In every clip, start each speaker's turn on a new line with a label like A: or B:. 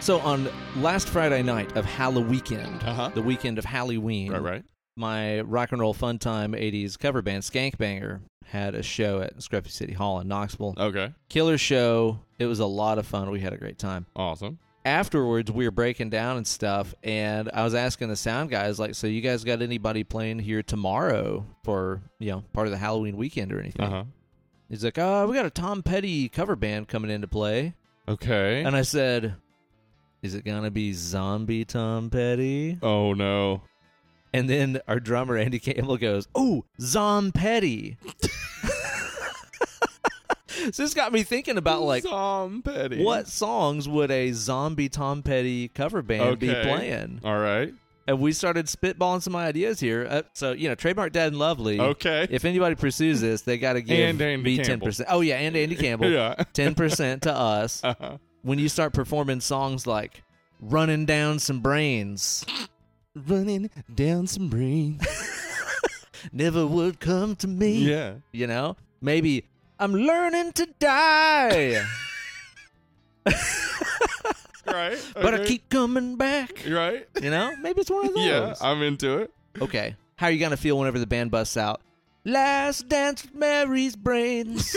A: So on last Friday night of Halloween weekend,
B: Uh-huh.
A: the weekend of Halloween,
B: Right, right.
A: my rock and roll fun time 80s cover band Skank Banger had a show at Scruffy City Hall in Knoxville.
B: Okay.
A: Killer show. It was a lot of fun. We had a great time.
B: Awesome.
A: Afterwards, we were breaking down and stuff, and I was asking the sound guys, like, so you guys got anybody playing here tomorrow for, you know, part of the Halloween weekend or anything?
B: Uh huh.
A: He's like, oh, we got a Tom Petty cover band coming into play.
B: Okay.
A: And I said, is it going to be Zombie Tom Petty?
B: oh no.
A: And then our drummer, Andy Campbell, goes, Oh, Zom Petty. so this got me thinking about like
B: Tom Petty.
A: what songs would a zombie Tom Petty cover band be
B: Okay.
A: playing?
B: All right.
A: And we started spitballing some ideas here. Uh, so, you know, Trademark Dead and Lovely.
B: Okay.
A: If anybody pursues this, they got to give
B: And Andy
A: me
B: Campbell.
A: 10%. Oh, yeah, and Andy Campbell.
B: Yeah.
A: 10% to us
B: Uh-huh.
A: when you start performing songs like Running Down Some Brains.
B: Running down some brains.
A: never would come to me.
B: yeah.
A: You know, maybe I'm learning to die,
B: Right.
A: but I
B: Okay.
A: keep coming back.
B: Right.
A: You know, maybe it's one of those.
B: Yeah. I'm into it.
A: okay. How are you gonna feel whenever the band busts out? Last dance with Mary's brains.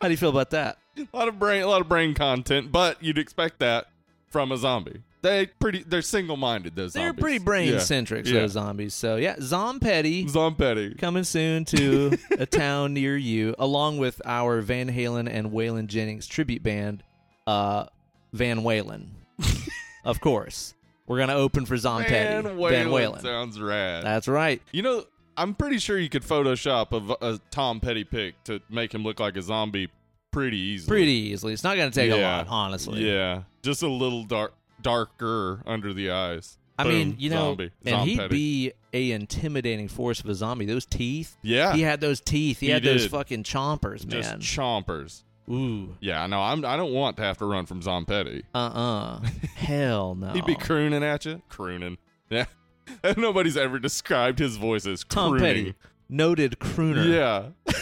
A: How do you feel about that?
B: A lot of brain. A lot of brain content. But you'd expect that from a zombie. They pretty. They're single minded. Those
A: They're
B: zombies.
A: pretty brain centric,
B: Yeah.
A: those zombies. So yeah, Zom Petty
B: Zom Petty.
A: coming soon to a town near you, along with our Van Halen and Waylon Jennings tribute band, uh, Van Whalen. of course, we're gonna open for Zom Petty. Van Whalen.
B: sounds rad.
A: That's right.
B: You know, I'm pretty sure you could Photoshop a, v- a Tom Petty pic to make him look like a zombie pretty easily.
A: Pretty easily. It's not gonna take a
B: Yeah.
A: lot, honestly.
B: Yeah, just a little dark, darker under the eyes.
A: I mean,
B: Boom,
A: you know,
B: zombie,
A: and
B: Zom
A: he'd
B: Petty.
A: be a intimidating force of a zombie. Those teeth.
B: yeah,
A: He had those teeth. He,
B: Ah. He
A: had those
B: did.
A: fucking chompers,
B: just
A: man.
B: chompers.
A: Ooh.
B: Yeah, no, I'm. I don't want to have to run from Zom Petty.
A: Uh uh Hell no.
B: He'd be crooning at you, crooning. Yeah, nobody's ever described his voice as
A: Tom
B: crooning.
A: Petty, noted crooner.
B: Yeah,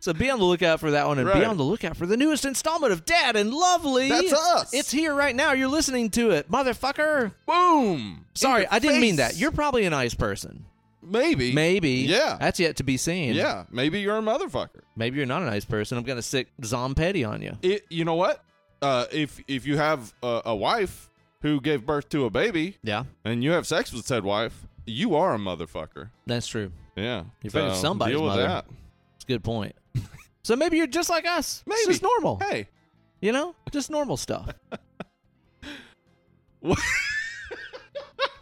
A: So be on the lookout for that one and be
B: Right.
A: on the lookout for the newest installment of Dad and Lovely.
B: That's us.
A: It's here right now. You're listening to it, motherfucker.
B: boom.
A: Sorry,
B: In your
A: I didn't mean
B: face.
A: that. You're probably a nice person.
B: maybe,
A: Maybe.
B: Yeah.
A: That's yet to be seen.
B: yeah, maybe you're a motherfucker.
A: Maybe you're not a nice person. I'm going to sick Zom Petty on you.
B: it, you know what? Uh, if if you have a, a wife who gave birth to a baby
A: Yeah,
B: and you have sex with said wife, you are a motherfucker.
A: that's true.
B: Yeah,
A: You're afraid of somebody's
B: deal with
A: mother.
B: that.
A: It's a good point. so maybe you're just like us. It's
B: Maybe.
A: just normal.
B: Hey,
A: You know? Just normal stuff.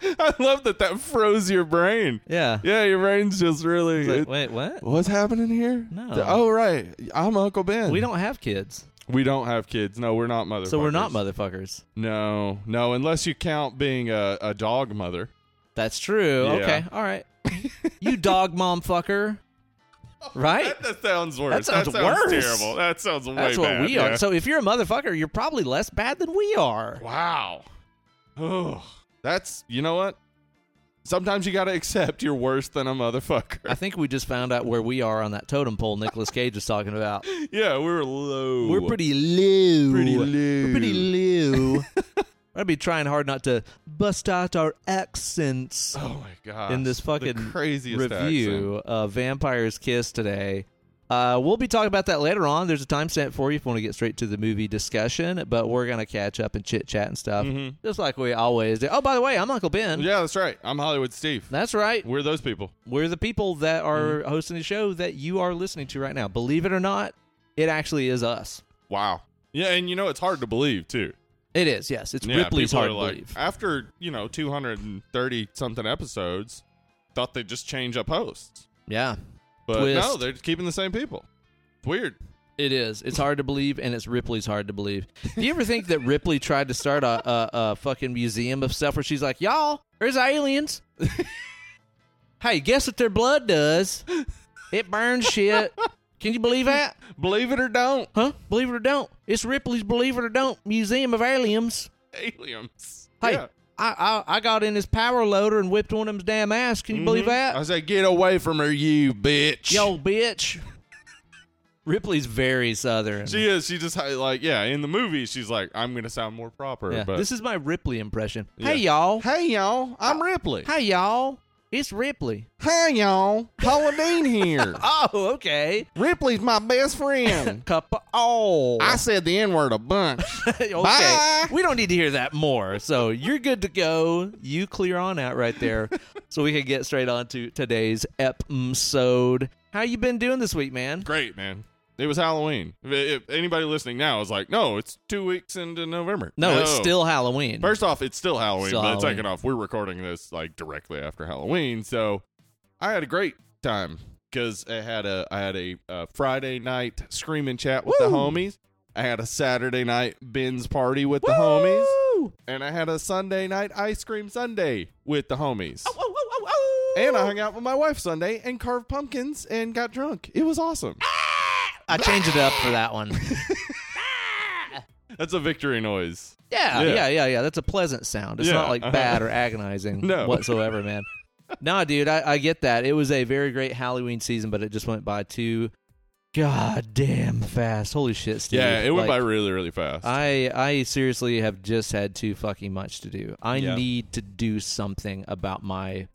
B: I love that that froze your brain.
A: Yeah.
B: Yeah, your brain's just really.
A: It's like,
B: it-
A: wait, what?
B: what's happening here?
A: No.
B: The- oh right, I'm Uncle Ben.
A: We don't have kids.
B: We don't have kids. No, we're not motherfuckers.
A: So we're not motherfuckers.
B: No, no, unless you count being a, a dog mother.
A: That's true.
B: Yeah.
A: Okay. All right. you dog mom fucker. Right?
B: That, that sounds worse.
A: sounds worse.
B: terrible. That sounds way
A: That's what
B: bad.
A: we
B: Yeah.
A: are. So if you're a motherfucker, you're probably less bad than we are.
B: Wow. Oh, that's you know what? Sometimes you gotta accept you're worse than a
A: I
B: motherfucker.
A: think we just found out where we are on that totem pole Nicolas Cage was talking about.
B: yeah, we're low.
A: We're pretty low.
B: pretty low.
A: We're pretty low. I'd be trying hard not to bust out our accents
B: Oh my god!
A: in this fucking
B: the craziest accent.
A: review of Vampire's Kiss today. Uh, we'll be talking about that later on. There's a timestamp for you if you want to get straight to the movie discussion, but we're going to catch up and chit chat and stuff, just like we always do. Oh, by the way, I'm Uncle Ben.
B: Mm-hmm. Yeah, that's right. I'm Hollywood Steve.
A: That's right.
B: We're those people.
A: We're the people that
B: Mm-hmm.
A: are hosting the show that you are listening to right now. Believe it or not, it actually is us.
B: Wow. Yeah, and you know it's hard to believe too.
A: It is, yes. It's
B: Yeah,
A: Ripley's
B: people
A: Hard
B: are
A: to
B: like,
A: Believe.
B: After you know 230 something episodes, thought they'd just change up hosts,
A: Yeah,
B: but no,
A: Twist.
B: they're just keeping the same people. It's weird.
A: it is. It's hard to believe, and it's Ripley's Hard to Believe. Do you ever think that Ripley tried to start a, a, a fucking museum of stuff where she's like, y'all, there's aliens. hey, guess what their blood does? It burns shit. Can you believe that?
B: Believe it or don't,
A: Huh? Believe it or don't. It's Ripley's Believe It or Don't Museum of Aliens.
B: aliens.
A: Hey,
B: Yeah.
A: I, I I got in his power loader and whipped one of his damn ass. Can you believe
B: Mm-hmm. I
A: that?
B: said, get away from her, you bitch.
A: Yo, bitch. Ripley's very southern.
B: She is. She just hi- like yeah. In the movie, she's like, I'm gonna sound more proper.
A: yeah.
B: But
A: This is my Ripley impression.
B: Yeah.
A: Hey y'all.
B: hey y'all, I'm Ripley.
A: Hey y'all. It's Ripley.
B: Hi y'all, Paula Dean here.
A: Oh, okay.
B: Ripley's my best friend.
A: Cup of all.
B: said the N word a bunch.
A: okay.
B: Bye.
A: We don't need to hear that more. So you're good to go. You clear on out right there, so we can get straight on to today's episode. How you been doing this week, man?
B: Great man. It was Halloween. If, if anybody listening now is like, no, it's two weeks into November.
A: No, it's still Halloween.
B: First off, it's still Halloween,
A: Still
B: but
A: Halloween.
B: second off, we're recording this like directly after Halloween, so I had a great time because I had a I had a, uh Friday night screaming chat with the
A: Woo!
B: homies. I had a Saturday night Ben's party with the homies,
A: Woo!
B: and I had a Sunday night ice cream Sunday with the homies.
A: Ow, ow, ow, ow, ow.
B: And I hung out with my wife Sunday and carved pumpkins and got drunk. It was awesome.
A: Ah! I changed it up for that one.
B: That's a victory noise.
A: Yeah,
B: Yeah.
A: yeah, yeah, yeah. That's a pleasant sound. It's
B: Yeah,
A: not like
B: uh-huh.
A: bad or agonizing
B: No.
A: whatsoever, man. nah, dude, I, I get that. It was a very great Halloween season, but it just went by too goddamn fast. Holy shit, Steve.
B: yeah, it went by
A: Like,
B: really, really fast.
A: I I seriously have just had too fucking much to do. I
B: Yeah.
A: need to do something about my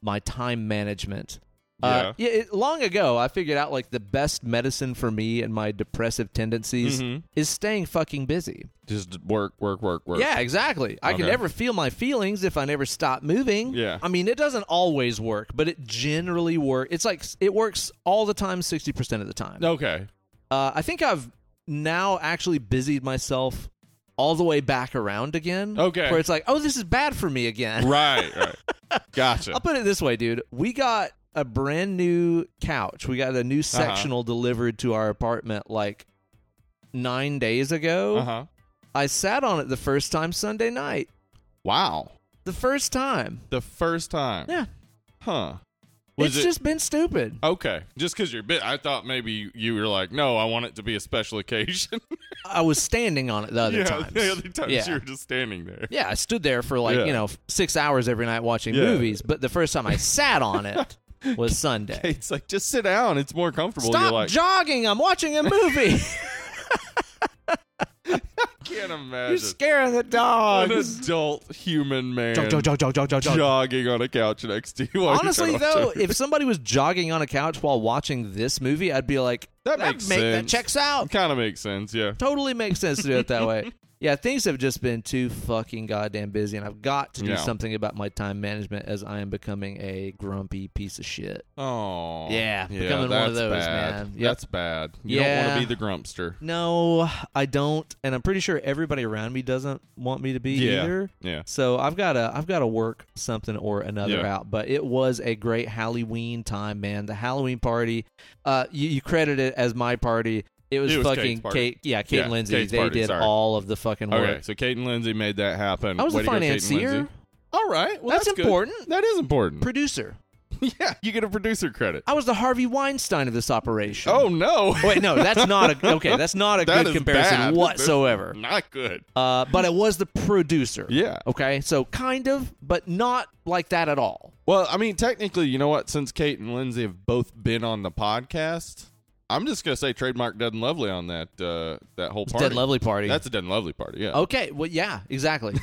A: my time management. Uh, yeah. It, long ago, I figured out like the best medicine for me and my depressive tendencies
B: Mhm.
A: is staying fucking busy.
B: Just work, work, work, work.
A: Yeah, exactly. I can
B: Okay.
A: never feel my feelings if I never stop moving.
B: Yeah.
A: I mean, it doesn't always work, but it generally works. It's like it works all the time, 60% of the time.
B: Okay.
A: Uh, I think I've now actually busied myself all the way back around again.
B: Okay.
A: Where it's like, oh, this is bad for me again.
B: Right, right. Gotcha.
A: I'll put it this way, dude. We got a brand new couch. We got a
B: Uh-huh.
A: new sectional delivered to our apartment like nine days ago.
B: Uh-huh.
A: I sat on it the first time Sunday night.
B: Wow.
A: The first time.
B: The first time.
A: Yeah.
B: Huh. Was
A: it's
B: it Uh-huh.
A: just been stupid.
B: Okay. Just cuz you're bit I thought maybe you, you were like, "No, I want it to be a special occasion."
A: I was standing on it the other
B: yeah,
A: times.
B: the other times
A: Yeah.
B: you were just standing there.
A: Yeah, I stood there for like,
B: Yeah.
A: you know, f- six hours every night watching
B: Yeah.
A: movies, but the first time I sat on it was Sunday.
B: It's like, "Just sit down. It's more comfortable."
A: Stop
B: you're like,
A: jogging. I'm watching a movie.
B: "Can't
A: You're
B: imagine."
A: scaring the
B: An
A: dogs.
B: adult human man
A: Jog, jog, jog, jog, jog, jog, jog.
B: jogging on a couch next to you. while you're
A: Honestly,
B: trying to
A: though,
B: watch it.
A: if somebody was jogging on a couch while watching this movie, I'd be like,
B: That
A: "That
B: makes
A: make- that
B: sense."
A: checks out.
B: kind of makes sense, yeah.
A: Totally makes sense to do it that way. Yeah, things have just been too fucking goddamn busy, and I've got to do
B: Yeah.
A: something about my time management as I am becoming a grumpy piece of shit.
B: Oh,
A: Yeah, becoming one of those, man. Yep.
B: That's bad. You don't
A: Yeah.
B: want to be the grumpster.
A: No, I don't, and I'm pretty sure everybody around me doesn't want me to be
B: Yeah.
A: either.
B: Yeah.
A: So I've got to I've got to work something or another
B: Yeah.
A: out. But it was a great Halloween time, man. The Halloween party, uh, you, you credit it as my party. It was,
B: It was
A: fucking
B: Kate's party.
A: Kate, yeah, Kate
B: Yeah,
A: and Lindsay.
B: Kate's
A: they
B: party,
A: did
B: sorry.
A: all of the fucking work.
B: Okay, so Kate and Lindsay made that happen.
A: I was a
B: Way to go, Kate and
A: financier,
B: Lindsay. All right, well,
A: That's
B: that's, good.
A: important.
B: That is important.
A: producer.
B: yeah, you get a producer credit.
A: I was the Harvey Weinstein of this operation.
B: Oh no,
A: wait, no, that's not a okay. That's not a
B: That
A: good
B: is
A: comparison
B: bad.
A: whatsoever.
B: That's not good.
A: Uh, but I was the producer.
B: Yeah.
A: Okay, so kind of, but not like that at all.
B: Well, I mean, technically, you know what? Since Kate and Lindsay have both been on the podcast, I'm just gonna say trademark Dead and Lovely on that uh, that whole party.
A: Dead Lovely Party.
B: That's a Dead and Lovely party. Yeah.
A: Okay, well, yeah, exactly.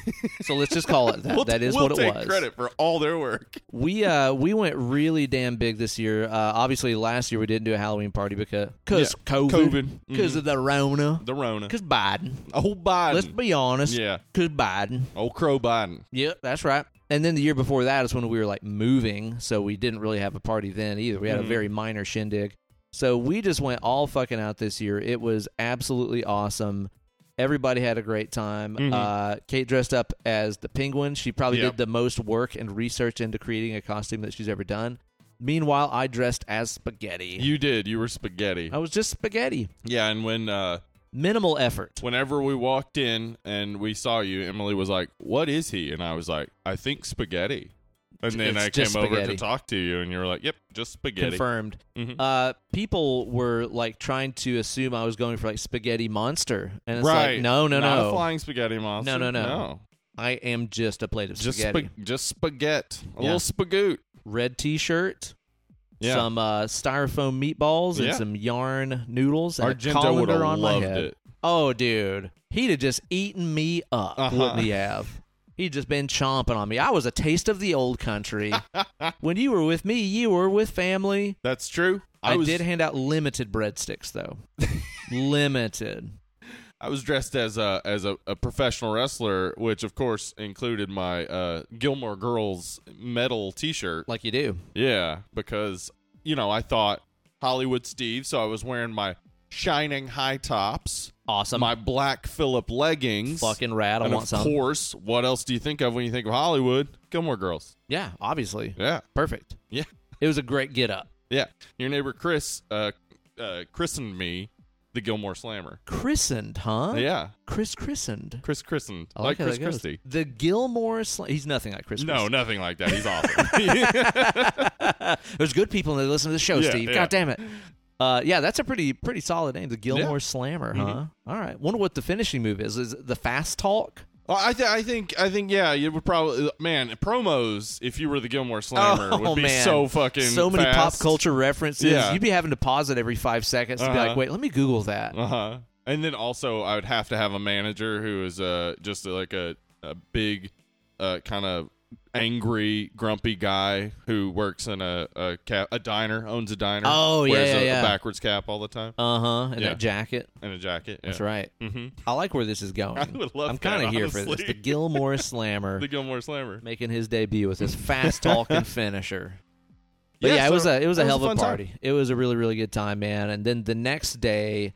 A: So let's just call it that.
B: We'll-
A: that is
B: we'll
A: what it
B: take
A: was.
B: Credit for all their work.
A: We uh we went really damn big this year. Uh, obviously, last year we didn't do a Halloween party because cause
B: Yeah,
A: COVID,
B: COVID. Mm-hmm.
A: because of the Rona,
B: The Rona.
A: because Biden.
B: Oh, Biden.
A: Let's be honest,
B: yeah.
A: because Biden.
B: Old Crow Biden.
A: Yep, that's right. And then the year before that is when we were like moving, so we didn't really have a party then either. We had a
B: Mhm.
A: very minor shindig. So we just went all fucking out this year. It was absolutely awesome. Everybody had a great time.
B: Mhm.
A: Uh, Kate dressed up as the penguin. She probably
B: Yep.
A: did the most work and research into creating a costume that she's ever done. Meanwhile, I dressed as spaghetti.
B: You did. You were spaghetti.
A: I was just spaghetti.
B: Yeah, and when uh
A: Minimal effort.
B: whenever we walked in and we saw you, Emily was like, "What is he?" And I was like, "I think spaghetti." And then
A: It's
B: I came
A: just
B: over to
A: spaghetti.
B: talk to you, and you were like, "Yep, just spaghetti."
A: Confirmed.
B: Mhm.
A: Uh, people were like trying to assume I was going for like spaghetti monster, and it's
B: right?
A: like no, no,
B: Not a
A: no.
B: flying spaghetti monster.
A: No, no, no. I am just a plate of
B: Just
A: spaghetti.
B: spag- just spaghetti. A
A: Yeah.
B: little spagoot.
A: Red T-shirt,
B: Yeah.
A: some uh, styrofoam meatballs and
B: Yeah.
A: some yarn noodles and a
B: Argento would have
A: colander on
B: loved
A: my head.
B: it.
A: Oh, dude, he'd have just eaten me up,
B: Uh-huh.
A: wouldn't he have? He'd just been chomping on me. I was a taste of the old country. when you were with me, you were with family.
B: That's true.
A: I,
B: was,
A: did hand out limited breadsticks, though. limited.
B: I was dressed as a as a, a professional wrestler, which of course included my uh, Gilmore Girls metal T-shirt.
A: Like you do.
B: Yeah, because you know I thought Hollywood Steve, so I was wearing my shining high tops,
A: Awesome.
B: my black Phillip leggings,
A: Fucking rad. I
B: and
A: want
B: of
A: some.
B: course, what else do you think of when you think of Hollywood? Gilmore Girls.
A: Yeah, obviously.
B: Yeah,
A: Perfect.
B: Yeah.
A: It was a great get up.
B: yeah. Your neighbor Chris uh, uh, christened me the Gilmore Slammer.
A: Christened, huh?
B: Yeah,
A: Chris christened.
B: Chris christened
A: I
B: like
A: how
B: Chris
A: that goes.
B: Christie.
A: The Gilmore Slam. He's nothing like Chris
B: No,
A: Christie.
B: nothing like that. He's awesome.
A: There's good people that listen to the show,
B: Yeah,
A: Steve.
B: yeah.
A: God damn it. Uh, yeah, that's a pretty pretty solid name. The Gilmore Slammer,
B: Mm-hmm.
A: huh? All right. Wonder what the finishing move is. Is it the fast talk?
B: well, I, th- I think I think yeah, you would probably man promos if you were the Gilmore Slammer would be so fucking
A: Oh, so many pop
B: fast.
A: culture references.
B: Yeah.
A: You'd be having to pause it every five seconds to be
B: Uh-huh.
A: like, wait, let me Google that.
B: Uh huh. And then also, I would have to have a manager who is uh just like a a big, uh kind of angry, grumpy guy who works in a a cap a diner, owns a diner.
A: Oh, yeah,
B: wears a,
A: yeah,
B: a
A: yeah.
B: backwards cap all the time
A: Uh huh. And
B: Yeah.
A: that jacket.
B: and a jacket.
A: That's
B: yeah.
A: right.
B: hmm
A: I like where this is going.
B: I would love
A: I'm
B: that,
A: kind of here for this.
B: honestly.
A: The Gilmore Slammer
B: The Gilmore Slammer.
A: making his debut with his fast talking finisher. But yeah,
B: Yeah,
A: it was
B: so
A: a it was a
B: that was
A: hell of
B: a
A: a
B: fun time.
A: party. It was a really really good time, man. And then the next day,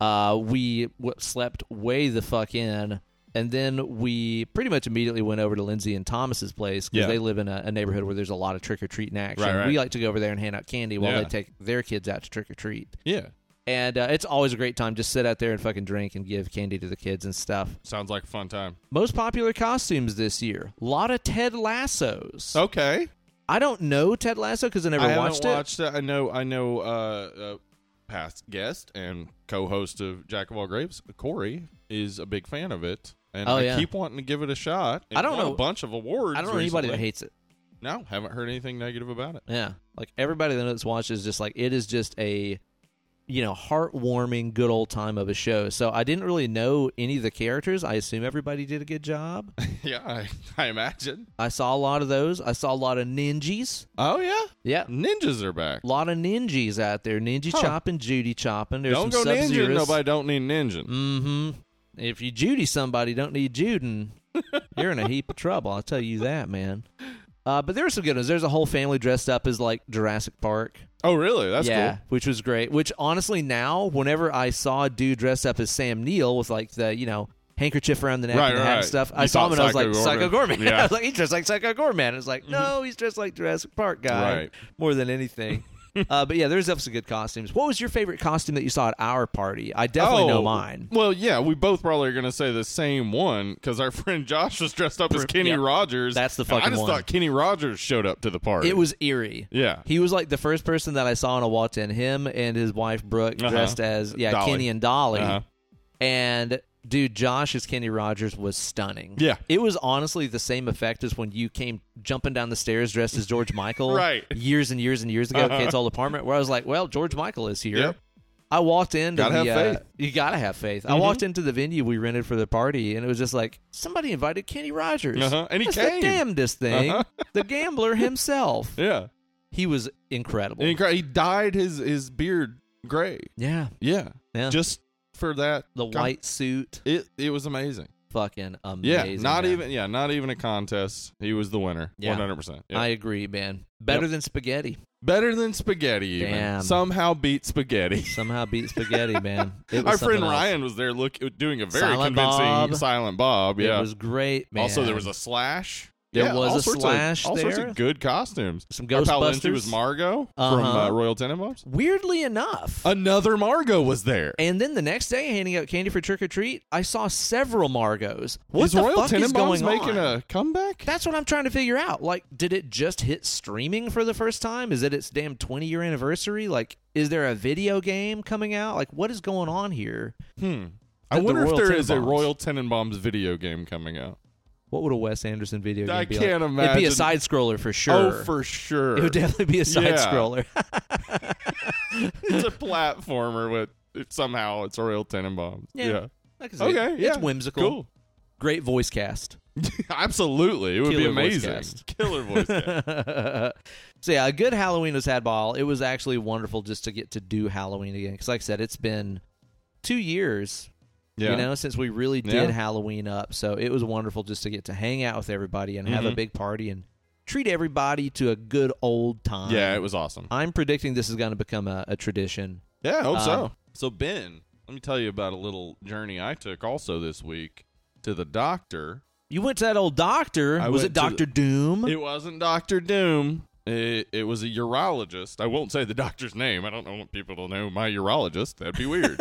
A: uh, we w- slept way the fuck in, and then we pretty much immediately went over to Lindsay and Thomas's place because
B: Yeah.
A: they live in a, a neighborhood where there's a lot of trick or treating action.
B: Right, right.
A: We like to go over there and hand out candy while
B: Yeah.
A: they take their kids out to trick or treat.
B: Yeah,
A: And uh, it's always a great time. Just sit out there and fucking drink and give candy to the kids and stuff.
B: sounds like a fun time.
A: Most popular costumes this year. A lot of Ted
B: Oh,
A: Lassos.
B: Okay,
A: I don't know Ted Lasso because I never
B: I
A: watched it.
B: haven't watched it. I know. I know. Uh, uh, past guest and co-host of Jack of All Graves, Corey, is a big fan of it, and
A: Oh,
B: I
A: yeah.
B: keep wanting to give it a shot. It
A: I don't
B: won
A: know-
B: a bunch of awards.
A: I don't know anybody that
B: recently.
A: hates it.
B: No, haven't heard anything negative about it.
A: Yeah, like everybody that knows watched is just like it is just a, you know, heartwarming good old time of a show. So I didn't really know any of the characters. I assume everybody did a good job.
B: yeah, I, I imagine.
A: I saw a lot of those. I saw a lot of ninjas.
B: Oh yeah,
A: Yeah,
B: ninjas are back.
A: a lot of ninjas out there. Ninja
B: Huh.
A: chopping, Judy chopping. There's
B: don't
A: some
B: go ninja.
A: Sub-Zeros.
B: Nobody don't need an engine.
A: Mm-hmm. If you Judy somebody, don't need Juden. You're in a heap of trouble. I'll tell you that, man. Uh, but there were some good ones. There's a whole family dressed up as like Jurassic Park.
B: Oh really? That's
A: yeah,
B: cool.
A: which was great. Which honestly, now whenever I saw a dude dressed up as Sam Neill with like the you know handkerchief around the neck
B: Right,
A: and the hat
B: right.
A: and stuff, I
B: You
A: saw him
B: thought
A: and I was like
B: Psycho
A: Psycho Gorman.
B: Gorman. Yeah. Mm-hmm.
A: I was like he's dressed like Psycho Gorman. It's like no, he's dressed like Jurassic Park guy
B: Right.
A: more than anything. uh, but yeah, there's definitely some good costumes. What was your favorite costume that you saw at our party? I definitely know
B: Oh,
A: mine.
B: Well, yeah, we both probably are going to say the same one because our friend Josh was dressed up as Kenny
A: yep.
B: Rogers.
A: That's the
B: and I
A: fucking
B: just
A: one.
B: thought Kenny Rogers showed up to the party.
A: It was eerie.
B: yeah,
A: He was like the first person that I saw when I walked in. Him and his wife Brooke
B: Uh-huh.
A: dressed as yeah
B: Dolly.
A: Kenny and Dolly.
B: Uh-huh.
A: And dude, Josh as Kenny Rogers was stunning.
B: Yeah.
A: it was honestly the same effect as when you came jumping down the stairs dressed as George Michael,
B: Right. Uh-huh.
A: Years and years and years ago, at Kate's old apartment, where I was like, "Well, George Michael is here."
B: Yep.
A: I walked into
B: Gotta
A: the
B: have
A: uh,
B: faith. Mm-hmm.
A: you gotta have faith. I walked into the venue we rented for the party, and it was just like somebody invited Kenny Rogers,
B: Uh-huh. And he
A: That's the
B: came.
A: damnedest thing,
B: Uh-huh.
A: the gambler himself.
B: yeah.
A: He was incredible.
B: And he, cra- he dyed his his beard gray.
A: yeah,
B: Yeah,
A: yeah.
B: just for that.
A: the
B: com-
A: white suit,
B: It it was amazing.
A: fucking amazing.
B: Yeah, not
A: man.
B: even yeah, not even a contest. He was the winner.
A: Yeah.
B: One hundred percent.
A: I agree, man. Better than spaghetti.
B: Better than spaghetti. Even.
A: Damn.
B: Somehow beat spaghetti.
A: Somehow beat spaghetti, man. It was
B: Our friend
A: something else.
B: Ryan was there, look doing a very
A: Silent
B: convincing
A: Bob.
B: silent Bob. Yeah.
A: It was great, man.
B: Also, there was a slash.
A: There
B: Yeah,
A: was
B: all
A: a
B: sorts
A: slash
B: Of, all sorts
A: there.
B: of good costumes.
A: some
B: Our pal Lindsay
A: Ghostbusters.
B: was Margot from
A: Uh-huh.
B: uh, Royal Tenenbaums.
A: Weirdly enough.
B: Another Margot was there.
A: and then the next day, handing out candy for trick or treat, I saw several Margos. What
B: Is
A: the
B: Royal
A: fuck is
B: Tenenbaums
A: going
B: making
A: on?
B: a comeback?
A: That's what I'm trying to figure out. Like, did it just hit streaming for the first time? Is it its damn 20 year anniversary? Like, is there a video game coming out? Like, what is going on here?
B: hmm.
A: The-
B: I
A: the
B: wonder if
A: Royal
B: there is a
A: Tenenbaums.
B: Royal Tenenbaums video game coming out. I
A: be
B: can't
A: like? It'd be
B: imagine.
A: a side scroller for sure.
B: Oh, for sure.
A: It would definitely be a side scroller.
B: it's a platformer with it, somehow it's a real Tenenbaum.
A: Yeah.
B: Yeah.
A: I can see it.
B: Okay. yeah.
A: It's whimsical.
B: Cool.
A: Great voice cast.
B: Absolutely. It would be
A: Killer voice
B: amazing.
A: cast.
B: Killer voice cast.
A: so yeah, a good Halloween was had by all. It was actually wonderful just to get to do Halloween again. Because like I said, it's been two years,
B: Yeah.
A: you know, since we really did
B: Yeah.
A: Halloween up. So it was wonderful just to get to hang out with everybody and have a
B: Mhm.
A: big party and treat everybody to a good old time.
B: yeah, it was awesome.
A: I'm predicting this is going to become a, a tradition.
B: Yeah, I hope
A: Um,
B: so. So Ben, let me tell you about a little journey I took also this week to the doctor.
A: You went to that old doctor.
B: I
A: was it
B: went to
A: Doctor Doom?
B: It wasn't Doctor Doom. It, it was a urologist. I won't say the doctor's name. I don't want people to know my urologist. That'd be weird.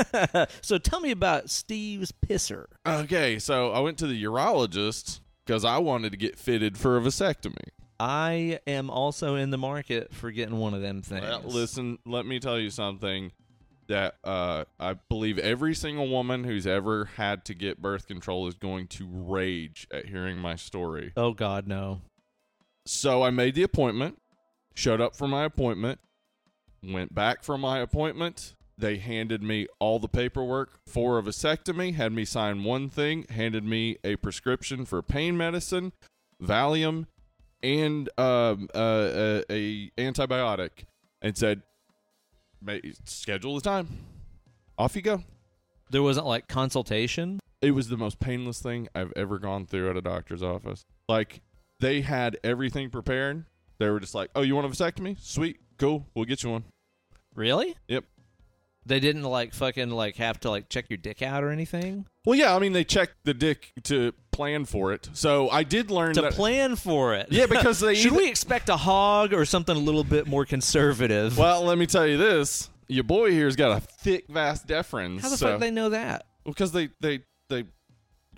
A: so tell me about Steve's pisser.
B: okay, so I went to the urologist because I wanted to get fitted for a vasectomy.
A: I am also in the market for getting one of them things.
B: Well, listen, let me tell you something that uh, I believe every single woman who's ever had to get birth control is going to rage at hearing my story.
A: Oh God, no.
B: So I made the appointment, showed up for my appointment, went back for my appointment. They handed me all the paperwork for a vasectomy, had me sign one thing, handed me a prescription for pain medicine, Valium, and um, uh, a, a antibiotic, and said, "Ma- "Schedule the time. Off you go."
A: There wasn't like consultation.
B: it was the most painless thing I've ever gone through at a doctor's office. Like they had everything prepared. They were just like, "Oh, you want a vasectomy? Sweet, cool. We'll get you one."
A: Really?
B: Yep.
A: They didn't like fucking like have to like check your dick out or anything
B: Well, yeah. I mean, they checked the dick to plan for it. So I did learn
A: to
B: that.
A: plan for it.
B: yeah, because they
A: Should
B: either-
A: we expect a hog or something a little bit more conservative?
B: Well, let me tell you this. Your boy here's got a thick, vast deferens.
A: How the
B: so-
A: fuck they know that?
B: because they they they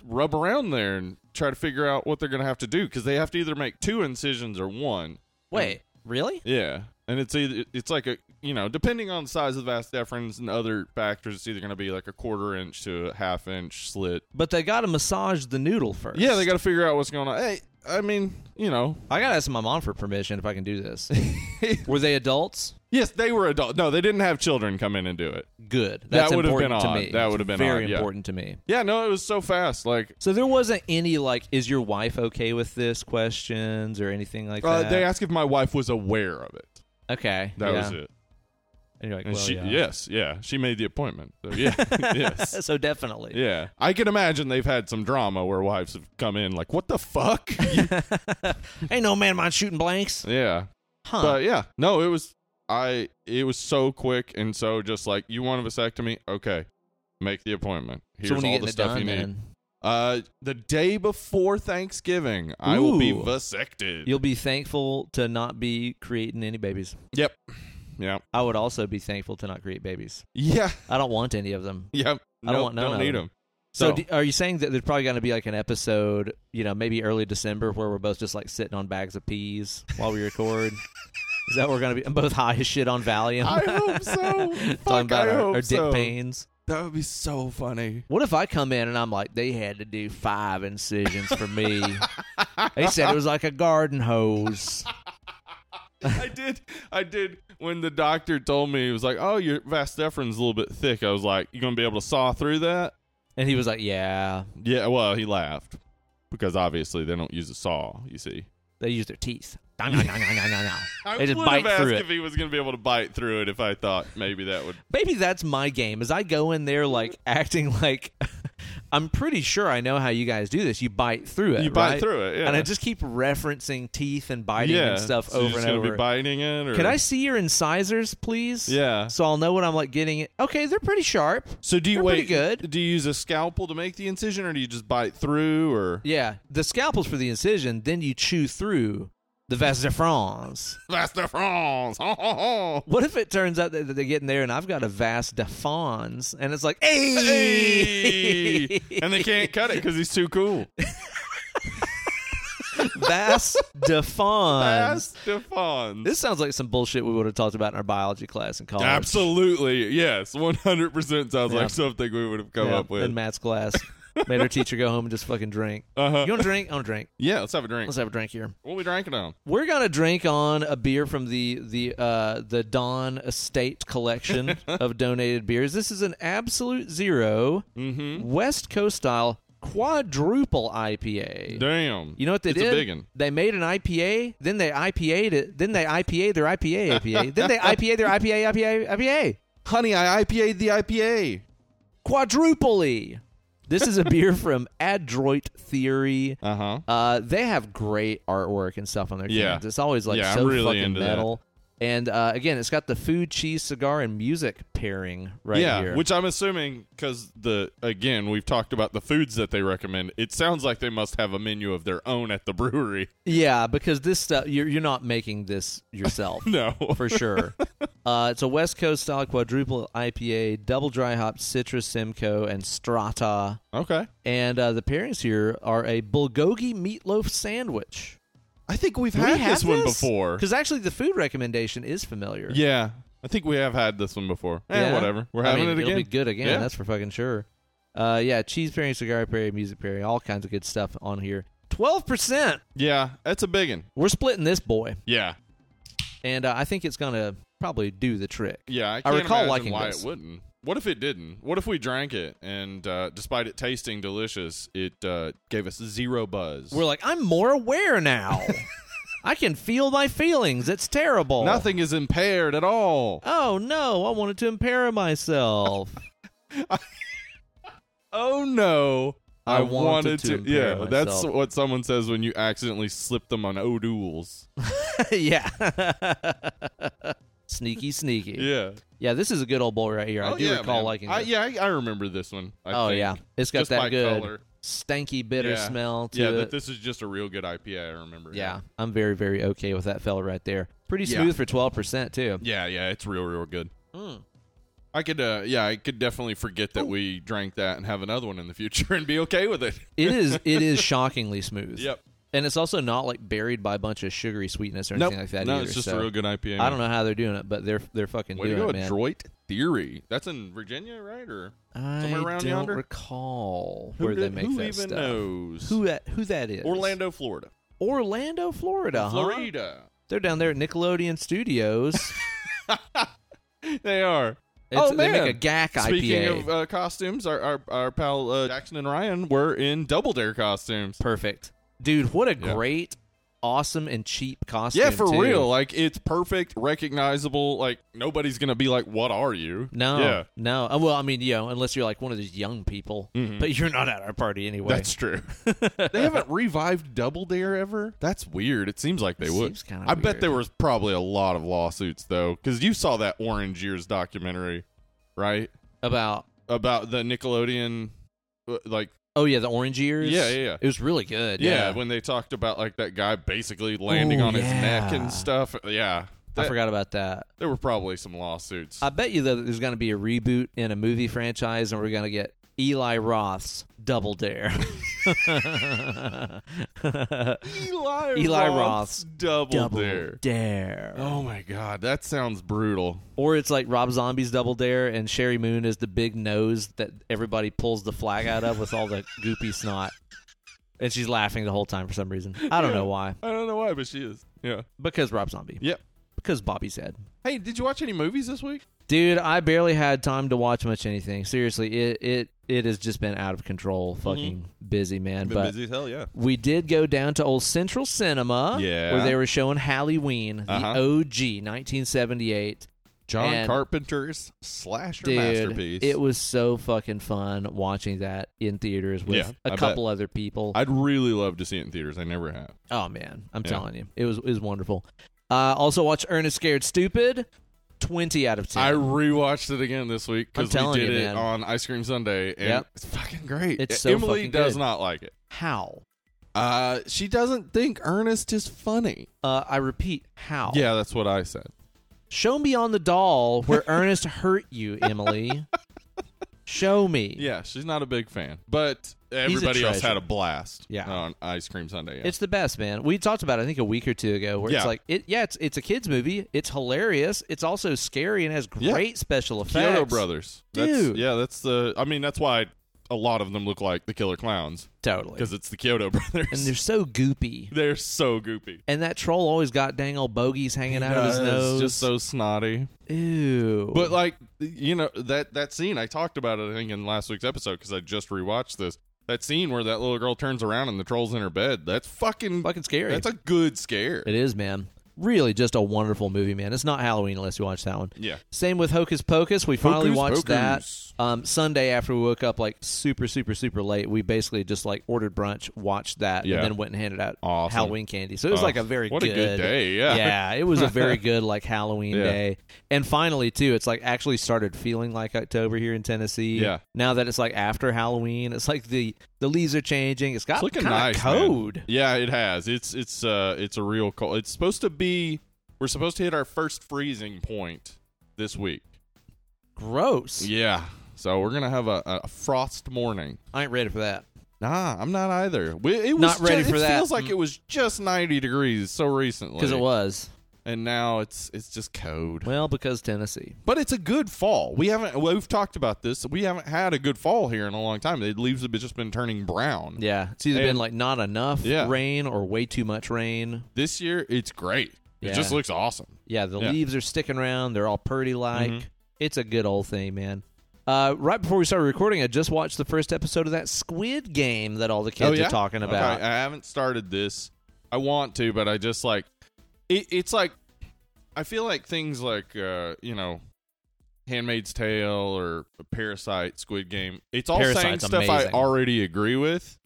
B: rub around there and try to figure out what they're gonna have to do because they have to either make two incisions or one.
A: Wait, really?
B: Yeah, and it's either it's like a you know depending on the size of the vas deferens and other factors, it's either going to be like a quarter inch to a half inch slit.
A: But they got to massage the noodle first.
B: Yeah, they got to figure out what's going on. Hey, I mean, you know,
A: I gotta ask my mom for permission if I can do this. Were they adults?
B: yes, they were adult. No, they didn't have children come in and do it.
A: Good.
B: That
A: That's
B: would have been
A: important
B: odd.
A: to me.
B: That would have been
A: very
B: odd, yeah.
A: important to me.
B: Yeah, no, it was so fast. Like
A: So there wasn't any like, is your wife okay with this questions or anything like
B: uh,
A: that.
B: they asked if my wife was aware of it.
A: okay,
B: That
A: yeah.
B: was it.
A: And you're like,
B: And
A: well,
B: she,
A: yeah.
B: yes, yeah, she made the appointment. So, yeah, yes.
A: so definitely.
B: Yeah, I can imagine they've had some drama where wives have come in like, "What the fuck?"
A: Ain't no man mind shooting blanks.
B: yeah,
A: Huh.
B: But yeah, no, it was I. It was so quick and so just like you want a vasectomy, okay, make the appointment. Here's
A: so when
B: all
A: you
B: the
A: get
B: stuff
A: done,
B: you need.
A: then
B: Uh, the day before Thanksgiving, I will be
A: Ooh.
B: vasected.
A: you'll be thankful to not be creating any babies.
B: yep, yep,
A: I would also be thankful to not create babies.
B: yeah,
A: I don't want any of them.
B: yep.
A: I don't
B: Nope,
A: want none
B: Don't
A: of
B: need
A: them.
B: them.
A: So,
B: So-
A: d- are you saying that there's probably going to be like an episode, you know, maybe early December where we're both just like sitting on bags of peas while we record? Is that what we're going to be? I'm both high as shit on Valium.
B: I hope so.
A: Talking
B: Fuck,
A: about
B: I
A: our,
B: hope
A: our dick
B: so.
A: pains.
B: That would be so funny.
A: What if I come in and I'm like, they had to do five incisions for me? they said it was like a garden hose.
B: I did. I did. When the doctor told me, he was like, "Oh, your vas deferens a little bit thick." I was like, "You gonna be able to saw through that?"
A: And he was like, yeah,
B: Yeah, well, he laughed because obviously they don't use a saw. You see,
A: they use their teeth. Dong, dong, dong, dong, dong, dong.
B: I
A: They just
B: would
A: bite
B: have
A: through it.
B: asked if he was going to be able to bite through it. If I thought maybe that would,
A: Maybe that's my game. Is I go in there like acting like I'm pretty sure I know how you guys do this. You bite through it.
B: you bite
A: right?
B: through it, yeah.
A: And I just keep referencing teeth and biting
B: yeah
A: and stuff
B: so you're
A: over
B: just
A: and
B: gonna
A: over.
B: Be biting it, or
A: Could I see your incisors, please?
B: Yeah.
A: So I'll know what I'm like getting. It. Okay, they're pretty sharp.
B: So do you
A: They're pretty
B: wait?
A: good.
B: Do you use a scalpel to make the incision, or do you just bite through? Or
A: Yeah, the scalpel's for the incision. Then you chew through the vas de France.
B: that's the France. Ho, ho, ho.
A: What if it turns out that that they get in there and I've got a vas de France and it's like, hey,
B: Hey! and they can't cut it because he's too cool.
A: Um, vas de France.
B: That's the France.
A: This sounds like some bullshit we would have talked about in our biology class in college.
B: Absolutely, yes, one hundred percent sounds
A: Yeah.
B: like something we would have come
A: Yeah,
B: up with.
A: in maths class. Made her teacher go home and just fucking drink.
B: Uh-huh.
A: You want to drink? I want to drink.
B: Yeah, let's have a drink.
A: Let's have a drink here.
B: What we drinking on?
A: We're gonna drink on a beer from the the uh, the Don Estate collection of donated beers. This is an absolute zero
B: Mm-hmm.
A: West Coast style quadruple IPA.
B: Damn.
A: You know what they
B: It's a
A: did?
B: biggin'.
A: They made an IPA, then they IPA'd it, then they IPA their IPA IPA, then they IPA their IPA IPA IPA.
B: Honey, I IPA'd the IPA.
A: Quadruply. This is a beer from Adroit Theory.
B: Uh-huh.
A: Uh, they have great artwork and stuff on their cans.
B: Yeah.
A: It's always like
B: Yeah,
A: so
B: I'm really
A: fucking
B: into that.
A: metal. And uh, again, it's got the food, cheese, cigar, and music pairing right
B: yeah,
A: here.
B: which I'm assuming because the again we've talked about the foods that they recommend. It sounds like they must have a menu of their own at the brewery.
A: yeah, because this stuff you're you're not making this yourself.
B: No,
A: for sure. uh, it's a West Coast style quadruple IPA, double dry hop, citrus, Simcoe, and Strata.
B: okay.
A: And uh, the pairings here are a bulgogi meatloaf sandwich.
B: I think we've had this one before.
A: because actually the food recommendation is familiar.
B: Yeah, I think we have had this one before. Eh,
A: Yeah.
B: whatever. We're
A: I
B: having
A: mean,
B: it again.
A: It'll be good again.
B: Yeah.
A: That's for fucking sure. Uh, yeah, cheese pairing, cigar pairing, music pairing, all kinds of good stuff on here. Twelve percent.
B: yeah, that's a big one.
A: We're splitting this boy,
B: Yeah,
A: and uh, I think it's gonna probably do the trick.
B: yeah. I, can't
A: recall
B: imagine
A: liking
B: why
A: this.
B: it wouldn't. What if it didn't? What if we drank it and uh, despite it tasting delicious, it uh, gave us zero buzz?
A: We're like, I'm more aware now. I can feel my feelings. It's terrible.
B: Nothing is impaired at all.
A: Oh no, I wanted to impair myself.
B: Oh no.
A: I wanted to
B: Yeah,
A: impair
B: that's
A: myself.
B: what someone says when you accidentally slip them on O'Douls.
A: yeah. sneaky, sneaky. Yeah.
B: Yeah.
A: this is a good old boy right here. I
B: Oh,
A: do
B: yeah,
A: recall
B: man.
A: liking
B: I,
A: this.
B: Yeah, I, I remember this one. I
A: oh
B: think.
A: yeah, it's got
B: Just by
A: that good
B: color.
A: stanky bitter
B: Yeah.
A: smell to
B: yeah,
A: it.
B: but this is just a real good IPA. I remember.
A: yeah, I'm very, very okay with that fella right there. Pretty
B: Yeah.
A: smooth for twelve percent too.
B: Yeah, yeah, it's real, real good.
A: Mm.
B: I could, uh, yeah, I could definitely forget that we drank that and have another one in the future and be okay with it.
A: It is, it is shockingly smooth.
B: Yep.
A: and it's also not like buried by a bunch of sugary sweetness or
B: Nope.
A: anything like that.
B: no,
A: either,
B: it's just
A: so.
B: a real good IPA.
A: I don't know how they're doing it, but they're they're fucking
B: Way to
A: doing
B: go,
A: it, man.
B: Adroit Theory. That's in Virginia, right? Or
A: I
B: around
A: don't
B: yonder?
A: recall
B: Who
A: where
B: did-
A: they make
B: who
A: that
B: even
A: stuff.
B: knows?
A: Who that who that is?
B: Orlando, Florida.
A: Orlando, Florida. huh?
B: Florida.
A: They're down there at Nickelodeon Studios.
B: They are.
A: It's-
B: Oh,
A: they
B: man.
A: make a GAC
B: Speaking
A: IPA.
B: of uh, costumes, our our, our pal uh, Jackson and Ryan were in Double Dare costumes.
A: Perfect, dude. What a
B: Yeah.
A: great, awesome, and cheap costume.
B: Yeah, for
A: too.
B: real. Like it's perfect, recognizable. Like nobody's gonna be like, "What are you?"
A: No,
B: Yeah,
A: no. Uh, Well, I mean, you know, unless you're like one of these young people,
B: Mhm.
A: but you're not at our party anyway.
B: that's true. they haven't revived Double Dare ever. That's weird. It seems like they
A: It
B: would.
A: seems kinda
B: I bet
A: weird.
B: there was probably a lot of lawsuits though, because you saw that Orange Years documentary, right?
A: about.
B: About the Nickelodeon, uh, like
A: Oh yeah, the orange ears.
B: Yeah, yeah, yeah.
A: It was really good.
B: Yeah, when they talked about like that guy basically landing
A: Ooh,
B: on his neck
A: yeah.
B: and stuff. Yeah.
A: I
B: That-
A: forgot about that.
B: There were probably some lawsuits.
A: I bet you though that there's going to be a reboot in a movie franchise, and we're going to get Eli Roth's Double Dare.
B: Eli,
A: Eli Roth's
B: double,
A: Double
B: dare.
A: Dare.
B: Oh my god, that sounds brutal.
A: Or it's like Rob Zombie's Double Dare, and Sherry Moon is the big nose that everybody pulls the flag out of with all the goopy snot. And she's laughing the whole time for some reason. I don't
B: Yeah.
A: know why.
B: I don't know why, but she is. Yeah.
A: Because Rob Zombie.
B: Yep.
A: Because Bobby said.
B: Hey, did you watch any movies this week?
A: Dude, I barely had time to watch much anything. Seriously, it it, it has just been out of control.
B: Mm-hmm.
A: Fucking busy, man. but
B: as hell, yeah.
A: We did go down to old Central Cinema,
B: Yeah.
A: where they were showing Halloween, the
B: Uh-huh.
A: OG, 1978.
B: John
A: And-
B: Carpenter's slasher
A: Dude,
B: masterpiece.
A: it was so fucking fun watching that in theaters with
B: Yeah,
A: a
B: I
A: couple other people.
B: I'd really love to see it in theaters. I never have.
A: oh man, I'm
B: Yeah.
A: telling you, it was it was wonderful. Uh, also watched Ernest Scared Stupid, 20 out of 10.
B: I rewatched it again this week
A: I'm
B: because we
A: telling
B: did
A: you,
B: it
A: man.
B: on Ice Cream Sunday, and
A: Yep.
B: it's fucking great. E,
A: It's so
B: Emily
A: fucking
B: does
A: good.
B: not like it.
A: how?
B: Uh, she doesn't think Ernest is funny.
A: Uh, I repeat, how?
B: Yeah, that's what I said.
A: Show me on the doll where Ernest hurt you, Emily. Show me.
B: Yeah, she's not a big fan, but everybody else
A: treasure.
B: had a blast.
A: Yeah.
B: on Ice Cream Sunday. Yeah.
A: It's the best, man. We talked about it, I think a week or two ago where
B: Yeah.
A: it's like it yeah, it's it's a kids movie. It's hilarious. It's also scary and has
B: Yeah.
A: great special effects.
B: Kyoto Brothers. That's,
A: Dude.
B: yeah, that's the. I mean, that's why a lot of them look like the Killer Clowns
A: Totally.
B: because it's the Kyoto brothers.
A: And they're so goopy.
B: they're so goopy.
A: And that troll always got dang old bogeys hanging out of his nose.
B: just so snotty.
A: Ew.
B: But like you know that that scene I talked about it I think in last week's episode because I just rewatched this. That scene where that little girl turns around and the troll's in her bed. That's fucking.
A: fucking scary.
B: That's a good scare.
A: it is, man. Really just a wonderful movie, man. It's not Halloween unless you watch that one.
B: Yeah.
A: Same with Hocus Pocus. We finally
B: Hocus
A: watched
B: Pocus.
A: that um, Sunday after we woke up, like super, super, super late. We basically just like ordered brunch, watched that,
B: Yeah.
A: and then went and handed out
B: Awesome.
A: Halloween candy. So it was
B: Oh,
A: like a very
B: what a
A: good,
B: good day, yeah.
A: it was a very good like Halloween
B: Yeah.
A: day. And finally, too, it's like actually started feeling like October here in Tennessee.
B: Yeah.
A: Now that it's like after Halloween, it's like the the leaves are changing. It's got
B: It's looking
A: kinda
B: nice. man.
A: code.
B: Yeah, it has. It's it's uh it's a real cold. It's supposed to be. We're supposed to hit our first freezing point this week.
A: Gross.
B: Yeah. So we're gonna have a, a frost morning.
A: I ain't ready for that.
B: Nah, I'm not either. We, it was
A: Not ready
B: ju-
A: for
B: it
A: that.
B: Feels like it was just 90 degrees so recently.
A: Because it was.
B: and now it's it's just code.
A: Well, because Tennessee.
B: But it's a good fall. We haven't well, we've talked about this. We haven't had a good fall here in a long time. The leaves have just been turning brown.
A: Yeah. It's either been
B: And-
A: like not enough
B: Yeah.
A: rain or way too much rain.
B: This year, it's great.
A: Yeah.
B: It just looks awesome.
A: Yeah, the
B: Yeah.
A: leaves are sticking around. They're all purdy like.
B: Mhm.
A: It's a good old thing, man. Uh, right before we started recording, I just watched the first episode of that Squid Game that all the kids are talking about.
B: Oh, Okay, I haven't started this. I want to, but I just like it, it's like I feel like things like uh, you know, Handmaid's Tale or Parasite, Squid Game. It's all saying
A: Parasite's
B: stuff I
A: amazing.
B: already agree with,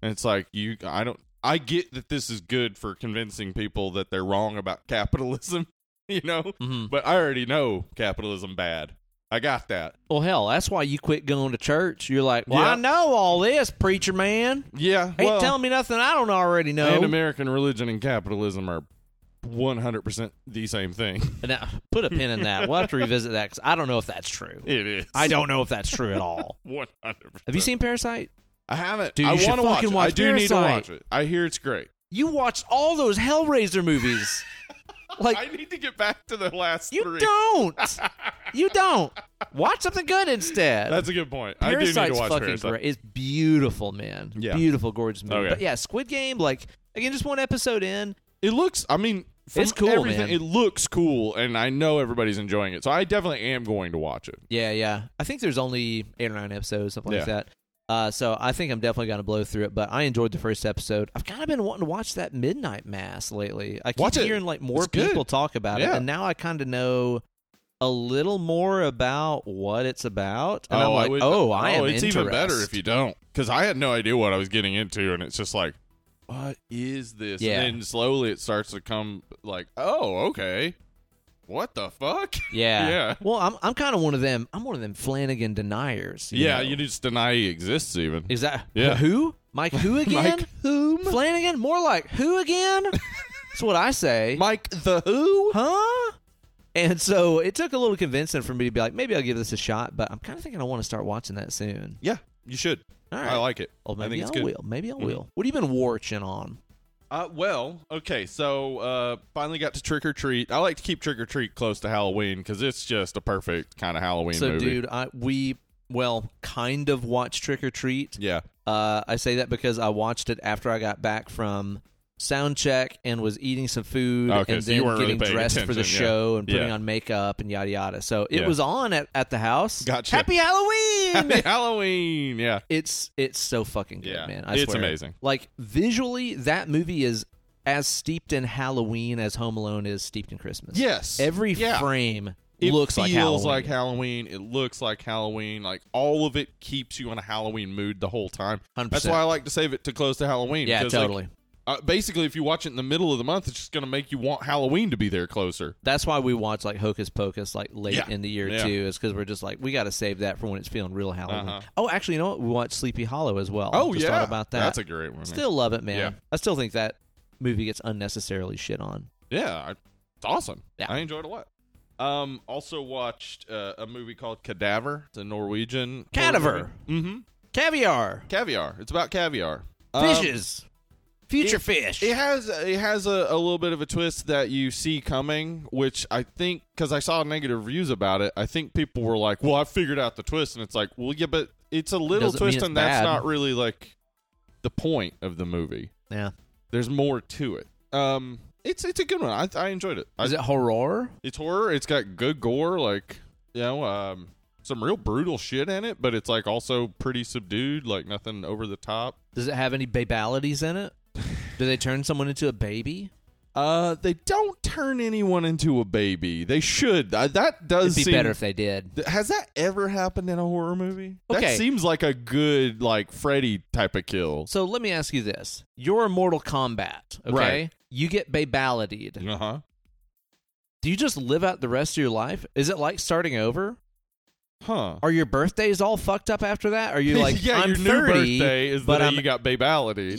B: and it's like you. I don't. I get that this is good for convincing people that they're wrong about capitalism, you know.
A: Mhm.
B: But I already know capitalism bad. I got that.
A: Well, hell, that's why you quit going to church. You're like, well,
B: Yeah.
A: I know all this, preacher man.
B: Yeah.
A: Ain't
B: well,
A: telling me nothing I don't already know.
B: and American religion and capitalism are 100% the same thing.
A: Now, put a pin in that. We'll have to revisit that because I don't know if that's true.
B: It is.
A: I don't know if that's true at all.
B: 100%.
A: Have you seen Parasite?
B: I haven't.
A: Dude,
B: I
A: you should
B: want to watch
A: fucking
B: it.
A: watch
B: I do need to
A: Parasite.
B: watch it. I hear it's great.
A: You watched all those Hellraiser movies. like
B: I need to get back to the last
A: you
B: three.
A: don't. you don't. Watch something good instead.
B: That's a good point. I do need
A: Parasite's
B: to watch
A: fucking
B: Parasite.
A: great. It's beautiful, man.
B: Yeah.
A: Beautiful, gorgeous movie.
B: Okay.
A: But yeah, Squid Game, like again, just one episode in.
B: It looks, I mean, from
A: It's cool,
B: everything,
A: man.
B: It looks cool, and I know everybody's enjoying it. So I definitely am going to watch it.
A: Yeah, yeah. I think there's only eight or nine episodes, something like
B: Yeah.
A: that. Uh, so I think I'm definitely gonna blow through it, but I enjoyed the first episode. I've kind of been wanting to watch that Midnight Mass lately. I keep
B: Watch it.
A: hearing like more
B: It's good.
A: people talk about it,
B: Yeah.
A: and now I kind of know a little more about what it's about. And I'm
B: I
A: like,
B: would-
A: oh, I am.
B: It's even better if
A: interested."
B: you don't, because I had no idea what I was getting into, and it's just like, what is this?
A: Yeah.
B: And then slowly it starts to come like, oh, okay, what the fuck?
A: Yeah.
B: Yeah.
A: Well, I'm I'm kind of one of them. I'm one of them Flanagan deniers. You
B: yeah,
A: know?
B: you just deny he exists even.
A: Is that
B: Yeah.
A: who? Mike who again?
B: whom?
A: Flanagan? More like who again? That's what I say.
B: Mike the who?
A: huh? And so it took a little convincing for me to be like, maybe I'll give this a shot, but I'm kind of thinking I want to start watching that soon.
B: Yeah, you should.
A: All right.
B: I like it.
A: Well,
B: I
A: maybe
B: think
A: I
B: it's good.
A: will. Maybe I
B: Mhm.
A: will. What have you been watching on?
B: Uh, well, okay, so uh, finally got to trick or treat. I like to keep trick or treat close to Halloween because it's just a perfect kind of Halloween
A: So,
B: movie.
A: dude, I, we well kind of watched Trick or Treat.
B: yeah,
A: Uh, I say that because I watched it after I got back from sound check and was eating some food
B: Okay,
A: and
B: so
A: then
B: you weren't really
A: getting
B: paying
A: dressed for the
B: attention, yeah.
A: show and putting
B: Yeah.
A: on makeup and yada yada. So it
B: Yeah.
A: was on at, at the house.
B: Gotcha.
A: Happy Halloween!
B: Happy Halloween. Yeah,
A: it's it's so fucking good,
B: Yeah,
A: man. I
B: it's
A: swear.
B: amazing.
A: Like visually, that movie is as steeped in Halloween as Home Alone is steeped in Christmas.
B: Yes.
A: every
B: Yeah.
A: frame
B: it
A: looks
B: feels
A: like Halloween.
B: like Halloween. It looks like Halloween. Like all of it keeps you in a Halloween mood the whole time.
A: 100%.
B: That's why I like to save it to close to Halloween.
A: yeah,
B: 'cause, like,
A: totally.
B: uh, basically, if you watch it in the middle of the month, it's just going to make you want Halloween to be there closer.
A: That's why we watch like Hocus Pocus like late
B: Yeah.
A: in the year
B: Yeah.
A: too, is because we're just like we got to save that for when it's feeling real Halloween.
B: Uh-huh.
A: Oh, actually, you know what? We watched Sleepy Hollow as well.
B: Oh
A: just
B: yeah,
A: thought about that.
B: That's a great one.
A: still love it, man.
B: Yeah.
A: I still think that movie gets unnecessarily shit on.
B: yeah, I, it's awesome.
A: Yeah.
B: I enjoyed it a lot. Um, also watched uh, a movie called Cadaver. It's a Norwegian
A: Cadaver.
B: Mm-hmm.
A: Caviar,
B: Caviar. It's about caviar. Um,
A: fishes, future fish.
B: It has it has a, a little bit of a twist that you see coming, which I think because I saw negative reviews about it, I think people were like, "Well, I figured out the twist," and it's like, "Well, yeah, but it's a little
A: Doesn't mean
B: twist,
A: it's
B: and that's
A: bad.
B: not really like the point of the movie.
A: Yeah.
B: There's more to it. Um, it's it's a good one. I I enjoyed it. I,
A: Is it horror?
B: It's horror. It's got good gore, like you know, um, some real brutal shit in it, but it's like also pretty subdued, like nothing over the top.
A: Does it have any babalities in it? Do they turn someone into a baby?
B: Uh, they don't turn anyone into a baby. They should. Uh, that does
A: It'd be
B: seem-
A: better if they did.
B: Th- Has that ever happened in a horror movie? That
A: Okay.
B: seems like a good like Freddy type of kill.
A: So let me ask you this: You're in Mortal Kombat, okay?
B: Right.
A: You get babalitied.
B: Uh huh.
A: Do you just live out the rest of your life? Is it like starting over?
B: Huh.
A: Are your birthdays all fucked up after that? Are you like
B: yeah,
A: I'm
B: your
A: 30,
B: new birthday is the
A: but
B: day
A: I'm
B: you got babality.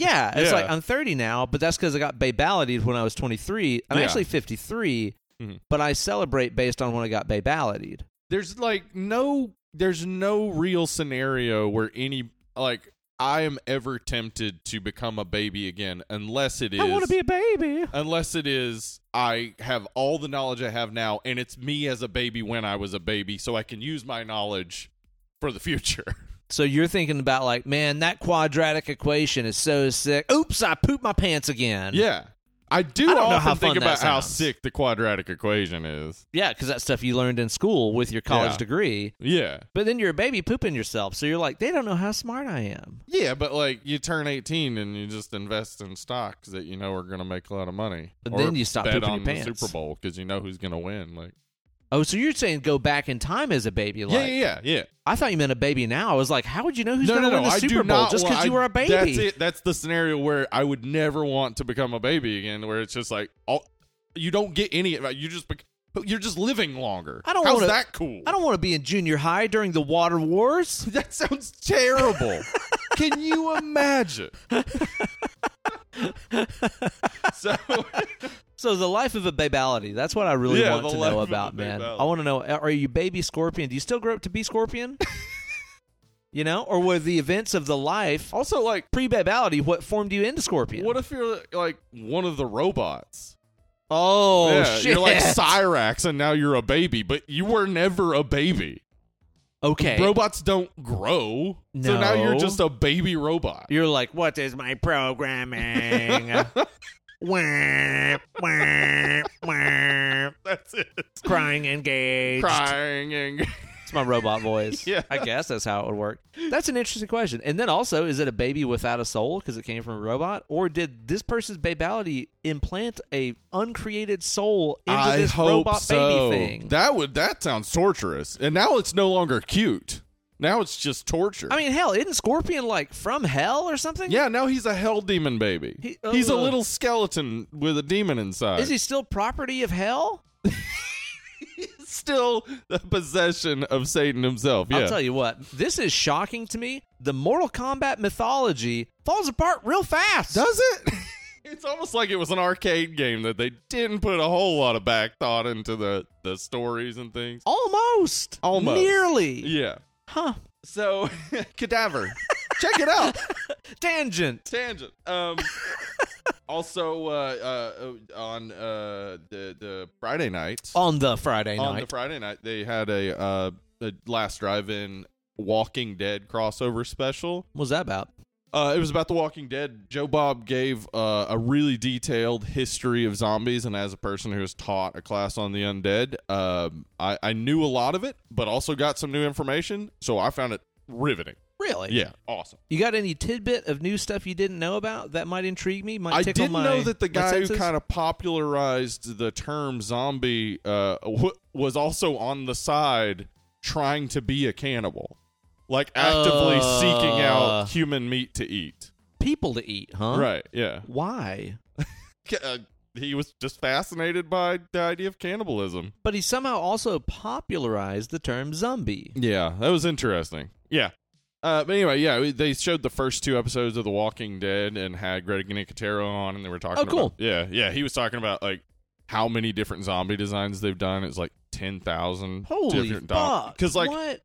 A: yeah, it's
B: Yeah.
A: like I'm 30 now, but that's because I got babalitied when I was 23. I'm
B: Yeah.
A: actually 53,
B: Mhm.
A: but I celebrate based on when I got babalitied.
B: there's like no there's no real scenario where any like I am ever tempted to become a baby again unless it is
A: I want to be a baby.
B: unless it is I have all the knowledge I have now and it's me as a baby when I was a baby so I can use my knowledge for the future.
A: So you're thinking about like, man, that quadratic equation is so sick. Oops, I pooped my pants again.
B: yeah. I do
A: I don't know
B: often
A: how fun
B: think
A: that
B: about how
A: sounds.
B: sick the quadratic equation is.
A: Yeah, because that stuff you learned in school with your college
B: Yeah.
A: degree.
B: Yeah.
A: But then you're a baby pooping yourself, so you're like, they don't know how smart I am.
B: Yeah, but like you turn 18 and you just invest in stocks that you know are going to make a lot of money.
A: But
B: Or
A: then you stop
B: bet
A: pooping
B: on
A: your
B: the
A: pants.
B: Super Bowl because you know who's going to win. Like,
A: Oh, so you're saying go back in time as a baby? Like,
B: yeah, yeah, yeah.
A: I thought you meant a baby. Now I was like, how would you know who's
B: no,
A: going to
B: no, no.
A: win the
B: I
A: Super
B: do
A: Bowl
B: not
A: just because
B: want-
A: you were a baby?
B: That's it. That's the scenario where I would never want to become a baby again. Where it's just like, all you don't get any. You just bec- you're just living longer.
A: I don't
B: How's
A: wanna-
B: that cool?
A: I don't want to be in junior high during the water wars.
B: That sounds terrible. Can you imagine? so
A: So the life of a babality. That's what I really
B: Yeah, the
A: want to
B: life
A: know
B: of a
A: about, man.
B: babality.
A: I want to know: Are you baby scorpion? Do you still grow up to be scorpion? you know, or were the events of the life
B: also like.
A: pre-babality what formed you into scorpion?
B: What if you're like one of the robots?
A: oh
B: yeah,
A: shit!
B: you're like Cyrax, and now you're a baby, but you were never a baby.
A: okay.
B: Robots don't grow, so now you're
A: No.
B: just a baby robot.
A: You're like, what is my programming? Wah, wah, wah.
B: That's it.
A: Crying engaged.
B: Crying and
A: It's my robot voice.
B: Yeah.
A: I guess that's how it would work. That's an interesting question. And then also, is it a baby without a soul because it came from a robot, or did this person's babality implant a uncreated soul into
B: I
A: this
B: hope
A: robot
B: so.
A: baby thing?
B: That would that sounds torturous. And now it's no longer cute. Now it's just torture.
A: I mean, hell, isn't Scorpion like from hell or something?
B: yeah, now he's a hell demon baby.
A: He-
B: he's a
A: ugh.
B: little skeleton with a demon inside.
A: Is he still property of hell?
B: still the possession of Satan himself? Yeah.
A: I'll tell you what, this is shocking to me. The Mortal Kombat mythology falls apart real fast.
B: Does it? it's almost like it was an arcade game that they didn't put a whole lot of back thought into the the stories and things.
A: Almost.
B: Almost.
A: Nearly.
B: Yeah.
A: Huh.
B: So, cadaver. Check it out.
A: Tangent.
B: Tangent. Um. Also, uh, uh, on uh, the the Friday night,
A: On the Friday
B: on
A: night.
B: the Friday night, they had a uh, the last drive-in Walking Dead crossover special.
A: what was that about?
B: Uh, it was about The Walking Dead. Joe Bob gave uh, a really detailed history of zombies, and as a person who has taught a class on the undead, um, I, I knew a lot of it, but also got some new information. So I found it riveting.
A: Really?
B: Yeah, awesome.
A: You got any tidbit of new stuff you didn't know about that might intrigue me? Might
B: I
A: tickle
B: didn't
A: my,
B: know that the
A: my
B: guy who
A: senses?
B: kind of popularized the term zombie uh, w- was also on the side trying to be a cannibal, like actively
A: Uh.
B: seeking out human meat to eat.
A: people to eat, huh?
B: Right? Yeah.
A: Why?
B: ca- uh, he was just fascinated by the idea of cannibalism.
A: But he somehow also popularized the term zombie.
B: Yeah, that was interesting. Yeah. Uh, but anyway, yeah, we- they showed the first two episodes of The Walking Dead and had Greg Nicotero on, and they were talking.
A: Oh, cool.
B: About, yeah, yeah, he was talking about like how many different zombie designs they've done. It's like ten thousand.
A: Holy fuck!
B: Because like
A: what?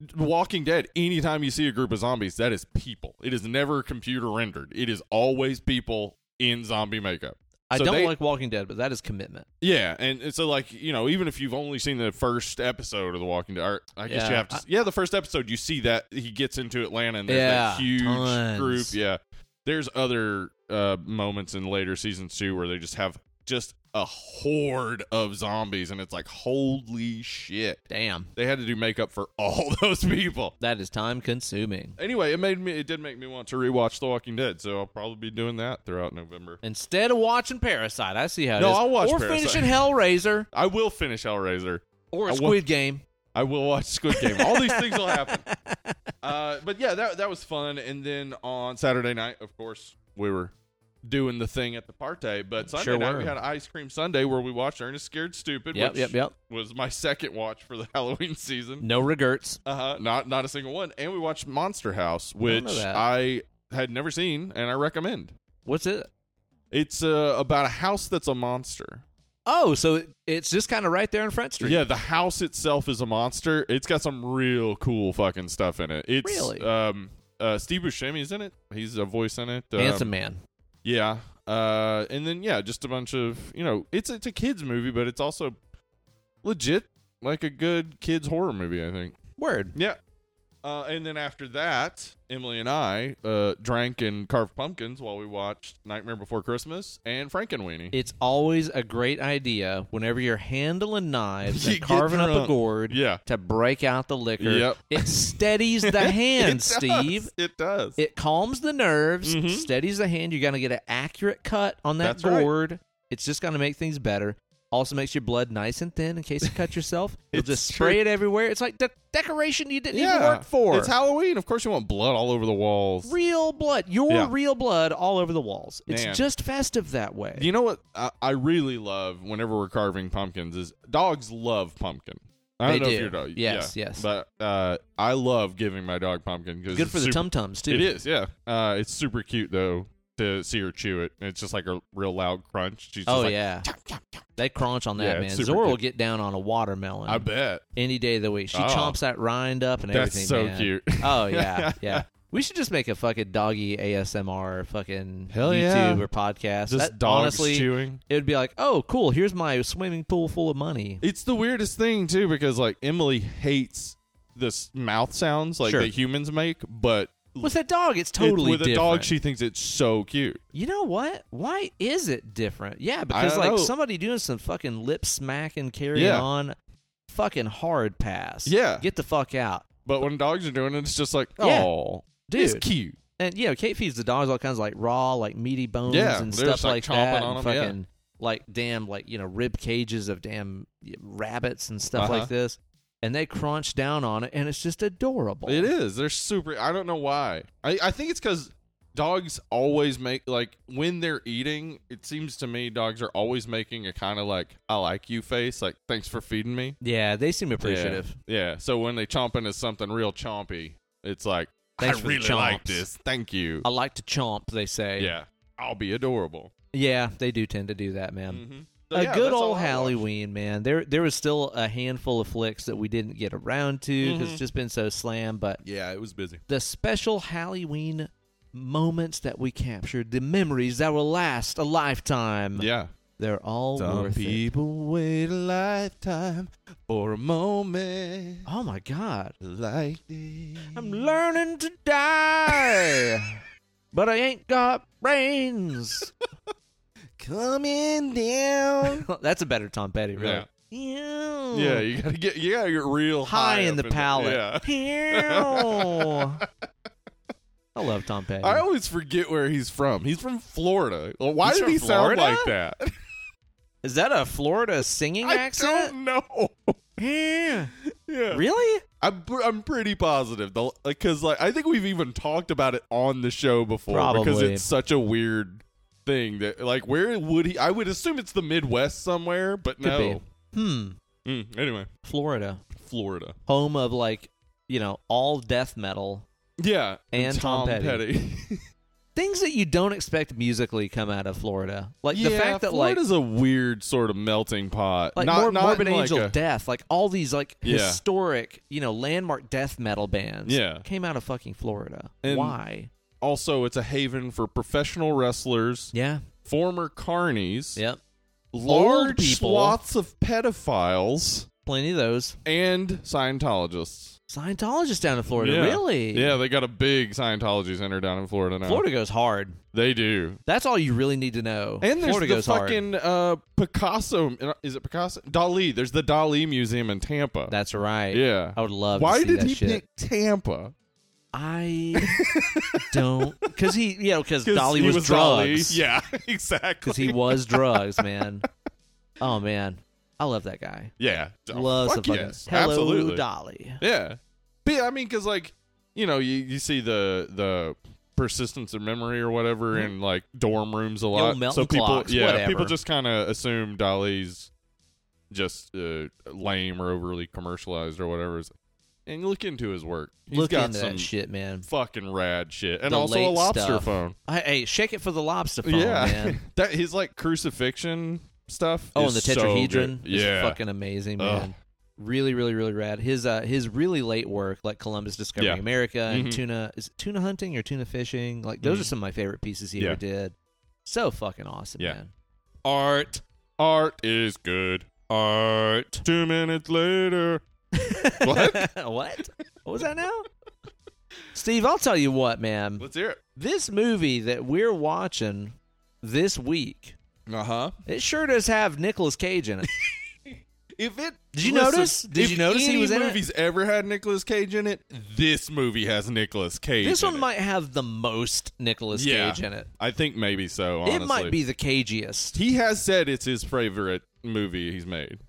B: The Walking Dead, anytime you see a group of zombies, that is people. It is never computer rendered. It is always people in zombie makeup.
A: I
B: So
A: don't
B: they-
A: like Walking Dead, but that is commitment.
B: Yeah, and, and so like you know, even if you've only seen the first episode of The Walking Dead, or I guess you
A: Yeah,
B: have to.
A: I-
B: yeah, the first episode, you see that he gets into Atlanta, and there's that
A: Yeah,
B: huge
A: tons.
B: group. Yeah, there's other uh, moments in later seasons too where they just have just a horde of zombies, and it's like holy shit,
A: Damn,
B: they had to do makeup for all those people.
A: that is time consuming.
B: Anyway, it made me. It did make me want to rewatch The Walking Dead, so I'll probably be doing that throughout November.
A: Instead of watching Parasite, I see how.
B: No,
A: it is.
B: I'll watch
A: or
B: Parasite.
A: finishing Hellraiser
B: I will finish Hellraiser.
A: or
B: I
A: Squid
B: wa-
A: Game.
B: I will watch Squid Game. All these things will happen. Uh, but yeah, that that was fun. And then on Saturday night, of course, we were doing the thing at the party. But Sunday
A: Sure
B: night
A: were.
B: we had Ice Cream Sunday where we watched Ernest Scared Stupid,
A: Yep,
B: which
A: yep, yep.
B: was my second watch for the Halloween season.
A: No regrets.
B: Uh-huh. Not not a single one. And we watched Monster House, which
A: that.
B: I had never seen and I recommend.
A: What's it?
B: It's uh, about a house that's a monster.
A: Oh, so it- it's just kind of right there in Front Street.
B: Yeah, the house itself is a monster. It's got some real cool fucking stuff in it. It's
A: Really?
B: um uh Steve Buscemi's in it. He's a voice in it. Um,
A: handsome man.
B: Yeah. Uh and then yeah, just a bunch of, you know, it's it's a kids movie, but it's also legit like a good kids horror movie, I think.
A: Word.
B: Yeah. Uh, and then after that, Emily and I uh, drank and carved pumpkins while we watched Nightmare Before Christmas and Frankenweenie.
A: It's always a great idea whenever you're handling knives
B: You
A: and
B: get
A: carving up a
B: drunk.
A: gourd
B: yeah.
A: to break out the liquor.
B: Yep.
A: It steadies the hand,
B: It does.
A: Steve.
B: It does.
A: It calms the nerves,
B: Mhm.
A: steadies the hand. You're going to get an accurate cut on that
B: That's right.
A: gourd. It's just going to make things better. Also makes your blood nice and thin in case you cut yourself. You'll
B: It's
A: just
B: true.
A: spray it everywhere. It's like the decoration you didn't even work for.
B: It's Halloween. Of course, you want blood all over the walls.
A: real blood. Your
B: Yeah.
A: real blood all over the walls. It's
B: Man.
A: just festive that way.
B: You know what I, I really love whenever we're carving pumpkins is dogs love pumpkin. I don't
A: They
B: know
A: do.
B: if your dog.
A: Yes,
B: yeah.
A: yes.
B: But uh, I love giving my dog pumpkin because
A: Good for the tum tums too.
B: It is, yeah. Uh, it's super cute though to see her chew it. It's just like a real loud crunch. She's just
A: Oh
B: like,
A: yeah, they crunch on that
B: Yeah,
A: man.
B: it's super
A: Zora will
B: cute.
A: get down on a watermelon
B: I bet
A: any day of the week. She
B: Oh.
A: chomps that rind up and
B: that's
A: everything.
B: so
A: man.
B: cute.
A: Oh yeah, yeah. We should just make a fucking doggy ASMR fucking
B: Hell
A: YouTube
B: yeah.
A: or podcast.
B: just
A: That-
B: dogs
A: honestly,
B: chewing.
A: it would be like, oh cool, here's my swimming pool full of money.
B: It's the weirdest thing too because like Emily hates this mouth sounds like
A: Sure.
B: that humans make, but
A: With that dog, it's
B: It-
A: totally
B: with a
A: different.
B: dog she thinks it's so cute
A: You know what? Why is it different? Yeah,
B: I
A: because
B: don't
A: like
B: know.
A: somebody doing some fucking lip smack and carrying
B: Yeah.
A: on, fucking hard pass.
B: Yeah.
A: get the fuck out,
B: but when dogs are doing it it's just like
A: Yeah.
B: oh
A: dude.
B: it's cute
A: And yeah, Kate feeds the dogs all kinds of like raw, like meaty bones
B: Yeah,
A: and
B: they're
A: stuff
B: just, like,
A: that,
B: chomping on
A: and
B: 'em, yeah.
A: fucking like damn, like you know, rib cages of damn rabbits and stuff
B: Uh-huh.
A: like this. And they crunch down on it, and it's just adorable.
B: it is they're super i don't know why i, I think it's because dogs always make like when they're eating it seems to me dogs are always making a kind of like i like you face like thanks for feeding me
A: Yeah, they seem appreciative.
B: yeah, yeah. so when they chomp into something real chompy it's like
A: Thanks
B: i
A: for the
B: really
A: chomps.
B: like this thank you
A: I like to chomp. They say.
B: yeah i'll be adorable
A: yeah, they do tend to do that, man.
B: mm-hmm. so,
A: a
B: yeah,
A: good
B: that's all
A: old
B: I watched.
A: Halloween, man. There there was still a handful of flicks that we didn't get around to because
B: Mhm.
A: it's just been so slammed. But
B: yeah it was busy
A: the special Halloween moments that we captured, the memories that will last a lifetime,
B: yeah
A: they're all
B: Some
A: worth it.
B: people wait a lifetime for a moment
A: Oh my God.
B: like this.
A: I'm learning to die, but I ain't got brains.
B: coming down.
A: That's a better Tom Petty, really.
B: Yeah.
A: Yeah,
B: Yeah, you gotta get you gotta get real high,
A: high in
B: up
A: the palate.
B: yeah.
A: Ew. I love Tom Petty.
B: I always forget where he's from. He's from Florida. Well, why
A: He's
B: did
A: from
B: he sound
A: Florida?
B: like that?
A: Is that a Florida singing
B: I
A: accent?
B: don't know.
A: Yeah.
B: Yeah,
A: Really?
B: I'm pr- I'm pretty positive though, because like I think we've even talked about it on the show before because
A: Probably.
B: it's such a weird thing that like where would he? I would assume it's the Midwest somewhere, but
A: Could
B: no.
A: be. Hmm.
B: Mm, anyway,
A: Florida,
B: Florida.
A: home of like, you know, all death metal.
B: Yeah,
A: And Tom Petty. Things that you don't expect musically come out of Florida. Like the fact that
B: Florida's a weird sort of melting pot.
A: like like
B: not,
A: Mor-
B: not
A: Morbid
B: in, like,
A: Angel
B: a-
A: Death, like all these like
B: Yeah.
A: historic, you know, landmark death metal bands
B: Yeah.
A: came out of fucking Florida.
B: And-
A: Why?
B: also, it's a haven for professional wrestlers,
A: Yeah.
B: former carnies,
A: Yep. Old
B: large
A: people.
B: swaths of pedophiles,
A: Plenty of those.
B: and Scientologists.
A: Scientologists down in Florida.
B: Yeah.
A: Really?
B: Yeah, they got a big Scientology center down in Florida now.
A: Florida goes hard.
B: They do.
A: That's all you really need to know.
B: And there's
A: Florida
B: the
A: goes hard.
B: fucking uh, Picasso. uh, Is it Picasso? Dali. There's the Dali Museum in Tampa.
A: That's right.
B: yeah.
A: I would love
B: Why
A: to see
B: did
A: that
B: he
A: shit.
B: pick Tampa?
A: I don't because he you know because
B: 'Cause
A: Dolly
B: he
A: was,
B: Dali.
A: drugs
B: Yeah, exactly.
A: because he was drugs man. Oh man, I love that guy.
B: yeah, Oh,
A: Loves
B: fuck
A: the fucking
B: yes.
A: hello
B: absolutely.
A: Dolly.
B: Yeah, but yeah, I mean, because like you know, you, you see the the persistence of memory or whatever
A: Mm-hmm.
B: in like dorm rooms a lot.
A: Melton
B: so people,
A: clocks,
B: yeah,
A: whatever.
B: people just kind of assume Dolly's just uh, lame or overly commercialized or whatever. And look into his work. He's
A: Look
B: got
A: into
B: some
A: that shit, man.
B: fucking rad shit, and
A: The
B: also a
A: late
B: lobster
A: stuff.
B: phone.
A: I, hey, shake it for the lobster phone, man.
B: that his like crucifixion stuff.
A: Oh, and
B: is
A: the
B: so
A: tetrahedron
B: good.
A: is
B: yeah,
A: fucking amazing,
B: Ugh.
A: man. Really, really, really rad. His uh, his really late work, like Columbus discovering
B: Yeah.
A: America and
B: Mhm.
A: tuna is it tuna hunting or tuna fishing. Like those are
B: Mhm.
A: some of my favorite pieces he
B: Yeah.
A: ever did. So fucking awesome,
B: Yeah.
A: man.
B: art. Art is good. Art. Two minutes later. What?
A: what? What was that now? Steve, I'll tell you what, man.
B: Let's hear it.
A: This movie that we're watching this week,
B: Uh huh.
A: it sure does have Nicolas Cage in it.
B: If it
A: Did you
B: listen,
A: notice? Did
B: if
A: you notice he
B: any
A: was in it?
B: movies ever had Nicolas Cage in it? This movie has Nicolas Cage.
A: this
B: in
A: one
B: it.
A: might have the most Nicolas
B: Yeah.
A: Cage in it.
B: I think maybe so. Honestly,
A: It might be the cagiest.
B: He has said it's his favorite movie he's made.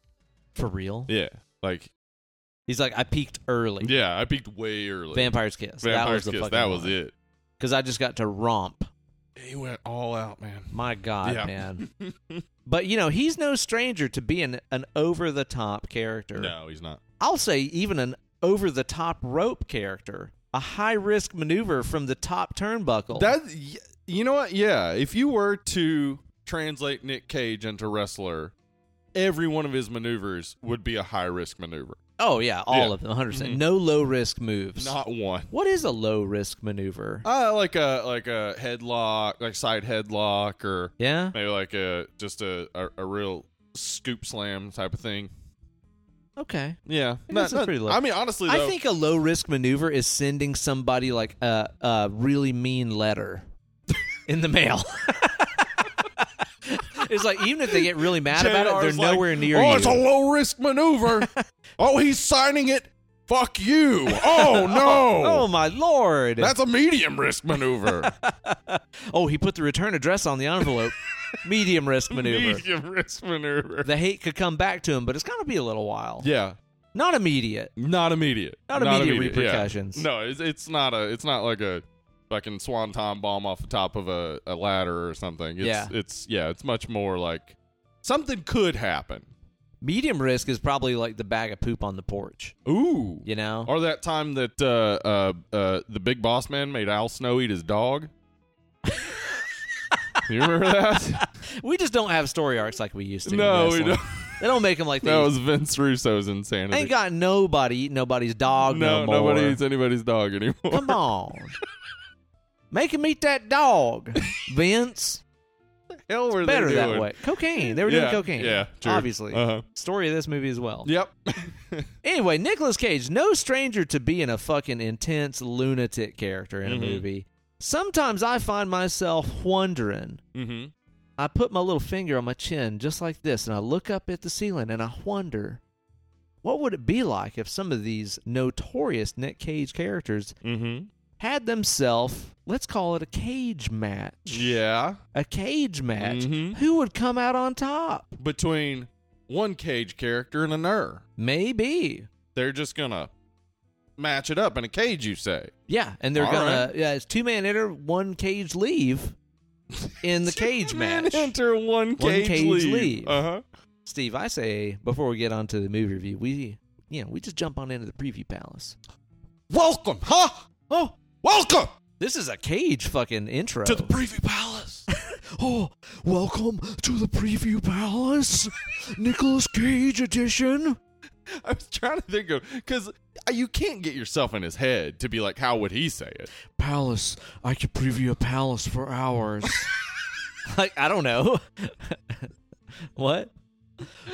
A: For real?
B: Yeah, like
A: He's like, I peaked early.
B: yeah, I peaked way early.
A: Vampire's Kiss. that was
B: Vampire's
A: the
B: Kiss.
A: fucking
B: That was it.
A: Because I just got to romp.
B: He went all out, man.
A: My God,
B: Yeah.
A: man. But, you know, he's no stranger to being an over the top character.
B: No, he's not.
A: I'll say even an over the top rope character, a high risk maneuver from the top turnbuckle.
B: That y- you know what? Yeah, if you were to translate Nick Cage into wrestler, every one of his maneuvers would be a high risk maneuver.
A: oh yeah, all
B: Yeah.
A: of them, 100. percent
B: Mhm.
A: No low risk moves.
B: Not one.
A: What is a low risk maneuver?
B: Uh, like a like a headlock, like side headlock, or
A: yeah,
B: maybe like a just a a, a real scoop slam type of thing.
A: okay.
B: Yeah,
A: I guess that's pretty low.
B: I mean, honestly,
A: I
B: though-
A: think a low risk maneuver is sending somebody like a a really mean letter in the mail. it's like even if they get really mad about it,
B: JR's
A: they're
B: like,
A: nowhere near
B: oh,
A: you.
B: it's a low risk maneuver. oh, he's signing it. Fuck you. Oh no.
A: oh my lord!
B: That's a medium risk maneuver.
A: oh, he put the return address on the envelope. Medium risk maneuver.
B: Medium risk maneuver.
A: the hate could come back to him, but it's gonna be a little while.
B: Yeah,
A: Not immediate.
B: not immediate.
A: Not immediate repercussions.
B: Yeah. No, it's, it's not a. It's not like a fucking swanton bomb off the top of a, a ladder or something. It's,
A: Yeah.
B: it's yeah. It's much more like something could happen.
A: Medium risk is probably like the bag of poop on the porch.
B: Ooh.
A: You know?
B: Or that time that uh, uh, uh, the big boss man made Al Snow eat his dog. you remember that?
A: we just don't have story arcs like we used to. in
B: no, we
A: wrestling.
B: don't.
A: They don't make them like they
B: That
A: used
B: was Vince Russo's
A: to.
B: insanity.
A: Ain't got nobody eating nobody's dog no,
B: no,
A: more.
B: nobody eats anybody's dog anymore.
A: Come on. Make him eat that dog, Vince.
B: hell were
A: Better
B: they doing?
A: that way. Cocaine. They were
B: Yeah,
A: doing cocaine.
B: Yeah, true.
A: Obviously.
B: Uh-huh.
A: Story of this movie as well.
B: Yep.
A: Anyway, Nicolas Cage, no stranger to being a fucking intense lunatic character in
B: Mhm.
A: a movie. Sometimes I find myself wondering.
B: mm-hmm.
A: I put my little finger on my chin just like this and I look up at the ceiling and I wonder what would it be like if some of these notorious Nick Cage characters
B: Mm-hmm.
A: had themselves, let's call it a cage match.
B: Yeah.
A: A cage match.
B: Mhm.
A: Who would come out on top?
B: Between one cage character and another,
A: Maybe.
B: they're just gonna match it up in a cage. You say?
A: Yeah, and they're
B: All
A: gonna yeah, it's two man enter, one cage leave in the cage
B: Man,
A: match.
B: Enter one cage,
A: cage
B: leave.
A: leave.
B: Uh huh.
A: Steve, I say before we get on to the movie review, we you know, we just jump on into the preview palace.
B: Welcome, huh?
A: Oh,
B: Welcome
A: this is a cage fucking intro.
B: to the preview palace.
A: oh, welcome to the preview palace, Nicholas Cage edition.
B: I was trying to think of because you can't get yourself in his head to be like, how would he say it?
A: Palace, I could preview a palace for hours. like I don't know. what?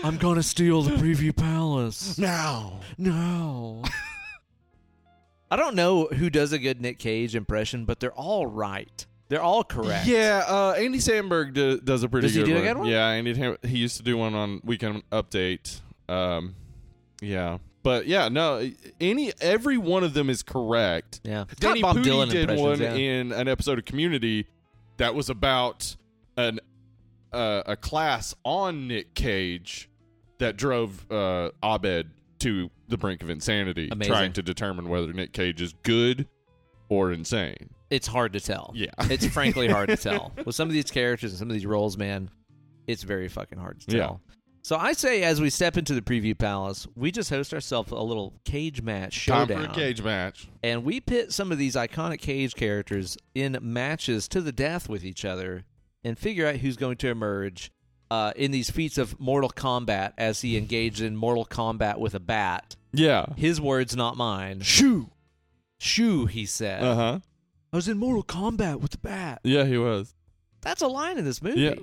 A: I'm gonna steal the preview palace.
B: Now.
A: No. I don't know who does a good Nick Cage impression, but they're all right. They're all correct.
B: Yeah, uh, Andy Sandberg do, does a pretty
A: Does he
B: good,
A: do a
B: one.
A: good one?
B: Yeah, Andy Tam- he used to do one on Weekend Update. Um, yeah, but yeah, no, e, any every one of them is correct.
A: Yeah.
B: Danny
A: Got
B: Pudi did one
A: yeah.
B: in an episode of Community that was about an uh, a class on Nick Cage that drove uh, Abed to the brink of insanity,
A: Amazing.
B: trying to determine whether Nick Cage is good or insane.
A: It's hard to tell.
B: Yeah.
A: It's frankly hard to tell. With some of these characters and some of these roles, man, it's very fucking hard to tell. So I say as we step into the preview palace, we just host ourselves a little cage match showdown.
B: Time for a cage match.
A: and we pit some of these iconic cage characters in matches to the death with each other and figure out who's going to emerge uh, in these feats of mortal combat as he engaged in mortal combat with a bat
B: Yeah.
A: his words not mine
B: Shoo.
A: shoo he said
B: Uh huh.
A: i was in mortal combat with a bat
B: Yeah, he was.
A: that's a line in this movie
B: Yeah.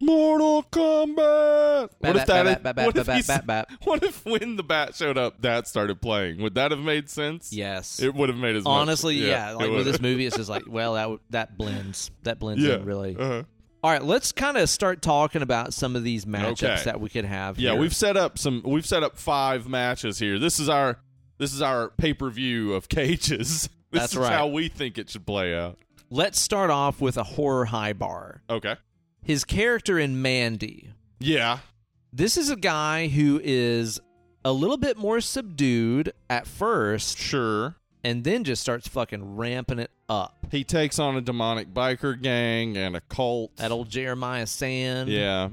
B: Mortal Kombat.
A: Bat,
B: What
A: bat,
B: if that?
A: bat, bat, bat,
B: What if
A: bat,
B: he
A: bat, bat, bat.
B: s- what if when the bat showed up, that started playing? Would that have made sense?
A: yes
B: It would have made as much-
A: honestly yeah,
B: it
A: like with
B: would
A: this
B: have.
A: movie it's just like well that w- that blends that blends
B: Yeah.
A: in really
B: Uh-huh.
A: all right let's kind of start talking about some of these matchups
B: Okay.
A: that we could have
B: Yeah,
A: here.
B: we've set up some. We've set up five matches here. This is our. This is our pay per view of cages. This
A: That's
B: is
A: right.
B: how we think it should play out.
A: Let's start off with a horror high bar.
B: Okay.
A: His character in Mandy.
B: Yeah.
A: This is a guy who is a little bit more subdued at first
B: Sure.
A: and then just starts fucking ramping it up.
B: He takes on a demonic biker gang and a cult.
A: That old Jeremiah Sand.
B: yeah.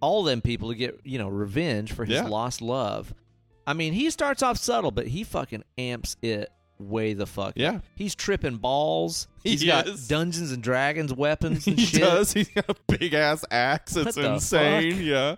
A: All them people to get, you know, revenge for his
B: Yeah.
A: lost love. I mean, he starts off subtle, but he fucking amps it way the fuck. up.
B: Yeah.
A: He's tripping balls.
B: He
A: He's got
B: is.
A: Dungeons and Dragons weapons and
B: he
A: shit.
B: does. He's got a big ass axe.
A: What
B: It's
A: the
B: insane.
A: fuck?
B: Yeah.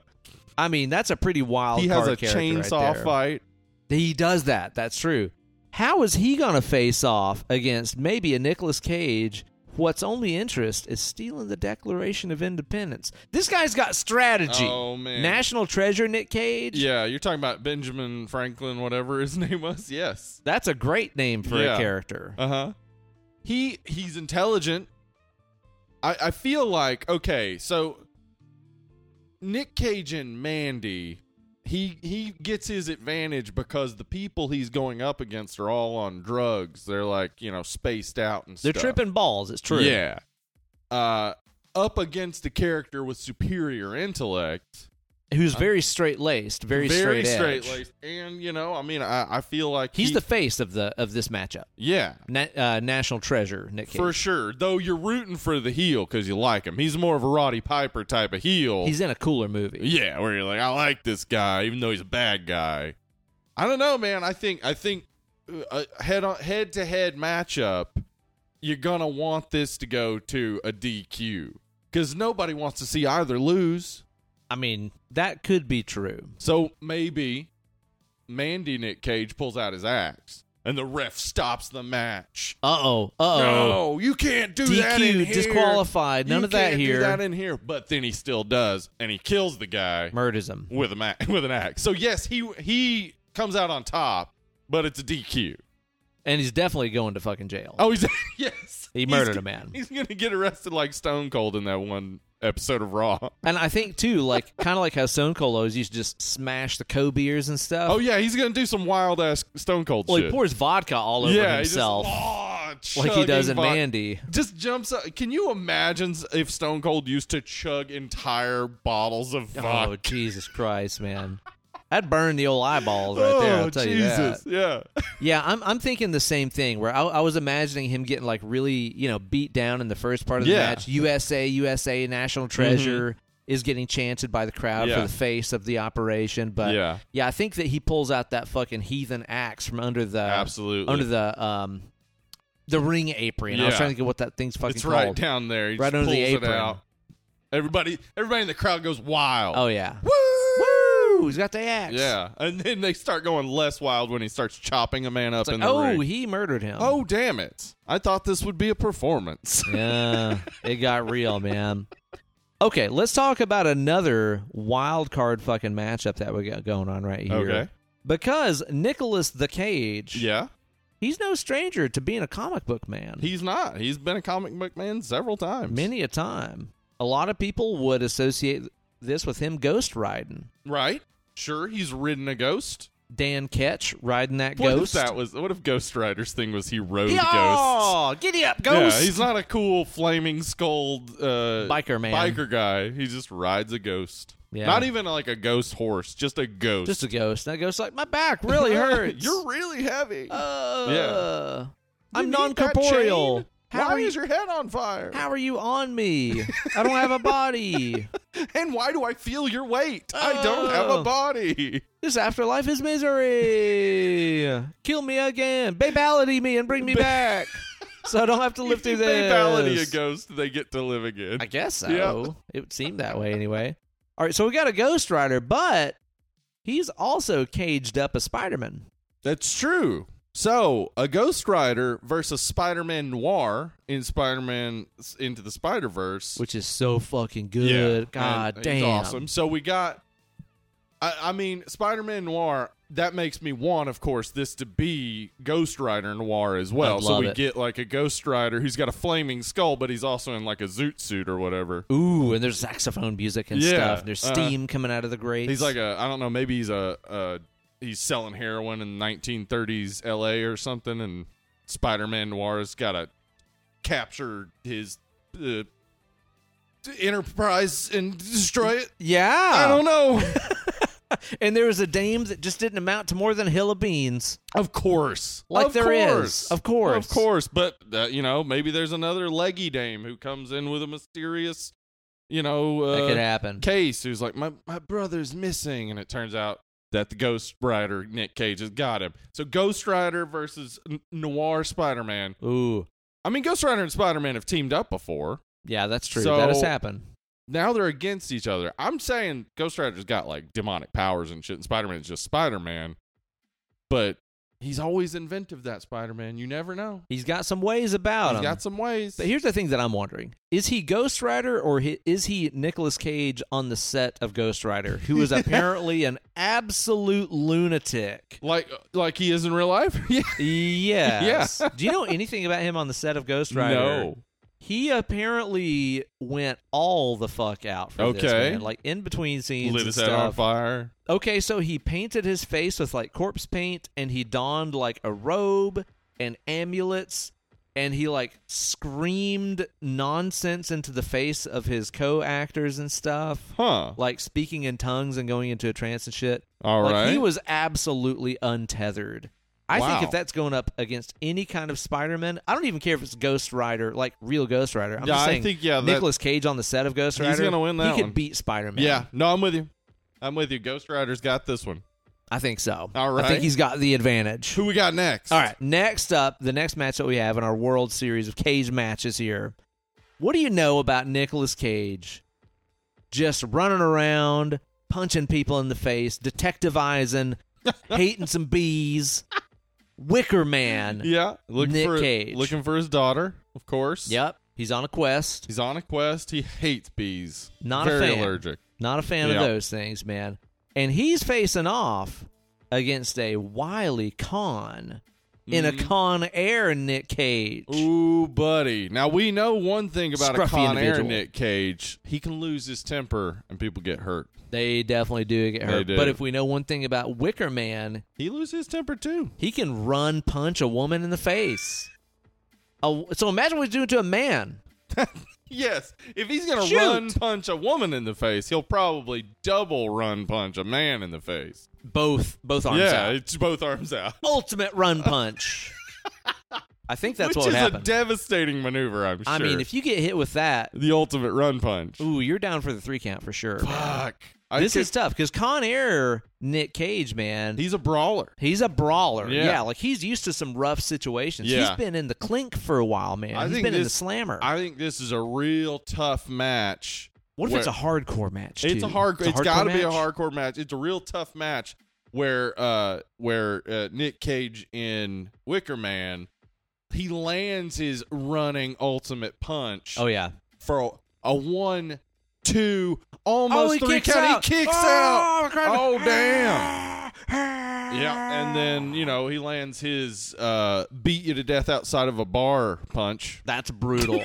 A: I mean, that's a pretty wild
B: he has
A: card
B: a
A: character right
B: chainsaw
A: there.
B: fight.
A: He does that. That's true. How is he going to face off against maybe a Nicolas Cage? What's only interest is stealing the Declaration of Independence. This guy's got strategy.
B: Oh man.
A: National treasure, Nick Cage.
B: Yeah, you're talking about Benjamin Franklin, whatever his name was. Yes.
A: That's a great name for a
B: Yeah.
A: character.
B: Uh huh. He he's intelligent. I I feel like okay, so Nick Cage and Mandy. He he gets his advantage because the people he's going up against are all on drugs. They're like you know spaced out and
A: They're
B: stuff.
A: tripping balls. It's true.
B: Yeah. Uh, up against a character with superior intellect,
A: Who's very straight laced, very,
B: Uh, very
A: straight
B: straight
A: edge.
B: laced, and you know, I mean, I, I feel like
A: He's
B: he-
A: the face of the of this matchup.
B: yeah
A: Na- uh, national treasure, Nick Cage.
B: for sure. Though you're rooting for the heel because you like him. He's more of a Roddy Piper type of heel.
A: He's in a cooler movie.
B: yeah, where you're like, I like this guy, even though he's a bad guy. I don't know, man. I think I think uh, a head on head to head matchup, you're gonna want this to go to a DQ because nobody wants to see either lose.
A: I mean, that could be true.
B: So maybe Mandy Nick Cage pulls out his axe and the ref stops the match.
A: Uh oh. Uh oh.
B: No, you can't do that in
A: DQ,
B: here.
A: disqualified. None
B: You
A: of that
B: can't do
A: here.
B: that in here. But then he still does, and he kills the guy
A: Murders him.
B: with a ma- with an axe. So yes, he he comes out on top, but it's a DQ.
A: And he's definitely going to fucking jail.
B: Oh, he's yes,
A: He
B: He's
A: murdered
B: g-
A: a man.
B: He's gonna get arrested like Stone Cold in that one episode of Raw.
A: And I think, too, like, kind of like how Stone Cold always used to just smash the co beers and stuff.
B: Oh yeah, he's gonna do some wild ass Stone Cold
A: well,
B: shit.
A: he pours vodka all over
B: yeah, he just,
A: himself,
B: "Ah,
A: like he does
B: chugging
A: in
B: vodka."
A: Mandy.
B: Just jumps up. Can you imagine if Stone Cold used to chug entire bottles of
A: Oh,
B: vodka?
A: Jesus Christ, man. That'd burn the old eyeballs right there, I'll tell you that.
B: Oh, Jesus. Yeah.
A: Yeah, I'm I'm thinking the same thing. Where I, I was imagining him getting like really you know beat down in the first part of the
B: Yeah. Mm-hmm.
A: match. USA, USA, national treasure is getting chanted by the crowd for
B: Yeah.
A: the face of the operation. But
B: Yeah.
A: I think that he pulls out that fucking heathen axe from under the
B: Absolutely.
A: under the um the ring apron. I was
B: Yeah.
A: trying to get what that thing's fucking
B: it's
A: called.
B: right down there. He
A: Right
B: just
A: under the
B: pulls
A: apron.
B: It out. Everybody, everybody in the crowd goes wild.
A: Oh yeah,
B: Woo!
A: Woo! He's got the axe.
B: Yeah, and then they start going less wild when he starts chopping a man up
A: It's
B: in
A: like,
B: the
A: oh,
B: ring.
A: he murdered him.
B: oh, damn it! I thought this would be a performance.
A: yeah, it got real, man. Okay, let's talk about another wild card fucking matchup that we got going on right here.
B: Okay.
A: Because Nicholas the Cage,
B: yeah,
A: he's no stranger to being a comic book man.
B: he's not. He's been a comic book man several times.
A: Many a time. A lot of people would associate this with him ghost riding.
B: right? Sure, he's ridden a ghost.
A: Dan Ketch riding that
B: What
A: ghost.
B: if that was? What if Ghost Rider's thing was he rode ghosts?
A: yeah, giddy up, ghost.
B: Yeah, he's not a cool flaming skulled uh,
A: Biker man.
B: biker guy. He just rides a ghost.
A: Yeah.
B: Not even like a ghost horse, just a ghost.
A: Just a ghost. That ghost's like, my back really hurts.
B: You're really heavy.
A: Uh,
B: Yeah. You
A: I'm
B: need that
A: non corporeal.
B: chain?
A: How
B: why
A: are you?
B: is your head on fire?
A: How are you on me? I don't have a body.
B: and why do I feel your weight? I don't have
A: Oh.
B: a body.
A: This afterlife is misery. Kill me again. Babality me and bring me back. So I don't have to live through
B: If they ballady a
A: this.
B: ghost, they get to live again.
A: I guess so.
B: Yeah.
A: It would seem that way anyway. All right, so we got a Ghost Rider, but he's also caged up as Spider Man.
B: That's true. So, a Ghost Rider versus Spider Man Noir in Spider Man Into the Spider Verse.
A: Which is so fucking
B: Yeah,
A: good.
B: and
A: God
B: he's
A: damn.
B: awesome. So we got. I, I mean, Spider-Man Noir. That makes me want, of course, this to be Ghost Rider Noir as well.
A: I'd
B: so
A: love
B: we
A: it.
B: get like a Ghost Rider who's got a flaming skull, but he's also in like a zoot suit or whatever.
A: Ooh, and there's saxophone music and
B: Yeah,
A: stuff. and There's
B: uh-huh.
A: steam coming out of the grates.
B: He's like a I don't know, maybe he's a, a he's selling heroin in 1930s L.A. or something, and Spider-Man Noir's got to capture his uh, enterprise and destroy it.
A: yeah.
B: I don't know.
A: And there was a dame that just didn't amount to more than a hill of beans.
B: Of course.
A: Like
B: of
A: there is.
B: course.
A: Of course.
B: Of course. But, uh, you know, maybe there's another leggy dame who comes in with a mysterious, you know,
A: that could
B: uh,
A: happen.
B: case who's like, my, my brother's missing. And it turns out that the Ghost Rider, Nick Cage, has got him. So Ghost Rider versus N- Noir Spider Man.
A: Ooh,
B: I mean, Ghost Rider and Spider Man have teamed up before.
A: yeah, that's true. that has
B: So-
A: happened.
B: Now they're against each other. I'm saying Ghost Rider's got like demonic powers and shit, and Spider Man's just Spider Man. But he's always inventive, that Spider Man. You never know.
A: He's got some ways about
B: He's
A: him.
B: got some ways.
A: But here's the thing that I'm wondering: Is he Ghost Rider or he, is he Nicolas Cage on the set of Ghost Rider, who is apparently an absolute lunatic?
B: like like he is in real life. yeah.
A: Yes. Do you know anything about him on the set of Ghost Rider?
B: No.
A: He apparently went all the fuck out for this
B: Okay.
A: man, like in between scenes
B: Lit
A: and
B: his head on
A: stuff.
B: fire.
A: Okay, so he painted his face with like corpse paint and he donned like a robe and amulets and he like screamed nonsense into the face of his co-actors and stuff,
B: Huh.
A: like speaking in tongues and going into a trance and shit.
B: All right.
A: like he was absolutely untethered. I think
B: Wow.
A: if that's going up against any kind of Spider-Man, I don't even care if it's Ghost Rider, like real Ghost Rider. I'm
B: Yeah,
A: just
B: I
A: saying,
B: think, yeah, that-
A: Nicolas Cage on the set of Ghost
B: He's
A: Rider,
B: gonna win that
A: He
B: one.
A: could beat Spider-Man.
B: yeah. No, I'm with you. I'm with you. Ghost Rider's got this one.
A: I think so.
B: All
A: I
B: right.
A: think he's got the advantage.
B: Who we got next?
A: All right. Next up, the next match that we have in our World Series of cage matches here. What do you know about Nicolas Cage? Just running around, punching people in the face, detectivizing, hating some bees, Wicker Man.
B: Yeah. Looking
A: Nick
B: for
A: Cage.
B: looking for his daughter, of course.
A: Yep. He's on a quest.
B: He's on a quest. He hates bees.
A: Not a
B: Very
A: fan.
B: allergic.
A: Not a fan
B: Yeah.
A: of those things, man. And he's facing off against a wily con in a con air Nick Cage.
B: Mm-hmm. Ooh, buddy. Now we know one thing about
A: Scruffy
B: a Con Air
A: individual.
B: Nick Cage. He can lose his temper and people get hurt.
A: They definitely do get
B: They
A: hurt.
B: do.
A: But if we know one thing about Wicker Man,
B: He loses his temper too.
A: he can run punch a woman in the face. A, so imagine what he's doing to a man.
B: Yes. If he's gonna
A: Shoot.
B: run punch a woman in the face, he'll probably double run punch a man in the face.
A: Both both arms
B: yeah,
A: out.
B: it's both arms out.
A: Ultimate run punch. I think that's
B: Which
A: what
B: is
A: happened.
B: a devastating maneuver, I'm sure.
A: I mean, if you get hit with that,
B: the ultimate run punch.
A: ooh, you're down for the three count for sure.
B: Fuck. I
A: this
B: could-
A: is tough because Con Air Nick Cage, man,
B: he's a brawler.
A: He's a brawler. Yeah.
B: Yeah.
A: like he's used to some rough situations.
B: Yeah.
A: He's been in the clink for a while, man.
B: I
A: He's
B: think
A: been in the
B: this-
A: slammer.
B: I think this is a real tough match
A: What if it's a
B: Where-
A: hardcore match?
B: It's
A: too?
B: a hard. it's
A: hardcore
B: got to be a
A: match?
B: hardcore match. It's a real tough match where uh where uh, Nick Cage in Wicker Man he lands his running ultimate punch
A: Oh yeah.
B: for a one, two,
A: Oh,
B: almost three count. He kicks out. Oh, damn. Yeah, and then you know he lands his uh beat you to death outside of a bar punch.
A: That's brutal.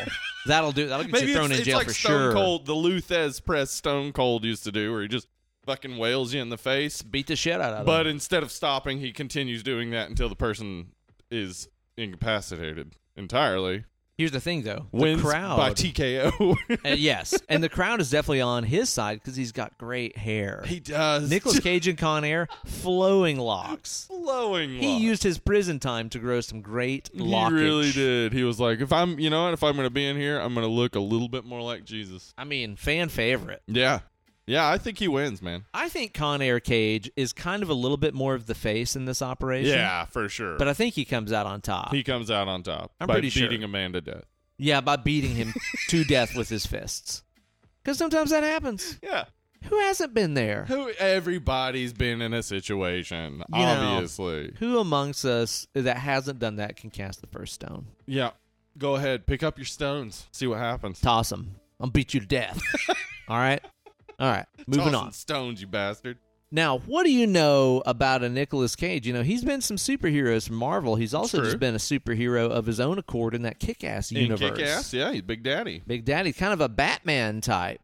A: That'll do. That'll get
B: Maybe
A: you thrown in
B: it's, it's
A: jail
B: like
A: for
B: Stone
A: sure.
B: Cold, the Luthez press Stone Cold used to do, where he just fucking wails you in the face.
A: Beat the shit out of
B: But
A: him.
B: instead of stopping, he continues doing that until the person is incapacitated entirely.
A: Here's the thing, though. The
B: Wins
A: crowd.
B: by TKO.
A: Uh, yes, and the crowd is definitely on his side because he's got great hair.
B: he does.
A: Nicholas
B: Just
A: Cage and Con Air, flowing locks.
B: flowing.
A: He
B: locks.
A: used his prison time to grow some great
B: He
A: lockage.
B: really did. He was like, if I'm, you know what, if I'm going to be in here, I'm going to look a little bit more like Jesus.
A: I mean, fan favorite.
B: Yeah, yeah. I think he wins, man.
A: I think Con Air Cage is kind of a little bit more of the face in this operation.
B: Yeah, for sure.
A: But I think he comes out on top.
B: he comes out on top
A: I'm
B: by
A: pretty sure.
B: beating Amanda death.
A: yeah, by beating him to death with his fists. Because sometimes that happens.
B: Yeah.
A: Who hasn't been there?
B: Who everybody's been in a situation,
A: You know.
B: obviously.
A: Who amongst us that hasn't done that can cast the first stone?
B: Yeah. Go ahead, pick up your stones. See what happens.
A: Toss him. I'll beat you to death. All right? All right. Moving
B: Tossing
A: on.
B: stones, you bastard.
A: Now, what do you know about a Nicolas Cage? You know, he's been some superheroes from Marvel. He's also
B: True.
A: just been a superhero of his own accord in that kick ass
B: In
A: universe.
B: kick ass, yeah, he's Big Daddy.
A: Big Daddy, kind of a Batman type.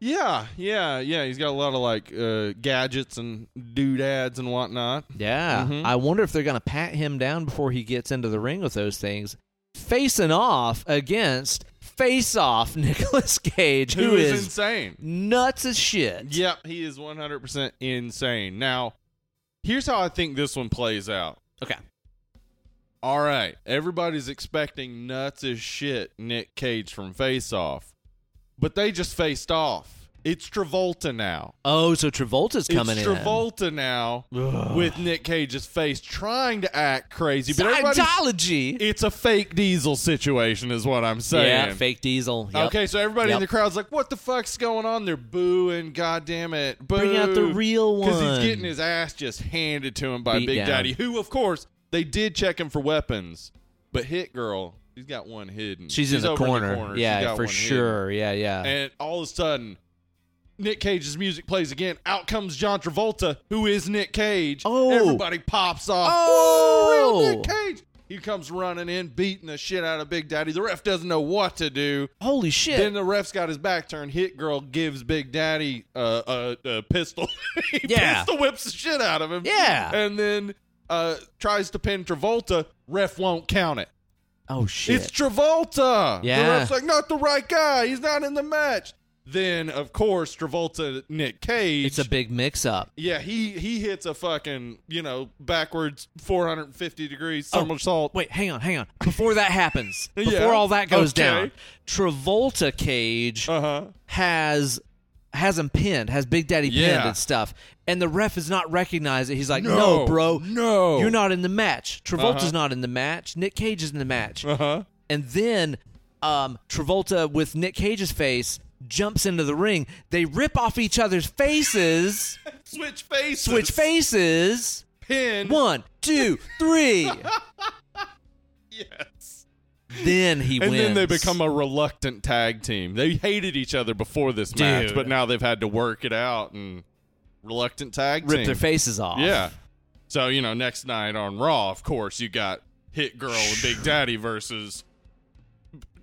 B: Yeah, yeah, yeah. He's got a lot of like uh, gadgets and doodads and whatnot.
A: Yeah.
B: Mhm.
A: I wonder if they're going to pat him down before he gets into the ring with those things. Facing off against face off Nicolas Cage, who
B: Who is,
A: is
B: insane?
A: nuts as shit.
B: Yep, he is 100% insane. Now, here's how I think this one plays out.
A: Okay.
B: All right, everybody's expecting nuts as shit Nick Cage from Face Off, but they just faced off. It's Travolta now.
A: Oh, so Travolta's coming
B: it's
A: in.
B: Travolta now with Nick Cage's face trying to act crazy, but everybody's
A: Scientology.
B: it's a fake diesel situation is what I'm saying.
A: Yeah, fake diesel. Yep.
B: Okay, so everybody
A: Yep.
B: in the crowd's like, "What the fuck's going on?" They're booing, "God damn it!" Boo.
A: Bring out the real one.
B: because he's getting his ass just handed to him by
A: Beat
B: Big
A: down.
B: Daddy, who, of course, they did check him for weapons, but Hit Girl, she's got one hidden.
A: She's, in, the
B: over
A: corner.
B: corner. She's
A: Yeah,
B: got
A: for
B: one hidden.
A: sure. Yeah, yeah.
B: And all of a sudden, Nick Cage's music plays again. Out comes John Travolta, who is Nick Cage.
A: Oh.
B: Everybody pops off.
A: Oh.
B: Real Nick Cage. He comes running in, beating the shit out of Big Daddy. The ref doesn't know what to do.
A: Holy shit.
B: Then the ref's got his back turned. Hit girl gives Big Daddy uh, a, a pistol. he
A: Yeah.
B: pistol whips the shit out of him.
A: Yeah.
B: And then uh, tries to pin Travolta. Ref won't count it.
A: oh shit.
B: It's Travolta. The
A: Yeah.
B: ref's like, not the right guy. He's not in the match. Then, of course, Travolta, Nick Cage.
A: it's a big mix up.
B: yeah, he he hits a fucking you know backwards 450 degrees
A: Oh.
B: somersault.
A: Wait, hang on, hang on. Before that happens,
B: Yeah.
A: before all that goes
B: Okay.
A: down, Travolta Cage
B: uh huh.
A: has has him pinned, has Big Daddy pinned
B: Yeah.
A: and stuff, and the ref is not recognized it. He's like,
B: No,
A: "No, bro,
B: no."
A: you're not in the match. Travolta's
B: Uh-huh.
A: not in the match. Nick Cage is in the match."
B: Uh huh.
A: And then um, Travolta with Nick Cage's face jumps into the ring. They rip off each other's faces,
B: Switch face.
A: switch faces.
B: Pin.
A: One, two, three.
B: Yes.
A: then he
B: And
A: wins.
B: then they become a reluctant tag team. They hated each other before this match,
A: Dude.
B: but now they've had to work it out and reluctant tag
A: rip
B: team.
A: their faces off.
B: Yeah. So, you know, next night on Raw, of course, you got Hit Girl and Big Daddy versus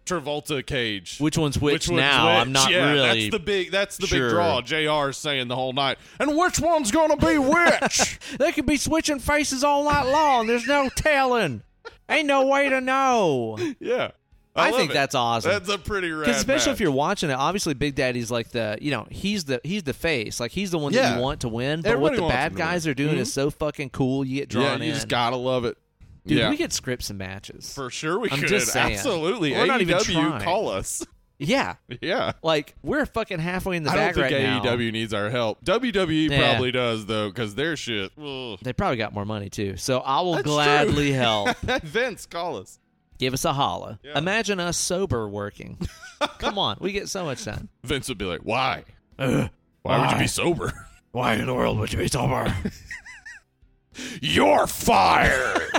B: Travolta Cage.
A: Which one's which,
B: one's
A: now?
B: which?
A: I'm not
B: Yeah,
A: really.
B: That's the big that's the
A: sure.
B: big draw. JR's saying the whole night. And which one's gonna be which?
A: they could be switching faces all night long. There's no telling. Ain't no way to know.
B: yeah.
A: I,
B: love
A: think
B: it.
A: that's awesome.
B: that's a pretty rad
A: Because especially if
B: match.
A: you're watching it, obviously Big Daddy's like the you know he's the he's the face, like he's the one that
B: Yeah.
A: you want to win. But
B: Everybody
A: what the
B: wants him
A: bad
B: to win. Mm-hmm.
A: guys are doing is so fucking cool. You get drawn
B: Yeah, you
A: in.
B: just gotta love it.
A: Dude,
B: yeah.
A: we could script some matches.
B: For sure, we
A: I'm
B: could.
A: just saying.
B: Absolutely.
A: We're
B: AEW,
A: not even trying.
B: call us.
A: yeah,
B: Yeah.
A: like we're fucking halfway in the
B: I don't
A: bag
B: think E
A: right now.
B: AEW needs our help. WWE
A: Yeah.
B: probably does though, because their shit. ugh.
A: They probably got more money too, so I will
B: That's
A: gladly help.
B: Vince, call us.
A: Give us a holla.
B: Yeah.
A: Imagine us sober working. Come on, we get so much done.
B: Vince would be like, "Why? why, would you be sober?
A: Why in the world would you be sober?
B: You're fired."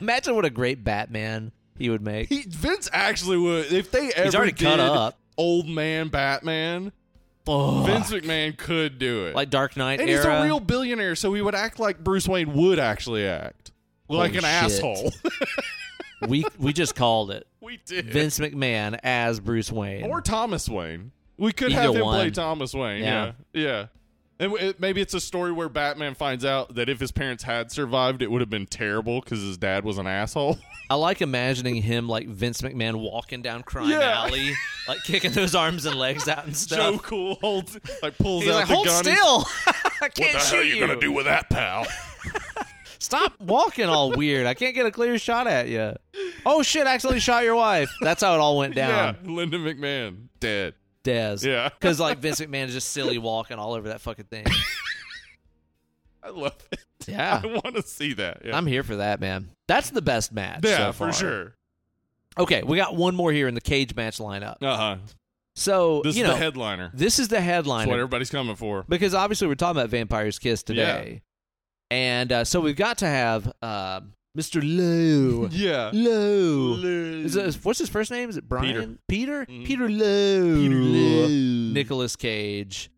A: Imagine what a great Batman he would make.
B: he, Vince actually would if they ever
A: already
B: did
A: cut up.
B: old man Batman. Vince McMahon could do it.
A: Oh, like Dark Knight
B: and
A: era.
B: he's a real billionaire, so he would act like Bruce Wayne would actually act, like
A: Holy
B: an
A: shit.
B: asshole.
A: we we just called it
B: we did.
A: Vince McMahon as Bruce Wayne.
B: or Thomas Wayne. We could
A: Either
B: have him play
A: one.
B: Thomas Wayne. Yeah,
A: Yeah.
B: yeah. And w- it, maybe it's a story where Batman finds out that if his parents had survived, it would have been terrible because his dad was an asshole.
A: I like imagining him like Vince McMahon walking down Crime
B: Yeah.
A: Alley, like kicking those arms and legs out and stuff.
B: Joe Cool holds, like pulls
A: He's
B: out
A: like,
B: the
A: hold
B: gun. and-
A: still! I can't
B: what
A: shoot
B: the hell are you,
A: you.
B: gonna do with that, pal?
A: Stop walking all weird. I can't get a clear shot at you. Oh shit! I accidentally shot your wife. That's how it all went
B: yeah,
A: down.
B: Linda McMahon dead.
A: Dez.
B: Yeah,
A: Because like Vince McMahon is just silly walking all over that fucking thing.
B: I love it.
A: Yeah,
B: I want to see that. Yeah,
A: I'm here for that, man. That's the best match.
B: yeah
A: so
B: for
A: far.
B: sure.
A: Okay, we got one more here in the cage match lineup.
B: Uh huh.
A: So
B: This
A: you
B: is
A: know,
B: the headliner.
A: this is the
B: That's what
A: headline
B: everybody's coming for.
A: because obviously we're talking about Vampire's Kiss today, and uh, so we've got to have uh, Mr. Lowe.
B: Yeah.
A: Lowe.
B: Is
A: Is it- what's his first name? Is it Brian? Peter. Peter.
B: Mhm.
A: Peter Lowe.
B: Nick-
A: Nicholas Cage,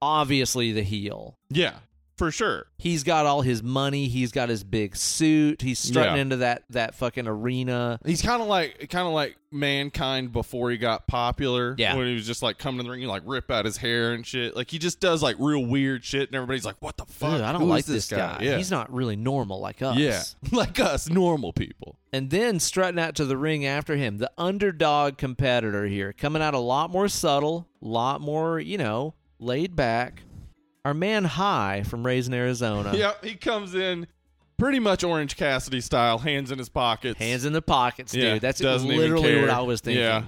A: obviously the heel.
B: yeah, for sure.
A: He's got all his money. He's got his big suit. He's strutting
B: Yeah.
A: into that that fucking arena.
B: He's kind of like kind of like mankind before he got popular.
A: Yeah.
B: when he was just like coming to the ring, and like rip out his hair and shit. Like he just does like real weird shit, and everybody's like, "What the fuck?
A: Dude, I don't
B: Who is
A: like this guy.
B: Yeah,
A: He's not really normal like us.
B: yeah, like us normal people.
A: And then strutting out to the ring after him, the underdog competitor here, coming out a lot more subtle, lot more, you know, laid back. Our man High from Raisin, Arizona.
B: Yep, he comes in pretty much Orange Cassidy style, hands in his pockets,
A: Hands in the pockets, dude.
B: Yeah,
A: That's
B: doesn't even
A: literally what
B: care.
A: I was thinking.
B: Yeah,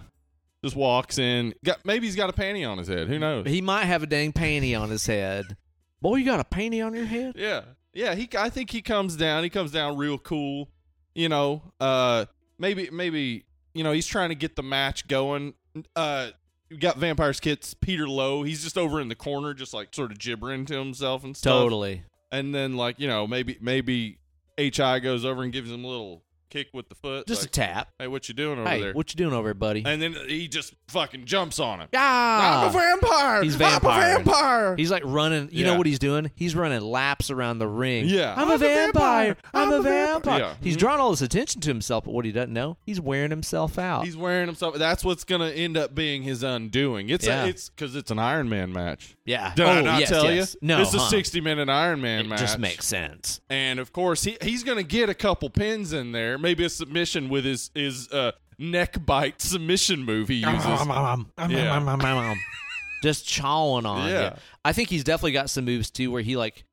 B: just walks in. Got maybe he's got a panty on his head. Who knows?
A: He might have a dang panty on his head. Boy, you got a panty on your head?
B: Yeah. Yeah, he I think he comes down. He comes down real cool. You know, uh maybe maybe you know, he's trying to get the match going. Uh you got Vampire's Kids, Peter Lowe. He's just over in the corner just like sort of gibbering to himself and stuff.
A: Totally.
B: And then like, you know, maybe maybe HI goes over and gives him a little kick with the foot.
A: Just
B: like,
A: a tap.
B: hey, what you doing over
A: Hey,
B: there?
A: what you doing over, here, buddy?
B: and then he just fucking jumps on him. I'm a
A: ah!
B: vampire.
A: He's
B: I'm a
A: vampiring.
B: vampire.
A: He's like running. You
B: Yeah.
A: know what he's doing? He's running laps around the ring.
B: Yeah.
A: I'm, a vampire. I'm, a vampire.
B: Yeah. Mm-hmm.
A: He's drawing all this attention to himself, but what he doesn't know, he's wearing himself out.
B: He's wearing himself. That's what's gonna end up being his undoing. It's
A: Yeah.
B: a, it's because it's an Iron Man match.
A: yeah.
B: Did
A: oh,
B: I not
A: yes,
B: tell
A: yes.
B: you?
A: No.
B: it's a
A: huh.
B: sixty minute Iron Man
A: It
B: match.
A: just makes sense.
B: And of course, he he's gonna get a couple pins in there. Maybe a submission with his his uh, neck bite submission move he
A: Oh,
B: uses. Yeah.
A: just chawing on.
B: Yeah.
A: you. I think he's definitely got some moves too where he like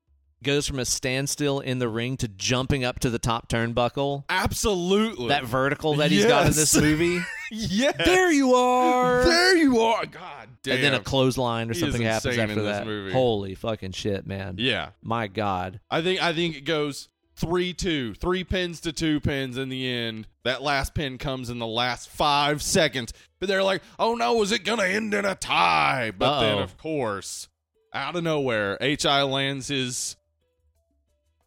A: goes from a standstill in the ring to jumping up to the top turnbuckle.
B: Absolutely.
A: That vertical that he's got in
B: Yes.
A: this movie.
B: yes.
A: there you are.
B: There you are. God damn.
A: And then a clothesline or
B: He is
A: something happens
B: insane
A: after
B: in this
A: that.
B: movie.
A: Holy fucking shit, man.
B: yeah.
A: My God.
B: I think I think it goes three two, three pins to two pins in the end. That last pin comes in the last five seconds. But they're like, oh no, is it gonna end in a tie? But then
A: Uh-oh.
B: of course, out of nowhere, HI lands his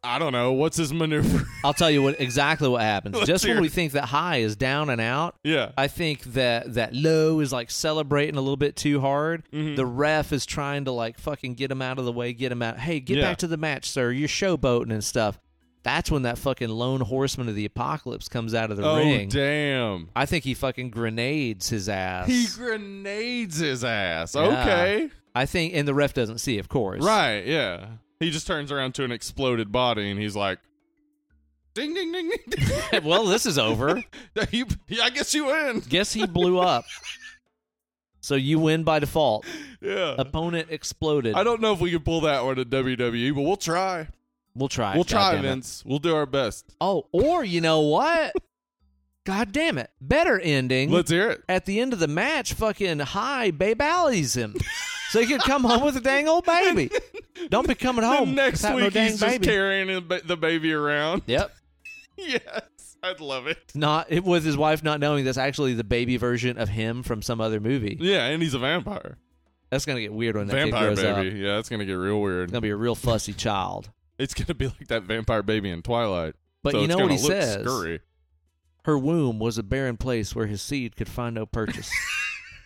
B: I don't know, what's his maneuver?
A: I'll tell you what exactly what happens.
B: Let's
A: Just
B: hear
A: when
B: it.
A: we think that high is down and out,
B: yeah.
A: I think that that low is like celebrating a little bit too hard.
B: Mhm.
A: The ref is trying to like fucking get him out of the way, get him out. Hey, get
B: Yeah.
A: back to the match, sir. You're showboating and stuff. That's when that fucking lone horseman of the apocalypse comes out of the
B: oh
A: ring.
B: damn.
A: I think he fucking grenades his ass.
B: He grenades his ass.
A: Yeah.
B: Okay.
A: I think, and the ref doesn't see, of course.
B: Right, yeah. He just turns around to an exploded body and he's like Ding ding ding ding ding.
A: well, this is over.
B: You, yeah, I guess you win.
A: Guess he blew up. So you win by default.
B: Yeah.
A: Opponent exploded.
B: I don't know if we can pull that one to WWE, E, but we'll try.
A: We'll try.
B: we'll try,
A: goddammit.
B: Vince. We'll do our best.
A: Oh, or you know what? God damn it. Better ending.
B: Let's hear it.
A: At the end of the match, fucking high babe alleys him. So he could come home with a dang old baby. Don't be coming home.
B: Then next
A: without no
B: week,
A: dang
B: he's just
A: baby.
B: carrying the ba- the baby around.
A: Yep.
B: yes. I'd love it.
A: Not it was his wife not knowing that's actually the baby version of him from some other movie.
B: Yeah, and he's a vampire.
A: That's gonna get weird when that
B: vampire
A: kid grows
B: baby.
A: up.
B: Yeah, that's gonna get real
A: It's
B: weird.
A: gonna be a real fussy child.
B: It's gonna be like that vampire baby in Twilight.
A: But
B: so
A: you
B: it's
A: know what
B: gonna
A: he
B: look
A: says?
B: Scurry.
A: Her womb was a barren place where his seed could find no purchase.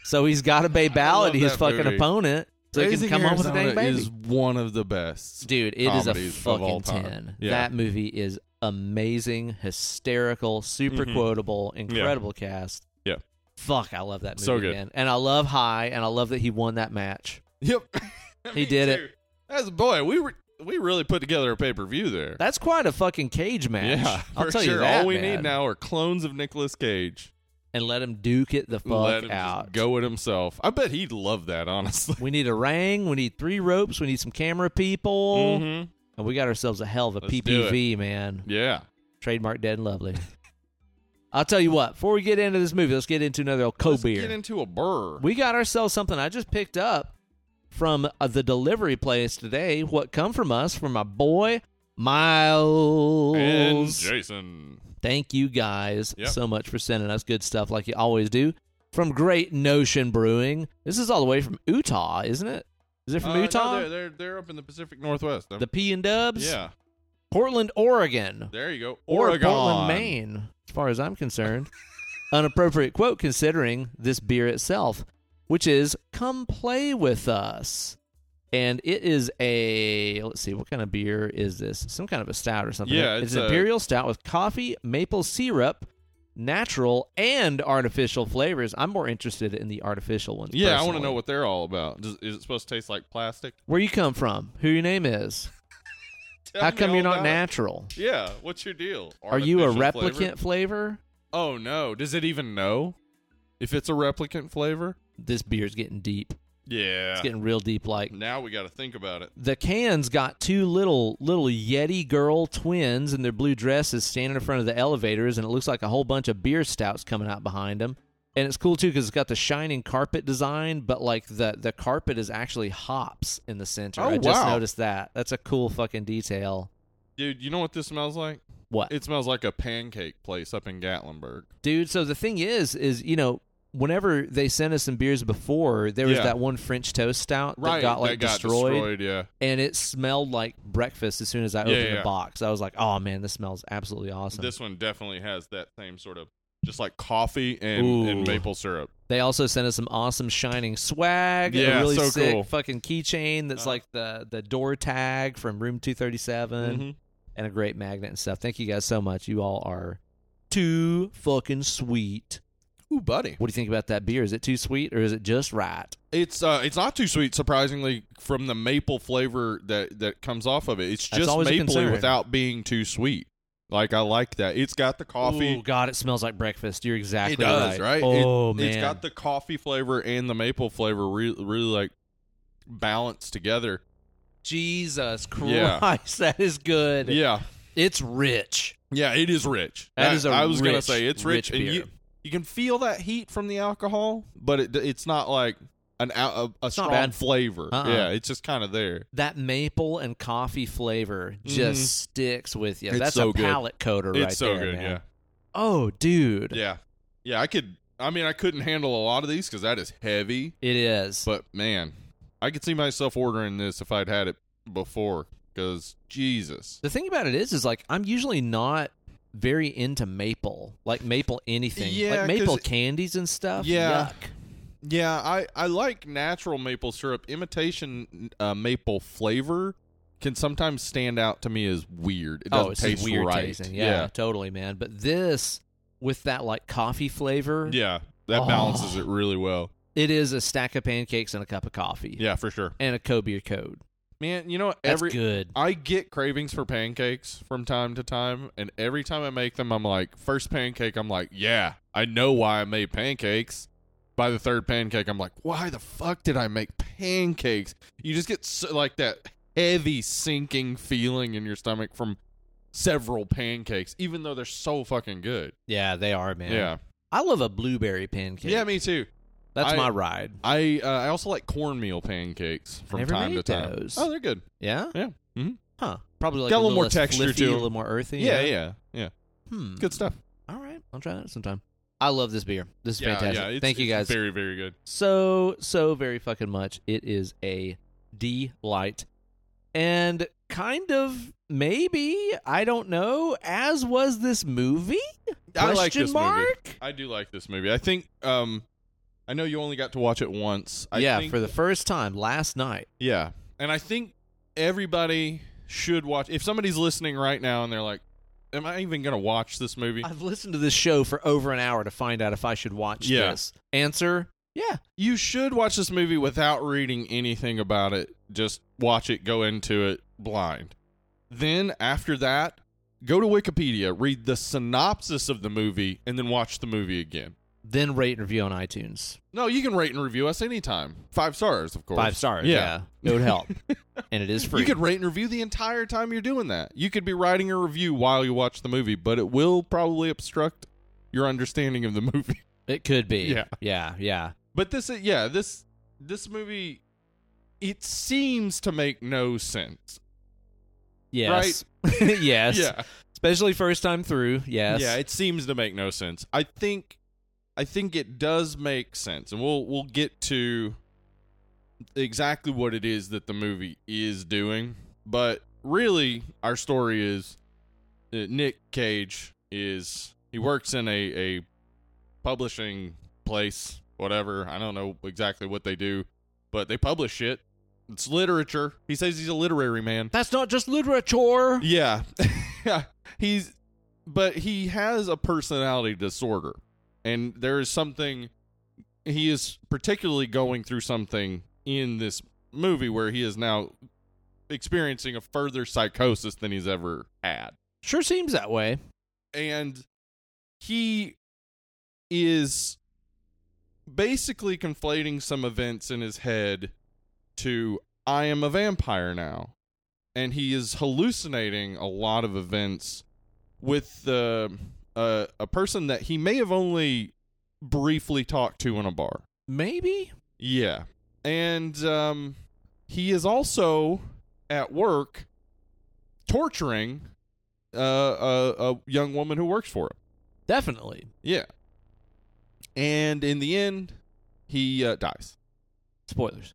A: so he's got to bay ballad
B: love
A: his
B: that
A: fucking
B: movie.
A: opponent so he
B: Raising
A: can come home with a
B: Arizona
A: dang baby.
B: Is one of the best.
A: Dude, it is a
B: comedies of
A: fucking
B: all time.
A: ten.
B: Yeah.
A: That movie is amazing, hysterical, super
B: Mhm.
A: quotable, incredible cast.
B: Yeah.
A: Fuck, I love that movie
B: So good.
A: man. And I love High, and I love that he won that match.
B: Yep,
A: He did it.
B: As a boy, we were we really put together a pay per view there.
A: That's quite a fucking cage match.
B: yeah,
A: I'll
B: for
A: tell
B: sure.
A: you that.
B: All we
A: man.
B: need now are clones of Nicolas Cage.
A: and let him duke it the fuck
B: Let him just
A: out.
B: go it himself. I bet he'd love that. Honestly.
A: We need a ring. We need three ropes. We need some camera people,
B: Mhm.
A: and we got ourselves a hell of a
B: Let's do
A: PPV man.
B: Yeah.
A: Trademark dead and lovely. I'll tell you what. Before we get into this movie, let's get into another old co
B: Let's
A: beer.
B: Get into a burr.
A: We got ourselves something I just picked up from uh, the delivery place today. What come from us from my boy
B: and
A: Miles.
B: Jason.
A: Thank you guys
B: Yep.
A: so much for sending us good stuff like you always do from Great Notion Brewing. This is all the way from Utah, isn't it? Is it from
B: Uh, no,
A: Utah?
B: they're, they're they're up in the Pacific Northwest. I'm-
A: the P and Dubs,
B: yeah.
A: Portland, Oregon,
B: There you go.
A: or
B: Oregon.
A: Portland, Maine, as far as I'm concerned. An appropriate quote considering this beer itself, which is "Come play with us," and it is a let's see, what kind of beer is this? Some kind of a stout or something.
B: Yeah,
A: it's,
B: it's
A: an
B: a-
A: imperial stout with coffee, maple syrup, natural and artificial flavors. I'm more interested in the artificial ones.
B: Yeah, I want to
A: personally.
B: know what they're all about. Does, is it supposed to taste like plastic?
A: where you come from, who your name is,
B: Tell
A: how
B: me
A: come
B: all
A: you're not
B: about it.
A: natural.
B: Yeah, what's your deal?
A: Are you a
B: Artificial
A: replicant
B: flavor?
A: flavor?
B: Oh no, does it even know if it's a replicant flavor?
A: This beer's getting deep.
B: Yeah.
A: It's getting real deep like.
B: now we got to think about it.
A: The cans got two little little Yeti girl twins in their blue dresses standing in front of the elevators and it looks like a whole bunch of beer stouts coming out behind them. And it's cool too cuz it's got the shining carpet design, but like the the carpet is actually hops in the center.
B: Oh,
A: I just
B: wow.
A: noticed that. That's a cool fucking detail.
B: Dude, you know what this smells like?
A: What?
B: It smells like a pancake place up in Gatlinburg.
A: dude. So the thing is, is you know, whenever they sent us some beers before, there was
B: Yeah.
A: that one French toast stout
B: Right.
A: that got like destroyed,
B: yeah.
A: and it smelled like breakfast as soon as I
B: Yeah,
A: opened
B: yeah.
A: the box. I was like, oh man, this smells absolutely awesome.
B: This one definitely has that same sort of just like coffee and, and
A: Ooh.
B: maple syrup.
A: They also sent us some awesome shining swag,
B: Yeah,
A: a really
B: so
A: sick
B: cool.
A: fucking keychain that's
B: Uh.
A: like the the door tag from room two thirty seven.
B: Mhm.
A: and a great magnet and stuff. Thank you guys so much. You all are too fucking sweet.
B: Ooh, buddy.
A: What do you think about that beer? Is it too sweet or is it just right?
B: It's uh, it's not too sweet, surprisingly, from the maple flavor that that comes off of it. It's
A: That's
B: just
A: always a
B: mapley
A: concern.
B: without being too sweet. Like I like that. It's got the coffee.
A: Oh God, it smells like breakfast. You're exactly
B: it does, right?
A: Oh
B: it,
A: man,
B: it's got the coffee flavor and the maple flavor really, really like balanced together.
A: Jesus Christ.
B: Yeah.
A: That is good.
B: Yeah,
A: It's rich.
B: yeah, it is rich.
A: That is a
B: I was gonna
A: rich,
B: say it's
A: rich
B: rich, and
A: beer.
B: you you can feel that heat from the alcohol, but it, it's not like an out a, a strong
A: bad.
B: flavor.
A: Uh-uh.
B: Yeah, it's just kind of there.
A: That maple and coffee flavor just
B: Mhm.
A: sticks with you.
B: It's
A: That's
B: so
A: a
B: good.
A: palate coder right
B: it's so
A: there,
B: good.
A: man.
B: Yeah.
A: Oh, dude.
B: Yeah. Yeah, I could I mean I couldn't handle a lot of these cuz that is heavy,
A: It is.
B: but man, I could see myself ordering this if I'd had it before cuz Jesus.
A: the thing about it is, is like I'm usually not very into maple, like maple anything,
B: Yeah,
A: like maple
B: 'cause-
A: candies and stuff.
B: Yeah.
A: Yuck.
B: Yeah, I I like natural maple syrup. Imitation uh, maple flavor can sometimes stand out to me as weird. It doesn't
A: oh, it's
B: taste
A: just weird
B: right.
A: tasting. Yeah, totally, man. But this with that like coffee flavor,
B: Yeah. Yeah, that
A: Oh.
B: balances it really well.
A: It is a stack of pancakes and a cup of coffee.
B: Yeah, for sure.
A: And a cold beer code.
B: Man, you know
A: That's
B: every
A: good.
B: I get cravings for pancakes from time to time, and every time I make them, I'm like, first pancake, I'm like, yeah, I know why I made pancakes. By the third pancake, I'm like, why the fuck did I make pancakes? You just get so, like that heavy sinking feeling in your stomach from several pancakes, even though they're so fucking good.
A: Yeah, they are, man.
B: Yeah,
A: I love a blueberry pancake.
B: yeah, me too.
A: That's
B: I-
A: my ride.
B: I uh, I also like cornmeal pancakes from
A: never
B: time to
A: made
B: time.
A: those.
B: Oh, they're good.
A: Yeah?
B: Yeah. Mhm.
A: Huh. Probably like a
B: Got
A: little more texture
B: to
A: a
B: them.
A: little more earthy.
B: Yeah, yeah, yeah.
A: Hmm.
B: Good stuff.
A: All right. I'll try that sometime. I love this beer. This is
B: yeah,
A: fantastic.
B: yeah. It's,
A: Thank you
B: it's
A: guys
B: Very, very good.
A: so, so very fucking much. It is a delight. And kind of maybe, I don't know, as was this movie?
B: I like
A: Question
B: this movie.
A: mark?
B: I do like this movie. I think. Um, I know you only got to watch it once. I
A: yeah,
B: think-
A: for the first time last night.
B: Yeah. And I think everybody should watch. If somebody's listening right now and they're like, am I even going to watch this movie?
A: I've listened to this show for over an hour to find out if I should watch
B: Yeah.
A: this. Answer? Yeah.
B: you should watch this movie without reading anything about it. Just watch it, go into it blind. Then after that, go to Wikipedia, read the synopsis of the movie, and then watch the movie again.
A: Then rate and review on iTunes.
B: No, you can rate and review us anytime. Five stars, of course.
A: Five stars.
B: Yeah.
A: Yeah. It would help. and it is free.
B: You could rate and review the entire time you're doing that. You could be writing a review while you watch the movie, but it will probably obstruct your understanding of the movie.
A: it could be.
B: Yeah.
A: Yeah. Yeah.
B: But this, is- yeah, this this movie, it seems to make no sense.
A: Yes. yes.
B: Yeah,
A: Especially first time through. Yes.
B: yeah, it seems to make no sense. I think, I think it does make sense, and we'll we'll get to exactly what it is that the movie is doing. But really, our story is uh, Nick Cage is he works in a a publishing place, whatever. I don't know exactly what they do, but they publish shit. It's literature. He says he's a literary man.
A: That's not just literature.
B: Yeah. yeah. He's but he has a personality disorder. And there is something he is particularly going through something in this movie where he is now experiencing a further psychosis than he's ever had.
A: Sure seems that way.
B: And he is basically conflating some events in his head to I am a vampire now. And he is hallucinating a lot of events with uh, a, a person that he may have only briefly talked to in a bar.
A: Maybe.
B: Yeah. And um, he is also at work torturing uh, a, a young woman who works for him.
A: Definitely.
B: Yeah. And in the end, he uh, dies.
A: Spoilers.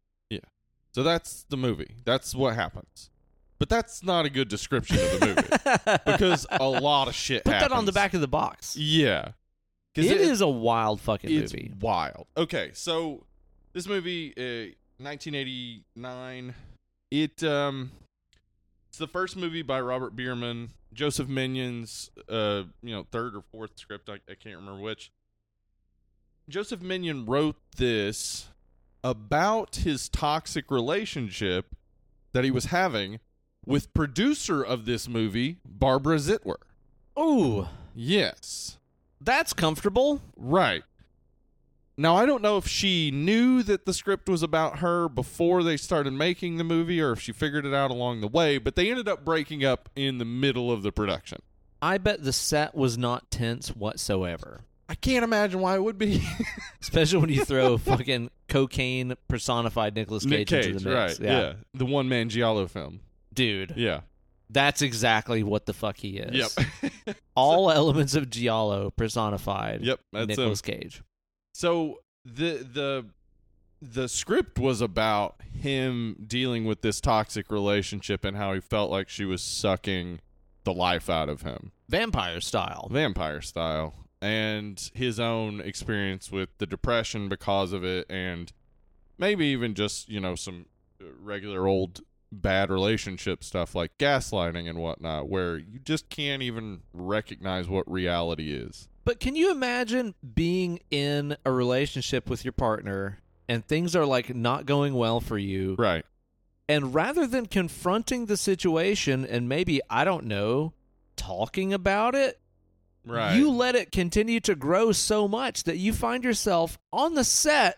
B: So that's the movie. That's what happens. But that's not a good description of the movie because a lot of shit
A: Put that on the
B: happens.
A: back of the box.
B: Yeah.
A: it is a wild fucking
B: it's
A: movie.
B: wild. Okay, so this movie, uh, 1989. It um, it's the first movie by Robert Bierman, Joseph Minion's uh, you know, third or fourth script. I, I can't remember which. Joseph Minion wrote this about his toxic relationship that he was having with producer of this movie, Barbara Zittler.
A: Ooh,
B: Yes.
A: that's comfortable.
B: Right. Now I don't know if she knew that the script was about her before they started making the movie or if she figured it out along the way, but they ended up breaking up in the middle of the production.
A: I bet the set was not tense whatsoever.
B: I can't imagine why it would be.
A: Especially when you throw fucking cocaine personified Nicolas Cage,
B: Nick Cage,
A: into the
B: right.
A: mix.
B: Yeah. The one man Giallo film.
A: Dude,
B: Yeah.
A: that's exactly what the fuck he is.
B: Yep.
A: All elements of Giallo personified
B: yep. That's him.
A: Nicolas Cage.
B: So the the the script was about him dealing with this toxic relationship and how he felt like she was sucking the life out of him.
A: Vampire style.
B: vampire style and his own experience with the depression because of it and maybe even just you know some uh, regular old bad relationship stuff like gaslighting and whatnot where you just can't even recognize what reality is
A: But can you imagine being in a relationship with your partner and things are like not going well for you?
B: right
A: And rather than confronting the situation and maybe, I don't know, talking about it,
B: right
A: you let it continue to grow so much that you find yourself on the set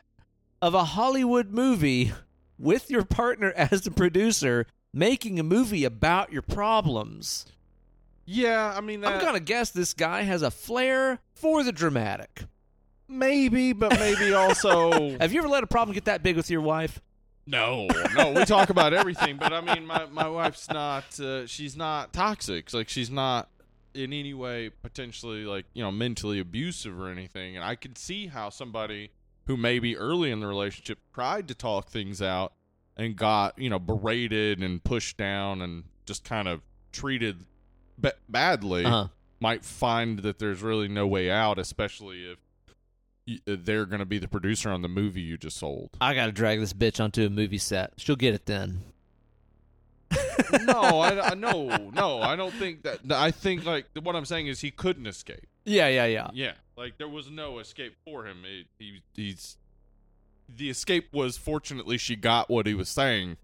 A: of a Hollywood movie with your partner as the producer making a movie about your problems.
B: yeah i mean that
A: I'm going to guess this guy has a flair for the dramatic.
B: maybe but maybe also
A: Have you ever let a problem get that big with your wife?
B: No, no, we talk about everything, but I mean, my, my wife's not, uh, she's not toxic. Like, she's not, i- in any way potentially like you know mentally abusive or anything and i could see how somebody who maybe early in the relationship tried to talk things out and got you know berated and pushed down and just kind of treated ba- badly
A: Uh-huh.
B: might find that there's really no way out especially if y- they're going to be the producer on the movie you just sold
A: I gotta drag this bitch onto a movie set. She'll get it then.
B: no I, I no no i don't think that i think like what i'm saying is he couldn't escape
A: Yeah, yeah, yeah.
B: Yeah, like there was no escape for him. It, he he's the escape was fortunately she got what he was saying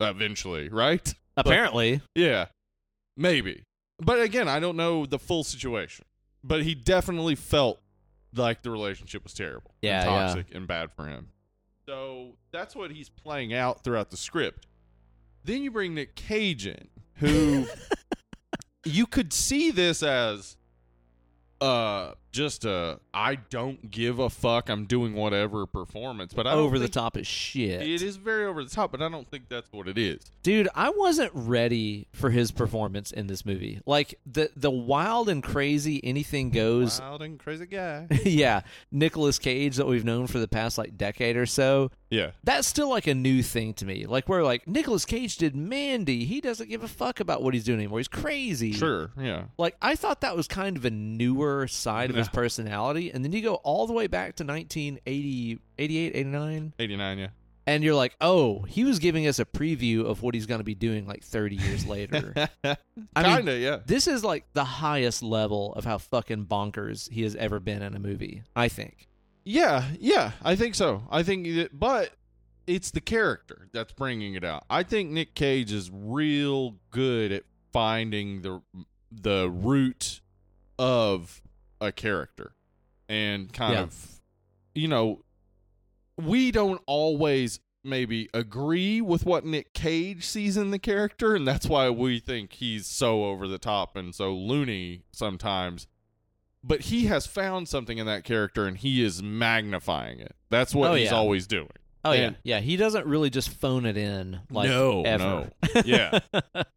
B: eventually, right?
A: Apparently,
B: Yeah, maybe. But again, I don't know the full situation. But he definitely felt like the relationship was terrible, and
A: Yeah, yeah.
B: toxic, and bad for him. So that's what he's playing out throughout the script. Then you bring Nick Cage in, who you could see this as uh just a I don't give a fuck, I'm doing whatever performance. But I don't
A: over the
B: think-
A: top as shit.
B: It is very over the top, but I don't think that's what it is.
A: Dude, I wasn't ready for his performance in this movie. Like the the wild and crazy anything goes.
B: Wild and crazy guy.
A: yeah, Nicolas Cage that we've known for the past like decade or so.
B: yeah.
A: That's still like a new thing to me. Like we're like Nicolas Cage did Mandy. He doesn't give a fuck about what he's doing anymore. He's crazy.
B: Sure. Yeah.
A: Like I thought that was kind of a newer side of his
B: No.
A: personality, and then you go all the way back to 1980, 88, 89,
B: 89, yeah.
A: and you're like, oh, he was giving us a preview of what he's going to be doing like 30 years later. I mean,
B: Kinda, yeah.
A: this is like the highest level of how fucking bonkers he has ever been in a movie. I think.
B: Yeah, yeah. I think so. I think, that, but it's the character that's bringing it out. I think Nick Cage is real good at finding the the root of a character and kind
A: Yeah.
B: of, you know, we don't always maybe agree with what Nick Cage sees in the character, and that's why we think he's so over the top and so loony sometimes. But he has found something in that character, and he is magnifying it. That's what
A: Oh,
B: he's
A: yeah.
B: always doing.
A: Oh
B: Yeah.
A: yeah, yeah. He doesn't really just phone it in like
B: no,
A: ever.
B: no, yeah.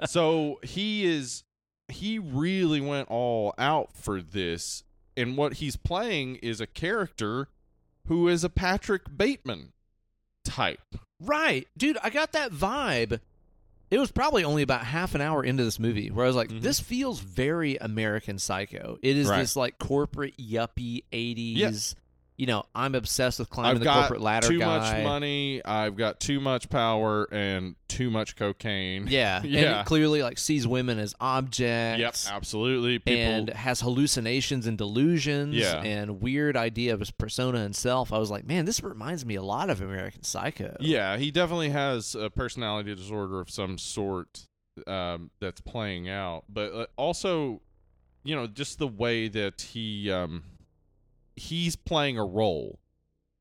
B: so he is he really went all out for this, and what he's playing is a character who is a Patrick Bateman type.
A: Right, dude. I got that vibe. It was probably only about half an hour into this movie where I was like,
B: Mhm.
A: "This feels very American Psycho." It is
B: Right.
A: this like corporate yuppie '80s. You know, I'm obsessed with climbing
B: I've
A: the
B: got
A: corporate ladder.
B: too
A: guy.
B: much money. I've got too much power and too much cocaine.
A: Yeah, and
B: Yeah.
A: it clearly like sees women as objects.
B: Yep, absolutely. People,
A: and has hallucinations and delusions
B: Yeah.
A: and weird idea of his persona and self. I was like, man, this reminds me a lot of American Psycho.
B: yeah, he definitely has a personality disorder of some sort um, that's playing out. But uh, also, you know, just the way that he um, he's playing a role.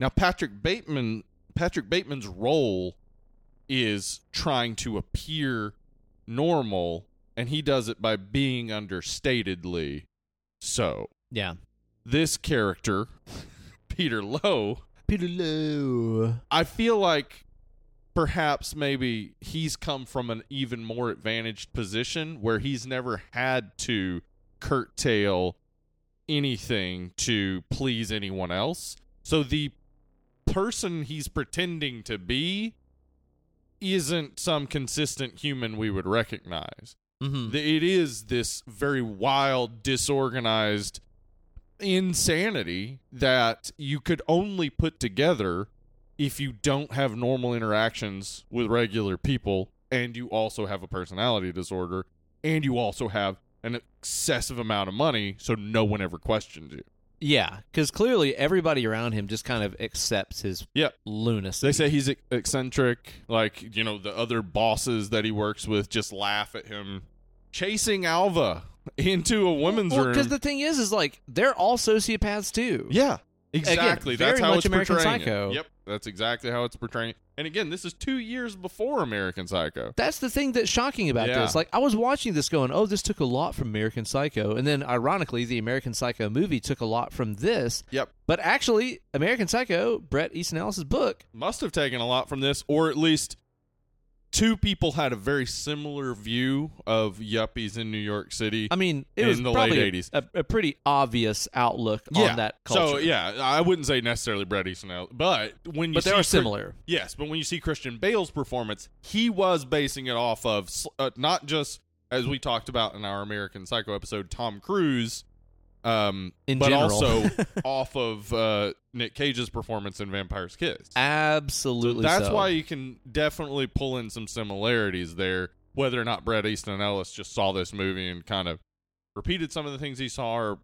B: Now, Patrick Bateman, Patrick Bateman's role is trying to appear normal, and he does it by being understatedly so.
A: Yeah.
B: this character, Peter Lowe,
A: Peter Lowe.
B: I feel like perhaps maybe he's come from an even more advantaged position where he's never had to curtail anything to please anyone else. So the person he's pretending to be isn't some consistent human we would recognize.
A: Mm-hmm.
B: Th- It is this very wild, disorganized insanity that you could only put together if you don't have normal interactions with regular people and you also have a personality disorder and you also have an excessive amount of money so no one ever questions you.
A: yeah, because clearly everybody around him just kind of accepts his
B: Yeah.
A: lunacy.
B: They say he's ec- eccentric. Like, you know, the other bosses that he works with just laugh at him chasing Alva into a women's
A: Well,
B: room.
A: because the thing is, is like they're all sociopaths too.
B: Yeah, exactly.
A: very
B: that's how
A: much
B: it's
A: American
B: portraying it.
A: Psycho.
B: Yep, that's exactly how it's portraying. it. And again, this is two years before American Psycho.
A: That's the thing that's shocking about
B: Yeah.
A: this. Like, I was watching this going, oh, this took a lot from American Psycho. And then, ironically, the American Psycho movie took a lot from this.
B: Yep,
A: But actually, American Psycho, Brett Easton Ellis' book,
B: must have taken a lot from this, or at least two people had a very similar view of yuppies in New York City.
A: I mean, it
B: In
A: was
B: the late
A: probably a-
B: 80s.
A: A, a pretty obvious outlook on that culture.
B: So yeah, I wouldn't say necessarily Brett Easton Ellis, but when you
A: but they
B: see
A: are
B: Chri-
A: similar.
B: yes, but when you see Christian Bale's performance, he was basing it off of sl- uh, not just as we talked about in our American Psycho episode, Tom Cruise, um,
A: In
B: but
A: general.
B: also off of uh, Nick Cage's performance in Vampire's Kiss.
A: Absolutely.
B: That's
A: so.
B: why you can definitely pull in some similarities there. Whether or not Brett Easton Ellis just saw this movie and kind of repeated some of the things he saw, or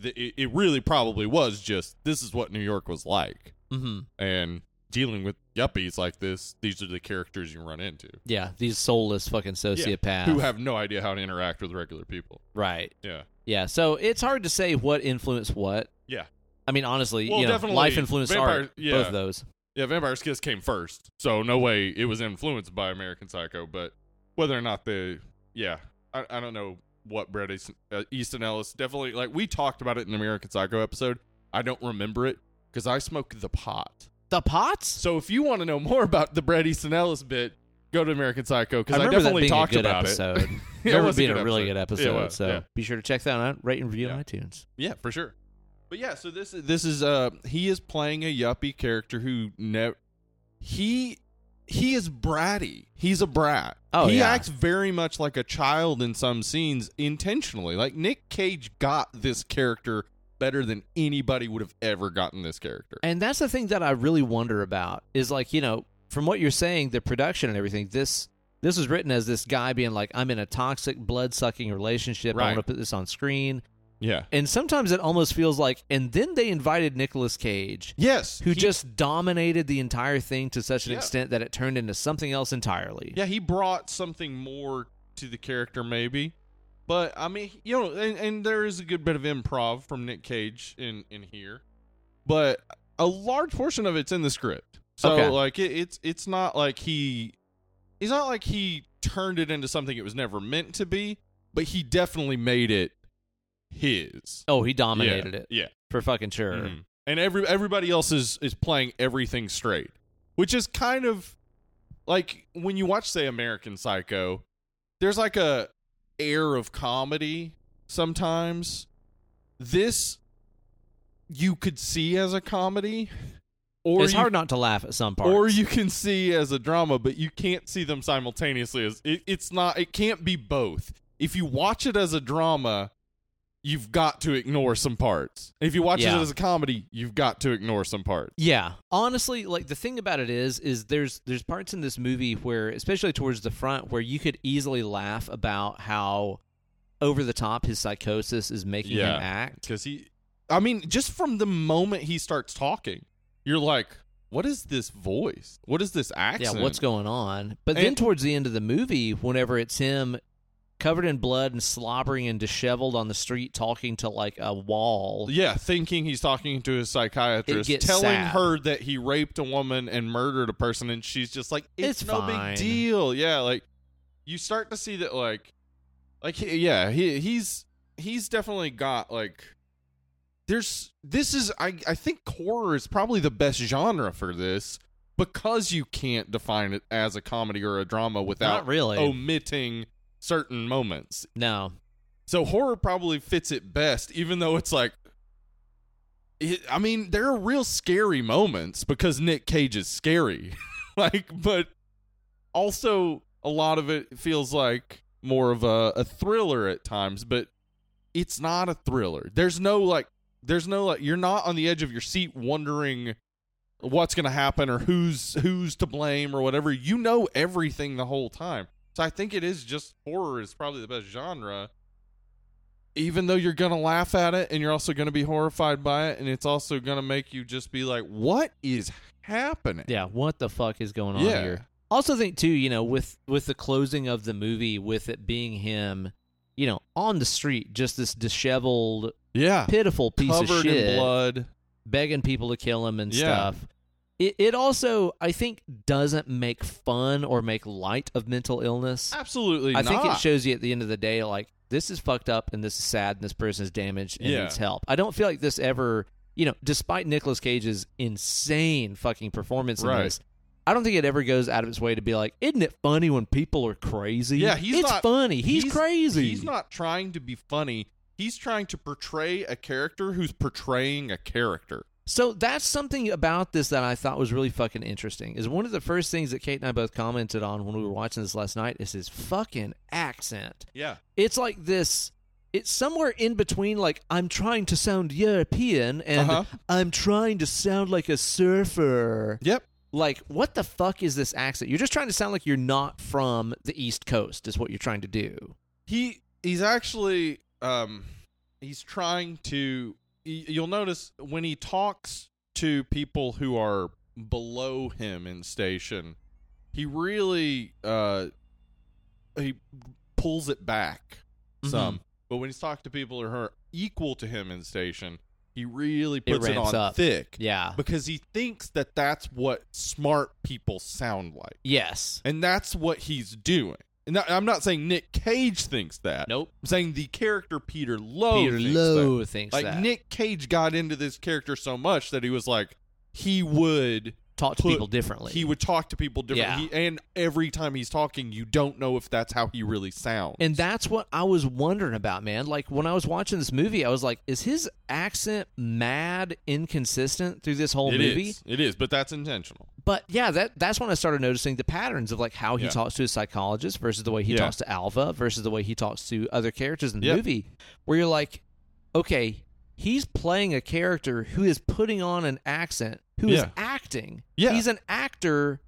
B: th- it, it really probably was just this is what New York was like,
A: hmm
B: and dealing with yuppies like this, these are the characters you run into
A: Yeah, these soulless fucking sociopaths.
B: who have no idea how to interact with regular people.
A: right.
B: Yeah,
A: Yeah, so it's hard to say what influenced what.
B: Yeah.
A: I mean, honestly,
B: Well,
A: you know,
B: definitely
A: life influenced
B: Vampire-
A: art.
B: yeah.
A: Both of those.
B: yeah. Vampire's Kiss came first, so no way it was influenced by American Psycho. But whether or not the yeah, I, I don't know what Brett Easton, uh, Easton Ellis definitely like we talked about it in American Psycho episode. I don't remember it because I smoked the pot.
A: The pots?
B: So if you want to know more about the Brett Easton Ellis bit, go to American Psycho
A: I
B: because I,
A: remember that
B: definitely
A: being a
B: talked
A: good
B: about
A: episode.
B: it.
A: I
B: It
A: remember
B: was
A: being a,
B: good
A: really good
B: It
A: episode.
B: was,
A: so
B: yeah.
A: be sure to check that out. Rate and review on iTunes.
B: Yeah, for sure. But yeah, so this is this is uh he is playing a yuppie character who never he he is bratty. He's a brat.
A: Oh,
B: he
A: yeah.
B: acts very much like a child in some scenes intentionally. Like Nick Cage got this character better than anybody would have ever gotten this character.
A: And that's the thing that I really wonder about is like, you know, from what you're saying, the production and everything, this this was written as this guy being like, I'm in a toxic, blood sucking relationship. I
B: Right.
A: want to put this on screen.
B: Yeah.
A: And sometimes it almost feels like and then they invited Nicolas Cage,
B: Yes.
A: who
B: he-
A: just dominated the entire thing to such an
B: Yeah.
A: extent that it turned into something else entirely.
B: Yeah, he brought something more to the character, maybe. But I mean, you know, and, and there is a good bit of improv from Nick Cage in in here, but a large portion of it's in the script. So
A: Okay.
B: like, it, it's it's not like he, it's not like he turned it into something it was never meant to be, but he definitely made it his.
A: Oh, he dominated
B: yeah,
A: it
B: Yeah.
A: for fucking sure.
B: Mhm. And every everybody else is is playing everything straight, which is kind of like when you watch say American Psycho, there's like a air of comedy sometimes. This you could see as a comedy or
A: it's
B: you,
A: hard not to laugh at some parts.
B: or you can see as a drama, but you can't see them simultaneously. As it, it's not, it can't be both. If you watch it as a drama, you've got to ignore some parts. If you watch
A: Yeah.
B: it as a comedy, you've got to ignore some parts.
A: Yeah. Honestly, like the thing about it is is there's there's parts in this movie where especially towards the front where you could easily laugh about how over the top his psychosis is making
B: Yeah.
A: him act.
B: Because he, I mean, just from the moment he starts talking, you're like, what is this voice? What is this accent?
A: Yeah, what's going on? But then
B: And-
A: towards the end of the movie whenever it's him covered in blood and slobbering and disheveled on the street talking to like a wall.
B: Yeah, thinking he's talking to his psychiatrist,
A: gets
B: telling
A: sad.
B: her that he raped a woman and murdered a person, and she's just like, "It's,
A: It's
B: no
A: fine."
B: big deal." Yeah, like you start to see that, like, like he- yeah, he he's he's definitely got like. There's this is I I think horror is probably the best genre for this because you can't define it as a comedy or a drama
A: Not
B: without
A: really.
B: omitting certain moments.
A: no.
B: So horror probably fits it best, even though it's like, it, I mean, there are real scary moments because Nick Cage is scary, like, but also a lot of it feels like more of a, a thriller at times, but it's not a thriller. There's no like, there's no like, you're not on the edge of your seat wondering what's going to happen or who's who's to blame or whatever. You know everything the whole time. So I think it is just horror is probably the best genre even though you're gonna laugh at it and you're also gonna be horrified by it and it's also gonna make you just be like what is happening
A: Yeah, what the fuck is going on
B: Yeah.
A: here? also think too you know with with the closing of the movie with it being him you know on the street just this disheveled
B: yeah
A: pitiful piece of
B: covered
A: shit
B: in blood
A: begging people to kill him and
B: Yeah.
A: stuff it, it also i think doesn't make fun or make light of mental illness
B: absolutely
A: i think it
B: not.
A: shows you at the end of the day like this is fucked up and this is sad and this person is damaged and
B: Yeah.
A: needs help i don't feel like this ever you know despite Nicolas cage's insane fucking performance in
B: Right.
A: this I don't think it ever goes out of its way to be like, isn't it funny when people are crazy?
B: Yeah, he's
A: it's
B: not-
A: funny. He's, crazy.
B: He's not trying to be funny. He's trying to portray a character who's portraying a character.
A: So that's something about this that I thought was really fucking interesting. Is one of the first things that Kate and I both commented on when we were watching this last night is his fucking accent.
B: Yeah.
A: It's like this. It's somewhere in between, like I'm trying to sound European and
B: Uh-huh.
A: I'm trying to sound like a surfer.
B: Yep.
A: Like, what the fuck is this accent? You're just trying to sound like you're not from the East Coast, is what you're trying to do.
B: He he's actually um he's trying to y- you'll notice when he talks to people who are below him in station, he really uh he pulls it back
A: Mm-hmm.
B: some. But when he's talking to people who are equal to him in station, he really puts it,
A: ramps
B: on
A: up.
B: thick.
A: Yeah.
B: because he thinks that that's what smart people sound like
A: yes.
B: and that's what he's doing and that- i'm not saying nick cage thinks that
A: Nope.
B: i'm saying the character peter lowe
A: Peter
B: thinks
A: Lowe
B: that.
A: thinks
B: Oh, like
A: that.
B: nick cage got into this character so much that he was like he would
A: Talk to
B: put-
A: people differently.
B: he would talk to people differently He- and every time he's talking you don't know if that's how he really sounds
A: And that's what I was wondering about, man. Like when I was watching this movie, I was like, is his accent mad inconsistent through this whole
B: It
A: movie?
B: is. it is but that's intentional
A: But yeah, that that's when I started noticing the patterns of like how he
B: Yeah.
A: talks to his psychologist versus the way he
B: Yeah.
A: talks to Alva versus the way he talks to other characters in the
B: Yep.
A: movie where you're like, okay, he's playing a character who is putting on an accent, who is
B: Yeah.
A: acting.
B: Yeah.
A: He's an actor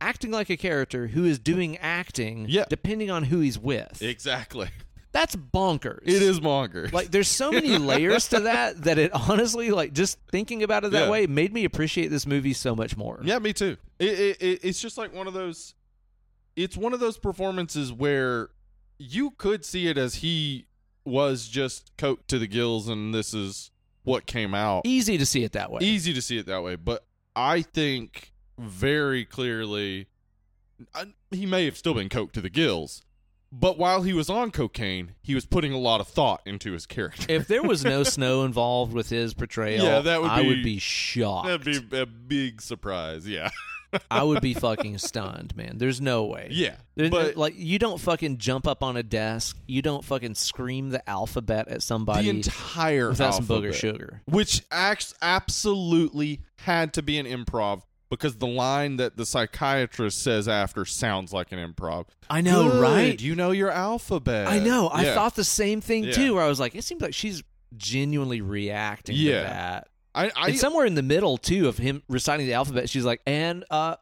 A: acting like a character who is doing acting
B: Yeah.
A: depending on who he's with.
B: exactly
A: That's bonkers.
B: it is monger
A: Like there's so many layers to that that it honestly like just thinking about it that
B: Yeah.
A: way made me appreciate this movie so much more.
B: Yeah, me too. It, it, it it's just like one of those. It's one of those performances where you could see it as he was just coked to the gills, and this is what came out.
A: Easy to see it that way.
B: Easy to see it that way, but I think very clearly I, he may have still been coked to the gills. But while he was on cocaine, he was putting a lot of thought into his character.
A: if there was no snow involved with his portrayal,
B: Yeah, that would
A: I would
B: be-
A: be shocked.
B: That'd be a big surprise. Yeah,
A: I would be fucking stunned, man. There's no way.
B: yeah.
A: There's no-
B: But
A: like you don't fucking jump up on a desk. You don't fucking scream the alphabet at
B: the
A: somebody
B: entire
A: without some booger
B: alphabet.
A: sugar.
B: which acts absolutely had to be an improv because the line that the psychiatrist says after sounds like an improv.
A: I know,
B: Good,
A: right?
B: You know your alphabet.
A: I know. I
B: Yeah.
A: thought the same thing
B: Yeah.
A: too. Where I was like, it seems like she's genuinely reacting
B: Yeah.
A: to that.
B: I, I
A: and somewhere in the middle too of him reciting the alphabet, she's like, and uh,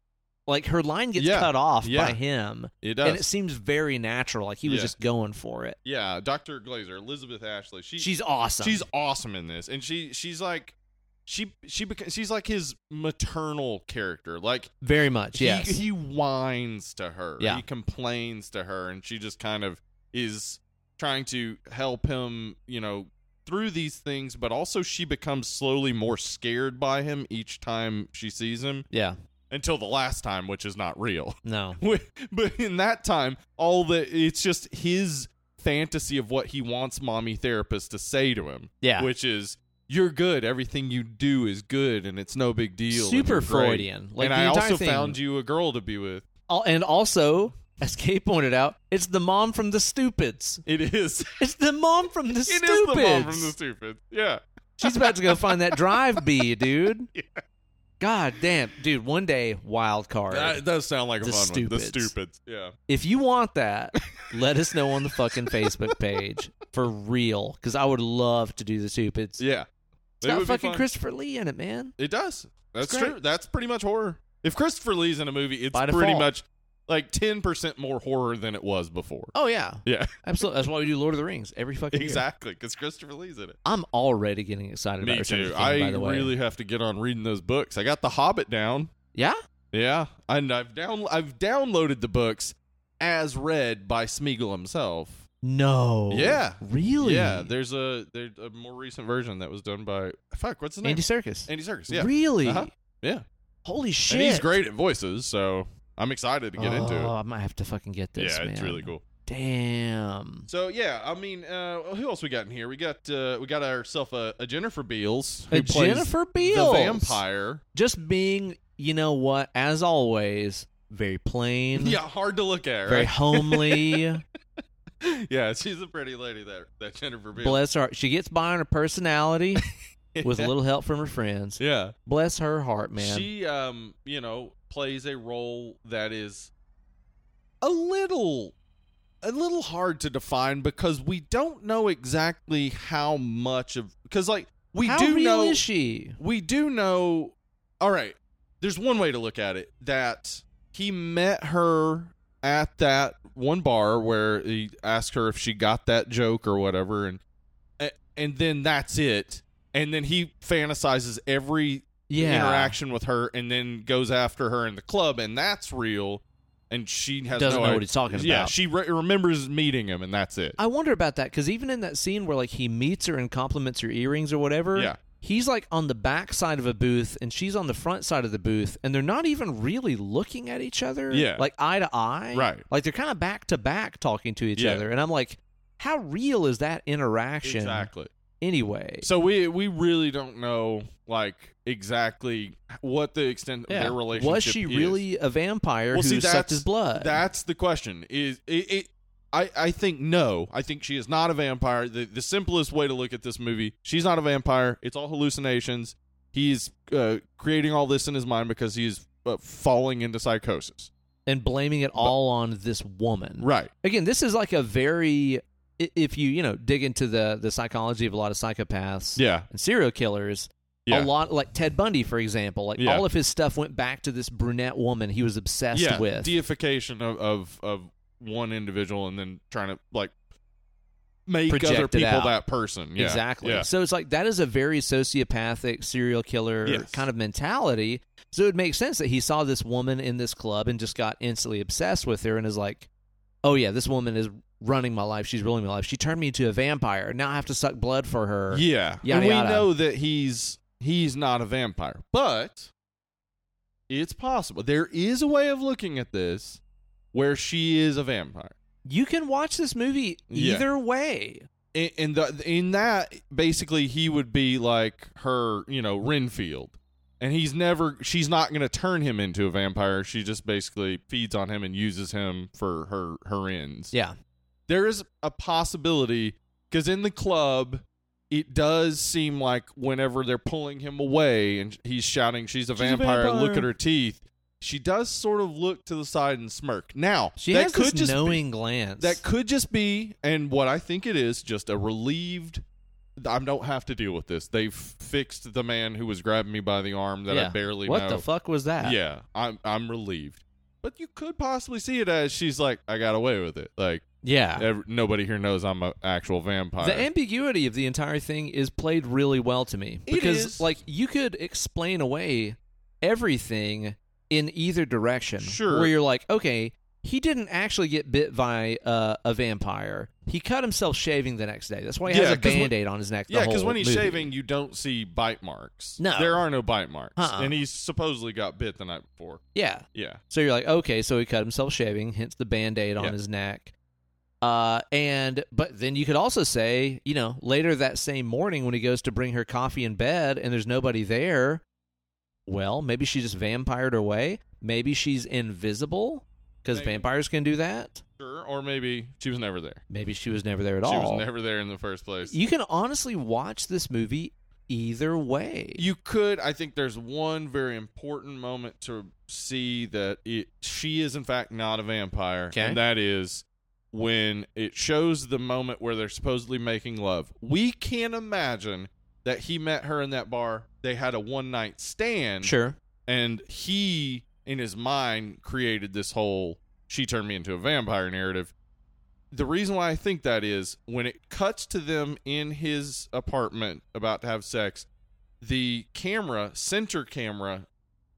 A: like her line gets
B: Yeah,
A: cut off
B: yeah.
A: by him,
B: it
A: and
B: does.
A: it seems very natural, like he was
B: Yeah.
A: just going for it.
B: yeah, Dr. Glazer, Elizabeth Ashley. She,
A: She's awesome.
B: she's awesome in this, and she she's like she she beca- she's like his maternal character. Like
A: very much yes.
B: He, he whines to her.
A: Yeah.
B: He complains to her, and she just kind of is trying to help him, you know, through these things, but also she becomes slowly more scared by him each time she sees him
A: yeah,
B: until the last time, which is not real.
A: no,
B: but in that time, all the it's just his fantasy of what he wants mommy therapist to say to him,
A: yeah,
B: which is you're good. Everything you do is good, and it's no big deal. and
A: super
B: you're great."
A: Freudian. Like
B: and
A: the
B: I
A: entire
B: also
A: thing.
B: found you a girl to be with.
A: Al- and also. As Kate pointed out, it's the mom from the Stupids.
B: It is.
A: It's the mom from the
B: It
A: Stupids.
B: is the mom from the stupid. Yeah.
A: She's about to go find that drive bee, dude. God damn, dude! One day, wild card.
B: That does sound like a
A: The
B: fun one. The
A: Stupids.
B: stupids. Yeah.
A: if you want that, let us know on the fucking Facebook page for real, because I would love to do the stupids.
B: Yeah.
A: it's
B: It
A: got
B: would be
A: fucking
B: fun.
A: Christopher Lee in it, man.
B: It does. That's
A: great.
B: true. That's pretty much horror. If Christopher Lee's in a movie, it's
A: By
B: pretty
A: default.
B: much like 10% more horror than it was before.
A: Oh yeah,
B: Yeah.
A: absolutely. That's why we do Lord of the Rings every fucking year.
B: Exactly. Because Christopher Lee's in it.
A: I'm already getting excited about
B: Me
A: Return of
B: too.
A: the King,
B: I
A: by the way.
B: really have to get on reading those books. I got The Hobbit down.
A: yeah,
B: Yeah, and I've down I've downloaded the books as read by Smeagol himself.
A: no,
B: Yeah.
A: really,
B: Yeah, there's a there's a more recent version that was done by fuck what's his name
A: Andy Circus,
B: Andy Serkis. Yeah,
A: really,
B: Uh-huh. yeah,
A: holy shit,
B: and he's great at voices, so I'm excited to get into
A: Oh,
B: it.
A: I might have to fucking get this.
B: yeah, it's
A: man.
B: really cool.
A: Damn.
B: So yeah, I mean, uh, who else we got in here? We got uh, we got ourselves a, a Jennifer Beals who
A: A
B: plays
A: Uh, Jennifer
B: the
A: Beals.
B: vampire.
A: just being you know what? As always, very plain.
B: Yeah, hard to look at,
A: Very
B: right?
A: homely.
B: yeah, she's a pretty lady that that Jennifer Beal.
A: Bless her. She gets by on her personality with a
B: Yeah.
A: little help from her friends.
B: Yeah.
A: Bless her heart, man.
B: She um, you know, plays a role that is a little a little hard to define because we don't know exactly how much of cuz like we
A: How
B: do
A: real
B: know
A: is she?
B: we do know all right there's one way to look at it that he met her at that one bar where he asked her if she got that joke or whatever and a- and then that's it and then he fantasizes every
A: Yeah.
B: interaction with her and then goes after her in the club and that's real and she has
A: Doesn't
B: no
A: know
B: i-
A: what he's talking
B: yeah
A: about.
B: she re- remembers meeting him and that's it
A: I wonder about that because even in that scene where like he meets her and compliments her earrings or whatever,
B: Yeah.
A: he's like on the back side of a booth and she's on the front side of the booth, and they're not even really looking at each other,
B: Yeah.
A: like eye to eye,
B: Right.
A: Like they're kind of back to back talking to each
B: Yeah.
A: other, and I'm like, how real is that interaction
B: exactly
A: anyway?
B: So we we really don't know like exactly what the extent of their relationship
A: was she
B: is.
A: really a vampire
B: Well,
A: who
B: see,
A: sucked
B: that's-
A: his blood?
B: That's the question. Is it, it I I think no. I think she is not a vampire. The the simplest way to look at this movie, she's not a vampire. It's all hallucinations. He's uh, creating all this in his mind because he's uh, falling into psychosis.
A: and blaming it all on this woman,
B: Right.
A: again this is like a very i- if you you know dig into the the psychology of a lot of psychopaths
B: Yeah.
A: and serial killers a
B: Yeah.
A: lot like ted bundy for example like
B: Yeah.
A: all of his stuff went back to this brunette woman he was obsessed
B: yeah.
A: with
B: Deification of, of of one individual and then trying to like make
A: Project
B: other
A: it
B: people
A: out.
B: that person. Yeah.
A: exactly
B: Yeah.
A: so it's like that is a very sociopathic serial killer
B: Yes.
A: kind of mentality so it makes sense that he saw this woman in this club and just got instantly obsessed with her and is like oh yeah this woman is running my life she's ruling my life she turned me into a vampire now i have to suck blood for her
B: Yeah.
A: Yada,
B: and we
A: yada.
B: know that he's he's not a vampire. But it's possible. There is a way of looking at this where she is a vampire.
A: you can watch this movie
B: Yeah.
A: either way.
B: In, in the in that basically he would be like her, you know, Renfield. And he's never she's not going to turn him into a vampire. She just basically feeds on him and uses him for her her ends.
A: Yeah.
B: there is a possibility because in the club it does seem like whenever they're pulling him away and he's shouting
A: She's
B: she's a,
A: a
B: vampire, look
A: vampire."
B: at her teeth she does sort of look to the side and smirk now
A: She
B: that
A: has
B: could
A: this
B: just
A: knowing glance.
B: be, that could just be and what i think it is just a relieved i don't have to deal with this they've fixed the man who was grabbing me by the arm that i
A: Yeah.
B: barely
A: what
B: know
A: the fuck was that?
B: yeah i'm i'm relieved but you could possibly see it as she's like i got away with it like
A: Yeah.
B: Ev nobody here knows I'm an actual vampire.
A: Ah. The ambiguity of the entire thing is played really well to me
B: It
A: because
B: is.
A: like you could explain away everything in either direction.
B: Sure.
A: Where you're like, okay, he didn't actually get bit by uh, a vampire. He cut himself shaving the next day. That's why he
B: Yeah,
A: has a
B: 'cause when-
A: band-aid on his neck. the
B: yeah, because
A: whole
B: when he's
A: movie.
B: shaving, you don't see bite marks.
A: No.
B: there are no bite marks,
A: Uh-uh.
B: and he supposedly got bit the night before.
A: Yeah.
B: Yeah,
A: So you're like, okay, so he cut himself shaving, hence the band aid on
B: Yeah.
A: his neck. Uh, and but then you could also say, you know, later that same morning when he goes to bring her coffee in bed and there's nobody there, well, maybe she just vampired her way. Maybe she's invisible because
B: Maybe.
A: vampires can do that.
B: sure, or maybe she was never there.
A: Maybe she was never there at
B: She
A: all.
B: was never there in the first place.
A: you can honestly watch this movie either way.
B: You could, I think, there's one very important moment to see that it she is in fact not a vampire,
A: Okay.
B: and that is when it shows the moment where they're supposedly making love. We can imagine that he met her in that bar. They had a one night stand.
A: sure.
B: and he in his mind created this whole she turned me into a vampire narrative the reason why i think that is when it cuts to them in his apartment about to have sex the camera center camera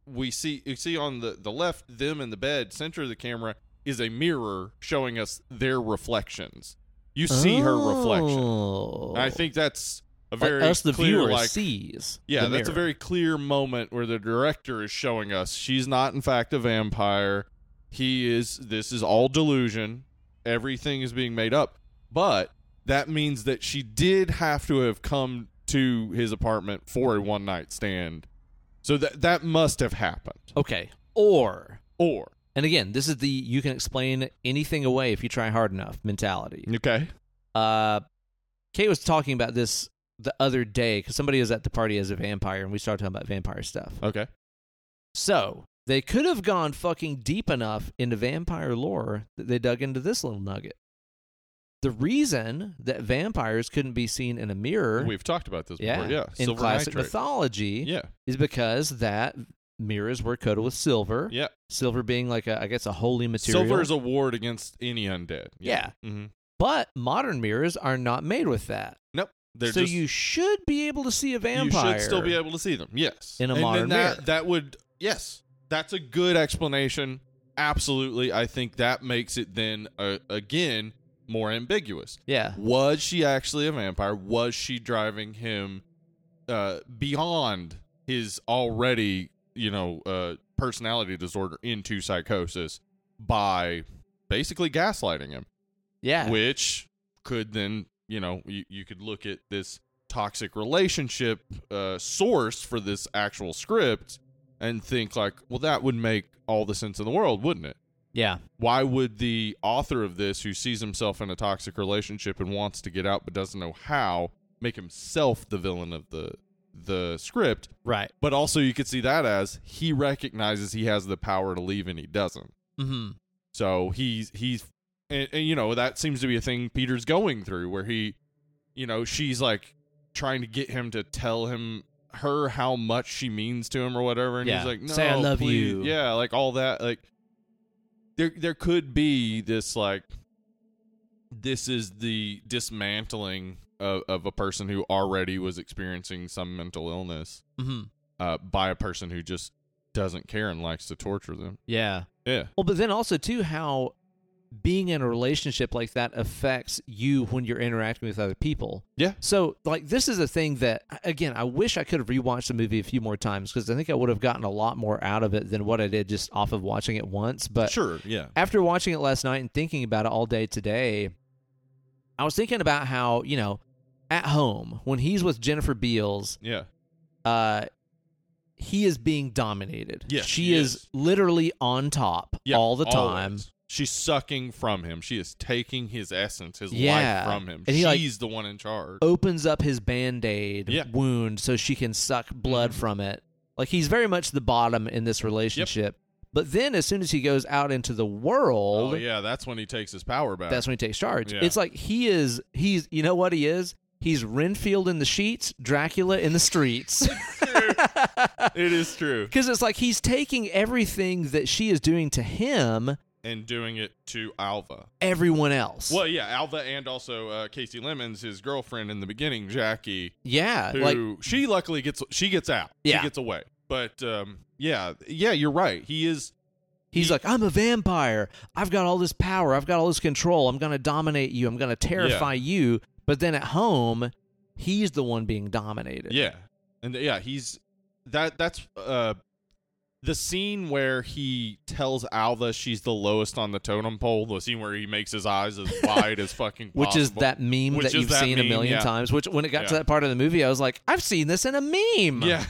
B: we see you see on the the left them in the bed center of the camera is a mirror showing us their reflections you see her reflection
A: Oh.
B: i think that's a
A: like
B: very
A: us the
B: clear,
A: viewer
B: like,
A: sees.
B: yeah,
A: the
B: that's a
A: mirror.
B: very clear moment where the director is showing us she's not in fact a vampire. He is this is all delusion. Everything is being made up. But that means that she did have to have come to his apartment for a one night stand. So that that must have happened. Correct.
A: Okay. Or,
B: Or
A: and again, this is the you can explain anything away if you try hard enough mentality.
B: okay.
A: Uh, Kate was talking about this the other day because somebody was at the party as a vampire, and we started talking about vampire stuff.
B: Okay.
A: So they could have gone fucking deep enough into vampire lore that they dug into this little nugget. The reason that vampires couldn't be seen in a mirror,
B: We've talked about this
A: yeah,
B: before. Yeah.
A: in
B: Silver
A: classic
B: nitrate.
A: mythology,
B: Yeah.
A: is because that mirrors were coated with silver.
B: Yeah.
A: Silver being like a, I guess, a holy material.
B: Silver is a ward against any undead. hmm
A: but modern mirrors are not made with that.
B: Nope. They're
A: so
B: just,
A: you should be able to see a vampire.
B: You should still be able to see them. Yes.
A: In a
B: and then
A: modern
B: that,
A: mirror.
B: that would yes. That's a good explanation. Absolutely. I think that makes it then uh, again more ambiguous.
A: Yeah.
B: Was she actually a vampire? Was she driving him uh, beyond his already, you know, uh, personality disorder into psychosis by basically gaslighting him?
A: Yeah.
B: which could then you know you, you could look at this toxic relationship uh, source for this actual script and think like well that would make all the sense in the world wouldn't it
A: yeah.
B: why would the author of this who sees himself in a toxic relationship and wants to get out but doesn't know how make himself the villain of the the script
A: Right.
B: but also you could see that as he recognizes he has the power to leave and he doesn't
A: Mm-hmm.
B: so he's he's and, and you know that seems to be a thing Peter's going through where he you know she's like trying to get him to tell him her how much she means to him or whatever and
A: Yeah.
B: he's like no
A: Say I love
B: please."
A: you.
B: yeah like all that like there there could be this like this is the dismantling of, of a person who already was experiencing some mental illness
A: Mm-hmm.
B: uh, by a person who just doesn't care and likes to torture them
A: Yeah.
B: yeah
A: Well, but then also too how being in a relationship like that affects you when you're interacting with other people.
B: Yeah.
A: So like this is a thing that again I wish I could have rewatched the movie a few more times because I think I would have gotten a lot more out of it than what I did just off of watching it once. But
B: sure yeah
A: after watching it last night and thinking about it all day today, I was thinking about how you know at home when he's with Jennifer Beals,
B: yeah
A: uh, he is being dominated.
B: Yes,
A: she
B: he
A: is,
B: is.
A: literally on top
B: Yeah,
A: all the time.
B: always. She's sucking from him. She is taking his essence, his
A: Yeah.
B: life from him.
A: And he,
B: She's
A: like-
B: the one in charge.
A: Opens up his band aid
B: Yeah. Mm-hmm.
A: wound so she can suck blood from it. Like he's very much the bottom in this relationship. But then as soon as he goes out into the world,
B: Oh yeah, that's when he takes his power back.
A: that's when he takes charge.
B: Yeah.
A: It's like he is he's you know what he is? He's Renfield in the sheets, Dracula in the streets.
B: it is true.
A: Because it's like he's taking everything that she is doing to him,
B: And doing it to Alva.
A: everyone else.
B: Well, yeah, Alva and also uh, Casey Lemons, his girlfriend in the beginning, Jackie,
A: Yeah.
B: who
A: Uh, like
B: she luckily gets she gets out.
A: Yeah.
B: She gets away. But um, yeah, yeah, you're right. He is
A: He's like, I'm a vampire. I've got all this power. I've got all this control. I'm going to dominate you. I'm going to terrify you. But then at home, he's the one being dominated.
B: Yeah, and yeah, he's that. That's uh, the scene where he tells Alva she's the lowest on the totem pole. The scene where he makes his eyes as wide as fucking.
A: Which is
B: possible.
A: that meme
B: Which
A: that
B: is
A: you've
B: that
A: seen a
B: meme,
A: million
B: yeah.
A: times. Which, when it got to
B: Yeah.
A: that part of the movie, I was like, I've seen this in a meme.
B: Yeah.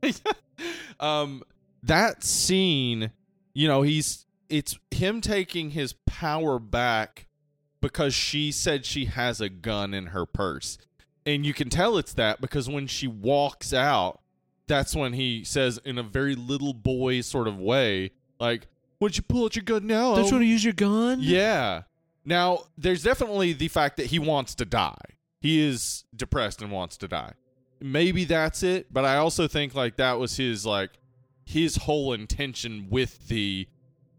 B: um, that scene, you know, he's it's him taking his power back because she said she has a gun in her purse. And you can tell it's that because when she walks out, that's when he says in a very little boy sort of way, like, would you pull out your gun now?
A: Don't you want to use your gun?
B: Yeah. Now, there's definitely the fact that he wants to die. He is depressed and wants to die. Maybe that's it, but I also think like that was his like his whole intention with the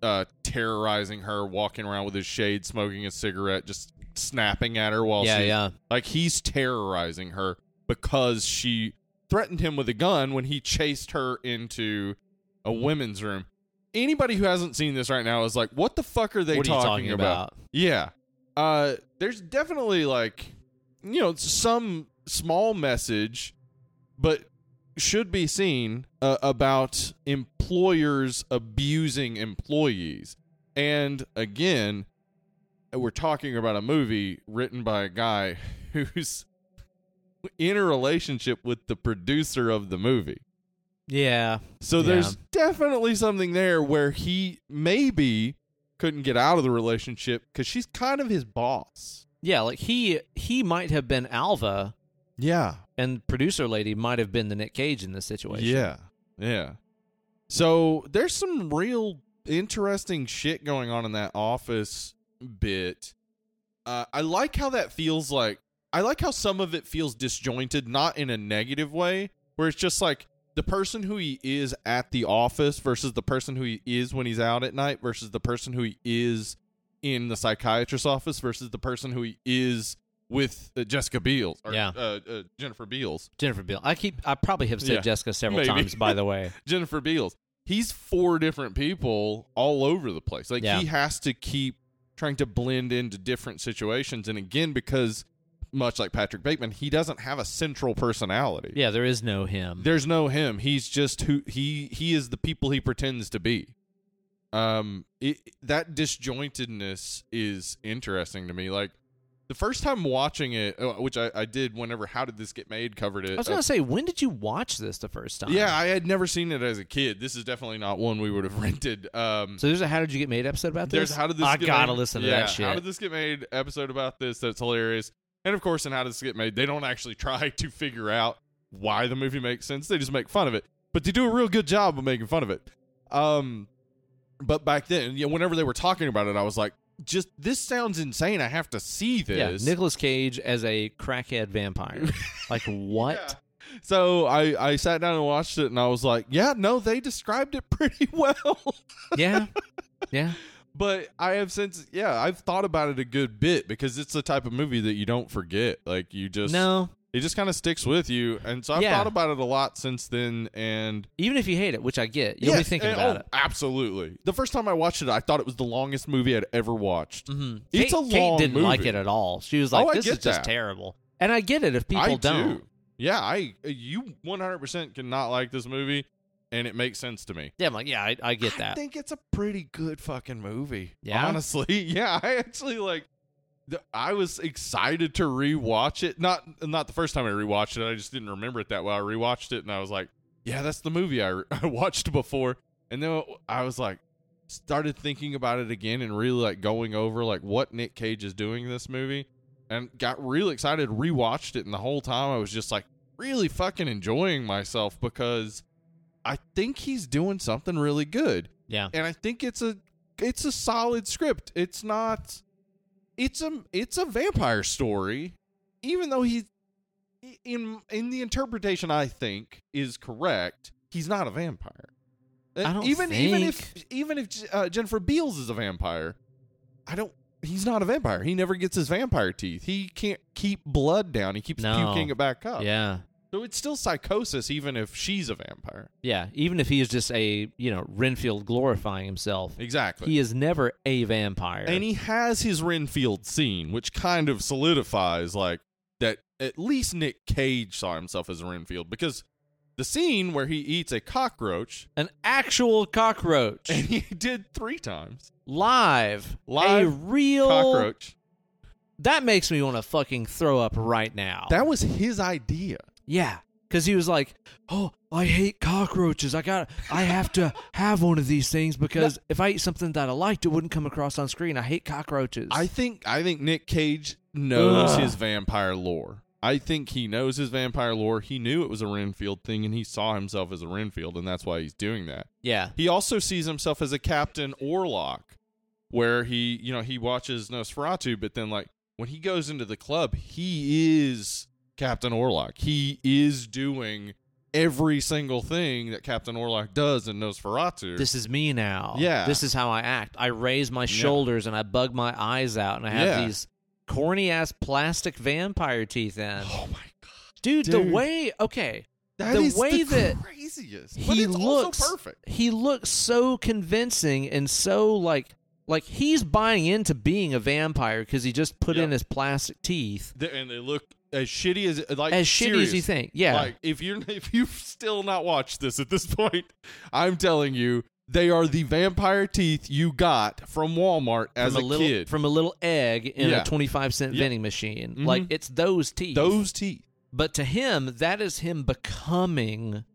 B: uh terrorizing her, walking around with his shade, smoking a cigarette, just snapping at her while
A: Yeah,
B: she
A: yeah.
B: like he's terrorizing her because she threatened him with a gun when he chased her into a women's room. Anybody who hasn't seen this right now is like, what the fuck are they
A: What are you
B: talking,
A: talking
B: about?
A: about?
B: Yeah. Uh there's definitely like you know, some small message but should be seen uh, about employers abusing employees. And again, we're talking about a movie written by a guy who's in a relationship with the producer of the movie.
C: Yeah.
B: So
C: Yeah.
B: there's definitely something there where he maybe couldn't get out of the relationship because she's kind of his boss.
A: Yeah, like he he might have been Alva,
B: Yeah.
A: and producer lady might have been the Nick Cage in this situation.
B: Yeah. Yeah. So there's some real interesting shit going on in that office bit. Uh, I like how that feels like. I like how some of it feels disjointed, not in a negative way, where it's just like the person who he is at the office versus the person who he is when he's out at night versus the person who he is in the psychiatrist's office versus the person who he is with uh, Jessica Biel or
A: Yeah.
B: uh, uh, Jennifer Beals.
A: Jennifer Biel. I keep I probably have said
B: Yeah.
A: Jessica several
B: Maybe.
A: times. By the way,
B: Jennifer Beals. He's four different people all over the place. Like
A: Yeah.
B: he has to keep trying to blend into different situations. And again, because much like Patrick Bateman, he doesn't have a central personality.
A: yeah, there is no him.
B: There's no him. He's just who he he is the people he pretends to be. Um it, that disjointedness is interesting to me. Like the first time watching it, uh, which I, I did whenever How Did This Get Made covered it.
A: I was
B: uh,
A: gonna say, when did you watch this the first time?
B: yeah, I had never seen it as a kid. This is definitely not one we would have rented. Um,
A: so there's a How Did You Get Made episode about this.
B: there's how did this?
A: I
B: get
A: gotta
B: made?
A: listen to
B: Yeah,
A: that shit.
B: How did this get made? Episode about this that's hilarious. And of course, in how did this get made? They don't actually try to figure out why the movie makes sense. They just make fun of it, but they do a real good job of making fun of it. Um, but back then, you know, whenever they were talking about it, I was like, just this sounds insane. I have to see
A: yeah,
B: this.
A: Nicolas Cage as a crackhead vampire. like what?
B: Yeah. So I, I sat down and watched it and I was like, yeah, no, they described it pretty well.
A: yeah. Yeah.
B: but I have since yeah, I've thought about it a good bit because it's the type of movie that you don't forget. Like you just
A: No.
B: it just kind of sticks with you. And so I've
A: Yeah.
B: thought about it a lot since then and
A: Even if you hate it, which I get, you'll be
B: Yes,
A: thinking
B: and-
A: about
B: oh,
A: it.
B: Absolutely. The first time I watched it, I thought it was the longest movie I'd ever watched.
A: Mm-hmm. Kate,
B: It's a
A: Kate
B: long
A: didn't like
B: movie.
A: it at all. She was like,
B: Oh, I
A: "This
B: get
A: is just
B: that.
A: terrible." And I get it if people
B: I
A: don't.
B: do. Yeah, I you 100% cannot like this movie and it makes sense to me.
A: Yeah, I'm like, yeah, I, I get
B: I
A: that.
B: think it's a pretty good fucking movie.
A: Yeah?
B: Honestly. Yeah, I actually like the, I was excited to rewatch it. Not not the first time I rewatched it. I just didn't remember it that well. I rewatched it and I was like, yeah, that's the movie I, I watched before. And then I was like started thinking about it again and really like going over like what Nick Cage is doing in this movie and got real excited, rewatched it and the whole time I was just like really fucking enjoying myself because I think he's doing something really good
A: yeah,
B: and I think it's a it's a solid script. It's not it's a it's a vampire story, even though he's in in the interpretation I think is correct. He's not a vampire.
A: I don't
B: even even if
A: think-
B: even if uh, Jennifer Beals is a vampire, I don't. He's not a vampire. He never gets his vampire teeth. He can't keep blood down. He keeps
A: No.
B: puking it back up.
A: yeah,
B: So it's still psychosis, even if she's a vampire.
A: yeah. Even if he is just a you know Renfield glorifying himself,
B: Exactly.
A: he is never a vampire.
B: And he has his Renfield scene, which kind of solidifies like that at least Nick Cage saw himself as a Renfield because the scene where he eats a cockroach
A: An actual cockroach
B: and he did three times.
A: live, a
B: Live
A: real
B: Cockroach.
A: That makes me want to fucking throw up right now.
B: That was his idea.
A: Yeah, because he was like, "Oh, I hate cockroaches. I got, I have to have one of these things because if I eat something that I liked, it wouldn't come across on screen. I hate cockroaches."
B: I think I think Nick Cage knows
A: Ugh.
B: his vampire lore. I think he knows his vampire lore. He knew it was a Renfield thing and he saw himself as a Renfield and that's why he's doing that.
A: yeah,
B: He also sees himself as a Captain Orlok, where he, you know, he watches Nosferatu, but then like when he goes into the club, he is Captain Orlok. He is doing every single thing that Captain Orlok does in Nosferatu.
A: this is me now.
B: Yeah.
A: this is how I act. I raise my shoulders and I bug my eyes out, and I have
B: Yeah.
A: these corny ass plastic vampire teeth in.
B: oh my god.
A: Dude, the
B: Dude.
A: way okay,
B: that
A: The
B: is
A: way that
B: craziest. but
A: he
B: it's
A: looks
B: also perfect.
A: He looks so convincing and so like like he's buying into being a vampire because he just put
B: Yeah.
A: in his plastic teeth.
B: They- and they look as shitty as like
A: as shitty as you
B: serious.
A: think. Yeah.
B: Like if you're if you've still not watched this at this point, I'm telling you, they are the vampire teeth you got from Walmart as
A: from
B: a,
A: little
B: kid.
A: from a little egg in
B: Yeah.
A: a 25 cent
B: Yeah.
A: vending machine. Like
B: Mhm.
A: it's those teeth.
B: Those teeth.
A: But to him that is him becoming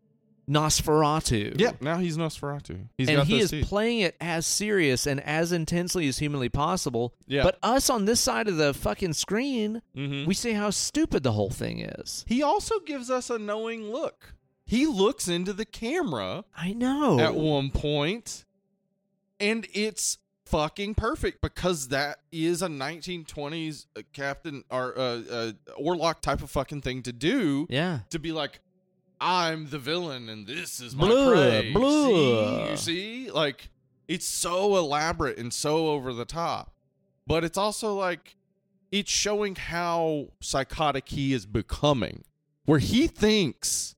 A: Nosferatu.
B: Yep. Now he's Nosferatu. He's
A: and
B: got
A: he
B: those
A: is
B: teeth.
A: playing it as serious and as intensely as humanly possible.
B: Yeah.
A: But us on this side of the fucking screen,
B: Mhm.
A: we see how stupid the whole thing is.
B: He also gives us a knowing look. He looks into the camera
A: I know.
B: at one point, and it's fucking perfect because that is a 1920s uh, captain or uh, uh, Orlok type of fucking thing to do.
A: yeah.
B: To be like, I'm the villain, and this is my
A: Blah,
B: prey.
A: blah.
B: See? You see, like it's so elaborate and so over the top, but it's also like it's showing how psychotic he is becoming, where he thinks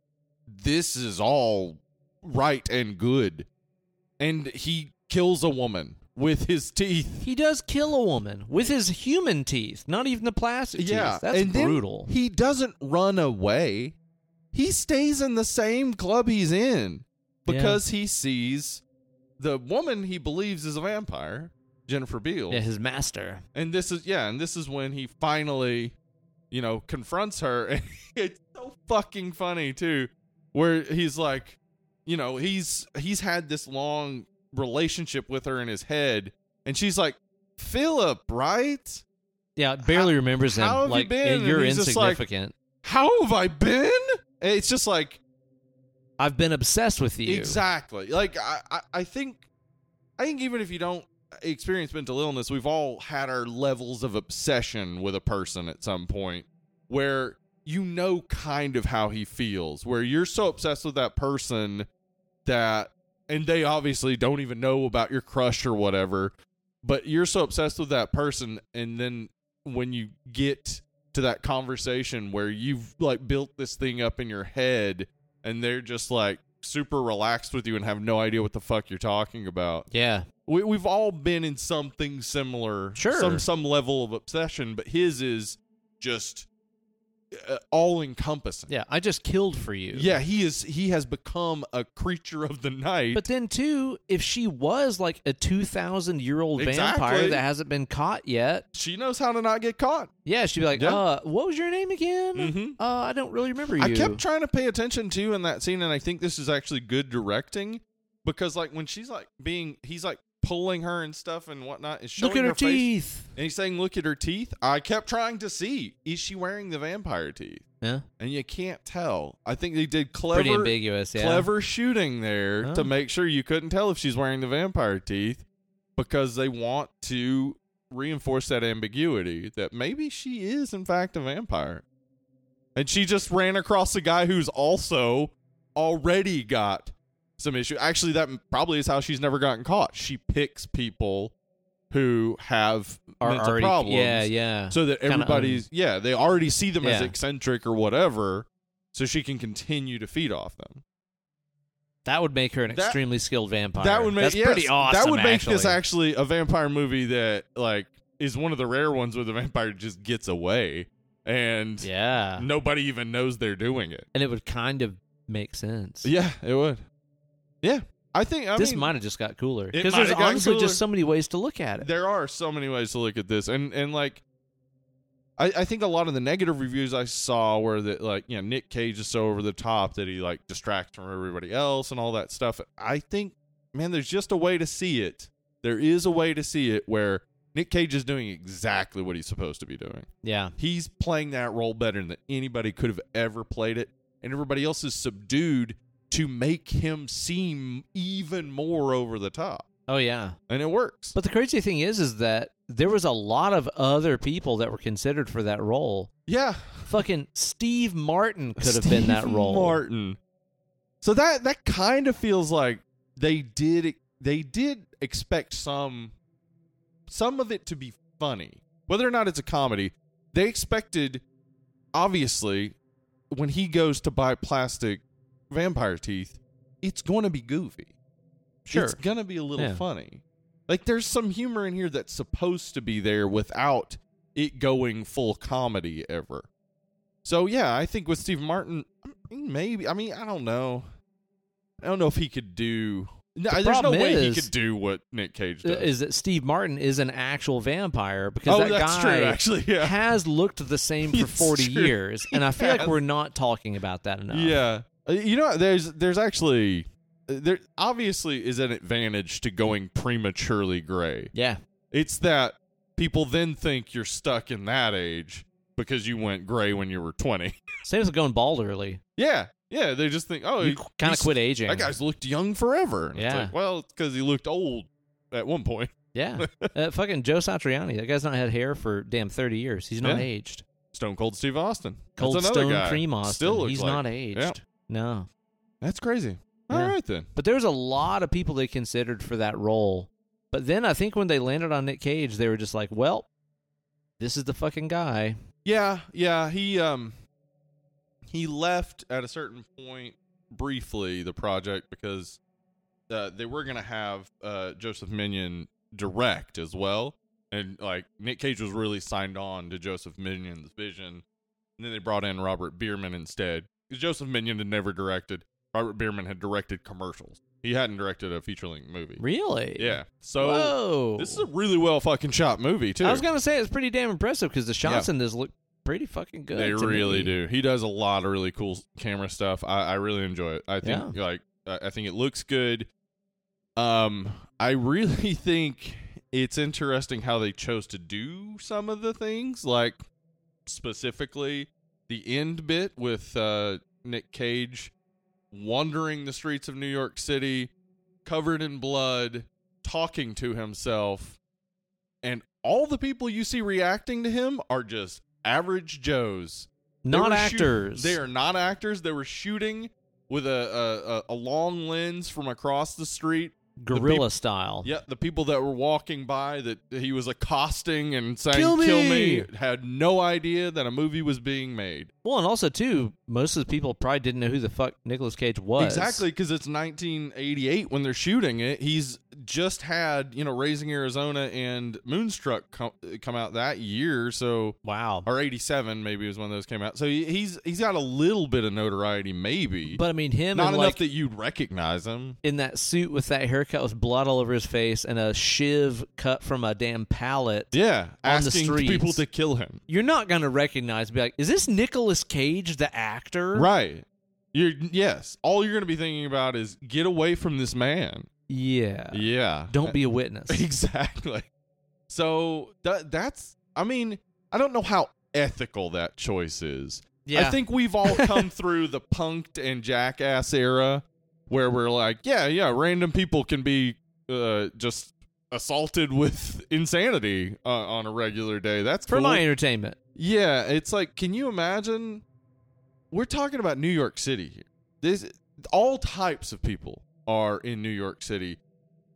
B: this is all right and good, and he kills a woman with his teeth.
A: He does kill a woman with his human teeth, not even the plastic
B: Yeah,
A: teeth. That's
B: and then
A: brutal.
B: he doesn't run away. He stays in the same club he's in
A: Yeah.
B: because he sees the woman he believes is a vampire, Jennifer Beals.
A: yeah, his master.
B: And this is yeah, and this is when he finally, you know, confronts her. And it's so fucking funny too, where he's like, you know, he's he's had this long relationship with her in his head, and she's like, Philip, right?
A: Yeah, barely remembers him.
B: how have you
A: like
B: been?
A: yeah,
B: And
A: you're
B: he's just like-
A: insignificant.
B: How have I been? And It's just like
A: I've been obsessed with you.
B: Exactly. Like I, I, I think I think even if you don't experience mental illness, we've all had our levels of obsession with a person at some point where you know kind of how he feels, where you're so obsessed with that person that and they obviously don't even know about your crush or whatever, but you're so obsessed with that person and then when you get to that conversation where you've like built this thing up in your head and they're just like super relaxed with you and have no idea what the fuck you're talking about.
A: Yeah.
B: We, we've all been in something similar,
A: Sure.
B: some some level of obsession, but his is just uh, all encompassing.
A: Yeah. I just killed for you.
B: yeah, he is. He has become a creature of the night.
A: But then too, if she was like a two thousand year old vampire
B: Exactly.
A: that hasn't been caught yet,
B: she knows how to not get caught.
A: yeah, she'd be like,
B: Yeah.
A: uh, what was your name again?
B: Mhm.
A: Uh, I don't really remember you.
B: I kept trying to pay attention to you in that scene, and I think this is actually good directing because, like, when she's like being, he's like pulling her and stuff and whatnot, and showing
A: Look at her,
B: face,
A: teeth.
B: And he's saying, "Look at her teeth." I kept trying to see is she wearing the vampire teeth,
A: Yeah.
B: and you can't tell. I think they did clever,
A: Pretty ambiguous, yeah.
B: clever shooting there
A: Oh.
B: to make sure you couldn't tell if she's wearing the vampire teeth, because they want to reinforce that ambiguity that maybe she is in fact a vampire, and she just ran across a guy who's also already got some issue. Actually, that probably is how she's never gotten caught. She picks people who have
A: Are
B: mental
A: already-
B: problems.
A: Yeah, yeah.
B: So that
A: Kinda
B: everybody's yeah, they already see them as
A: Yeah.
B: eccentric or whatever, so she can continue to feed off them.
A: that would make her an
B: That-
A: extremely skilled vampire.
B: That would make
A: That's
B: yes,
A: pretty awesome.
B: That would make this
A: actually.
B: actually a vampire movie that like is one of the rare ones where the vampire just gets away and
A: Yeah.
B: nobody even knows they're doing it.
A: And it would kind of make sense.
B: Yeah, it would. Yeah, I think I
A: this
B: mean,
A: might have just got cooler
B: It
A: because
B: might
A: there's
B: have gotten
A: honestly
B: cooler.
A: just so many ways to look at it.
B: there are so many ways to look at this and and like I, I think a lot of the negative reviews I saw were that like you know Nick Cage is so over the top that he like distracts from everybody else and all that stuff. I think man, there's just a way to see it. There is a way to see it where Nick Cage is doing exactly what he's supposed to be doing.
A: yeah.
B: He's playing that role better than anybody could have ever played it, and everybody else is subdued to make him seem even more over the top,
A: Oh yeah.
B: and it works.
A: But the crazy thing is, is that there was a lot of other people that were considered for that role.
B: yeah,
A: Fucking Steve Martin could have been that
B: Steve
A: role. Mm.
B: Martin. So that that kind of feels like they did they did expect some some of it to be funny, whether or not it's a comedy. They expected, obviously, when he goes to buy plastic vampire teeth, it's going to be goofy.
A: Sure.
B: it's going to be a little
A: Yeah.
B: funny. Like there's some humor in here that's supposed to be there without it going full comedy ever. So yeah, I think with Steve Martin, mm, maybe. I mean, I don't know. I don't know if he could do. No, there's no
A: problem
B: way he
A: is-
B: could do what Nick Cage
A: Uh,
B: does.
A: Is that Steve Martin is an actual vampire because
B: oh,
A: that
B: that's
A: guy
B: true. Actually, yeah,
A: has looked the same for
B: It's
A: forty
B: true.
A: years, and I feel like
B: Yeah.
A: we're not talking about that enough.
B: yeah. Uh, You know, there's there's actually uh, there obviously is an advantage to going prematurely gray.
A: Yeah.
B: It's that people then think you're stuck in that age because you went gray when you were 20.
A: Same as going bald early.
B: yeah. Yeah, they just think, "Oh,
A: You kind of
B: he's-
A: quit aging.
B: That guy's looked young forever." And it's
A: Yeah.
B: like, well, cuz he looked old at one point.
A: Yeah. uh, fucking Joe Satriani. That guy's not had hair for damn 30 years. He's not
B: Yeah.
A: aged.
B: Stone Cold Steve Austin.
A: Cold
B: That's another
A: Stone
B: guy.
A: Cream Austin.
B: Still looks
A: He's
B: like-
A: not aged.
B: Yeah.
A: No.
B: That's crazy. All
A: Yeah.
B: right then.
A: But there was a lot of people they considered for that role. But then I think when they landed on Nick Cage, they were just like, well, this is the fucking guy.
B: Yeah, yeah. He um he left at a certain point briefly the project because uh, they were gonna have uh Joseph Minion direct as well, and like Nick Cage was really signed on to Joseph Minion's vision, and then they brought in Robert Bierman instead. 'Cause Joseph Minion had never directed. Robert Bierman had directed commercials. He hadn't directed a feature length movie.
A: Really?
B: Yeah. So
A: Whoa.
B: this is a really well fucking shot movie too.
A: I was going to say it's pretty damn impressive because the shots in this look pretty fucking good.
B: They
A: to
B: really
A: me.
B: do. He does a lot of really cool s- camera stuff. I, I really enjoy it. I think like I I think it looks good. Um, I really think it's interesting how they chose to do some of the things, like specifically the end bit with uh, Nick Cage wandering the streets of New York City, covered in blood, talking to himself, and all the people you see reacting to him are just average Joes. They
A: Not
B: were shoot-
A: actors.
B: they are not actors. They were shooting with a a, a, a long lens from across the street.
A: Guerrilla
B: peop-
A: style.
B: Yeah, the people that were walking by that he was accosting and saying
A: Kill me!"
B: me" had no idea that a movie was being made.
A: Well, and also, too, most of the people probably didn't know who the fuck Nicolas Cage was.
B: Exactly, because it's 1988 when they're shooting it. He's just had you know Raising Arizona and Moonstruck come, come out that year, so
A: Wow.
B: or 87 maybe was when those came out. So he, he's he's got a little bit of notoriety, maybe,
A: But I mean, him
B: not
A: and,
B: enough
A: like,
B: that you'd recognize him.
A: in that suit with that haircut with blood all over his face and a shiv cut from a damn pallet.
B: Yeah,
A: on the
B: asking
A: streets.
B: people to kill him.
A: You're not gonna recognize. Be like, is this Nicolas Cage, the actor?
B: Right. You're yes. All you're gonna be thinking about is get away from this man.
A: Yeah.
B: Yeah.
A: Don't be a witness.
B: exactly. So tha- that's. I mean, I don't know how ethical that choice is.
A: Yeah.
B: I think we've all come through the punked and jackass era where we're like, yeah, yeah, random people can be uh, just assaulted with insanity uh, on a regular day. That's
A: for
B: cool.
A: my entertainment.
B: Yeah, it's like, can you imagine? We're talking about New York City here. This all types of people are in New York City,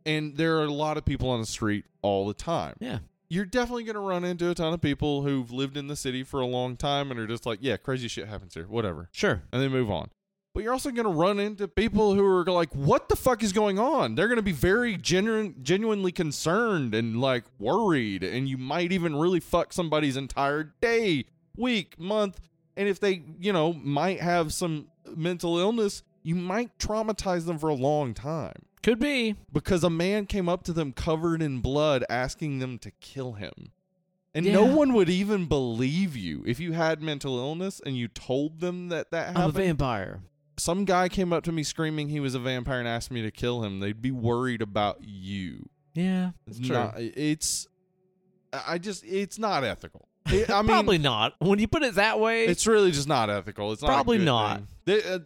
B: and there are a lot of people on the street all the time.
A: Yeah.
B: You're definitely going to run into a ton of people who've lived in the city for a long time and are just like, yeah, crazy shit happens here, whatever,
A: Sure.
B: and they move on. But you're also going to run into people who are like, what the fuck is going on? They're going to be very genuine, genuinely concerned and like worried, and you might even really fuck somebody's entire day week, month, and if they, you know, might have some mental illness, you might traumatize them for a long time
A: Could be.
B: because a man came up to them covered in blood asking them to kill him. And no
A: Yeah.
B: one would even believe you if you had mental illness and you told them that that
A: I'm a
B: happened.
A: vampire.
B: Some guy came up to me screaming he was a vampire and asked me to kill him. They'd be worried about you.
A: Yeah. That's
B: It's
A: true.
B: not it's I just it's not ethical. It- I mean
A: probably not. When you put it that way,
B: It's really just not ethical. It's not a
A: Probably
B: good
A: not.
B: thing. They- uh,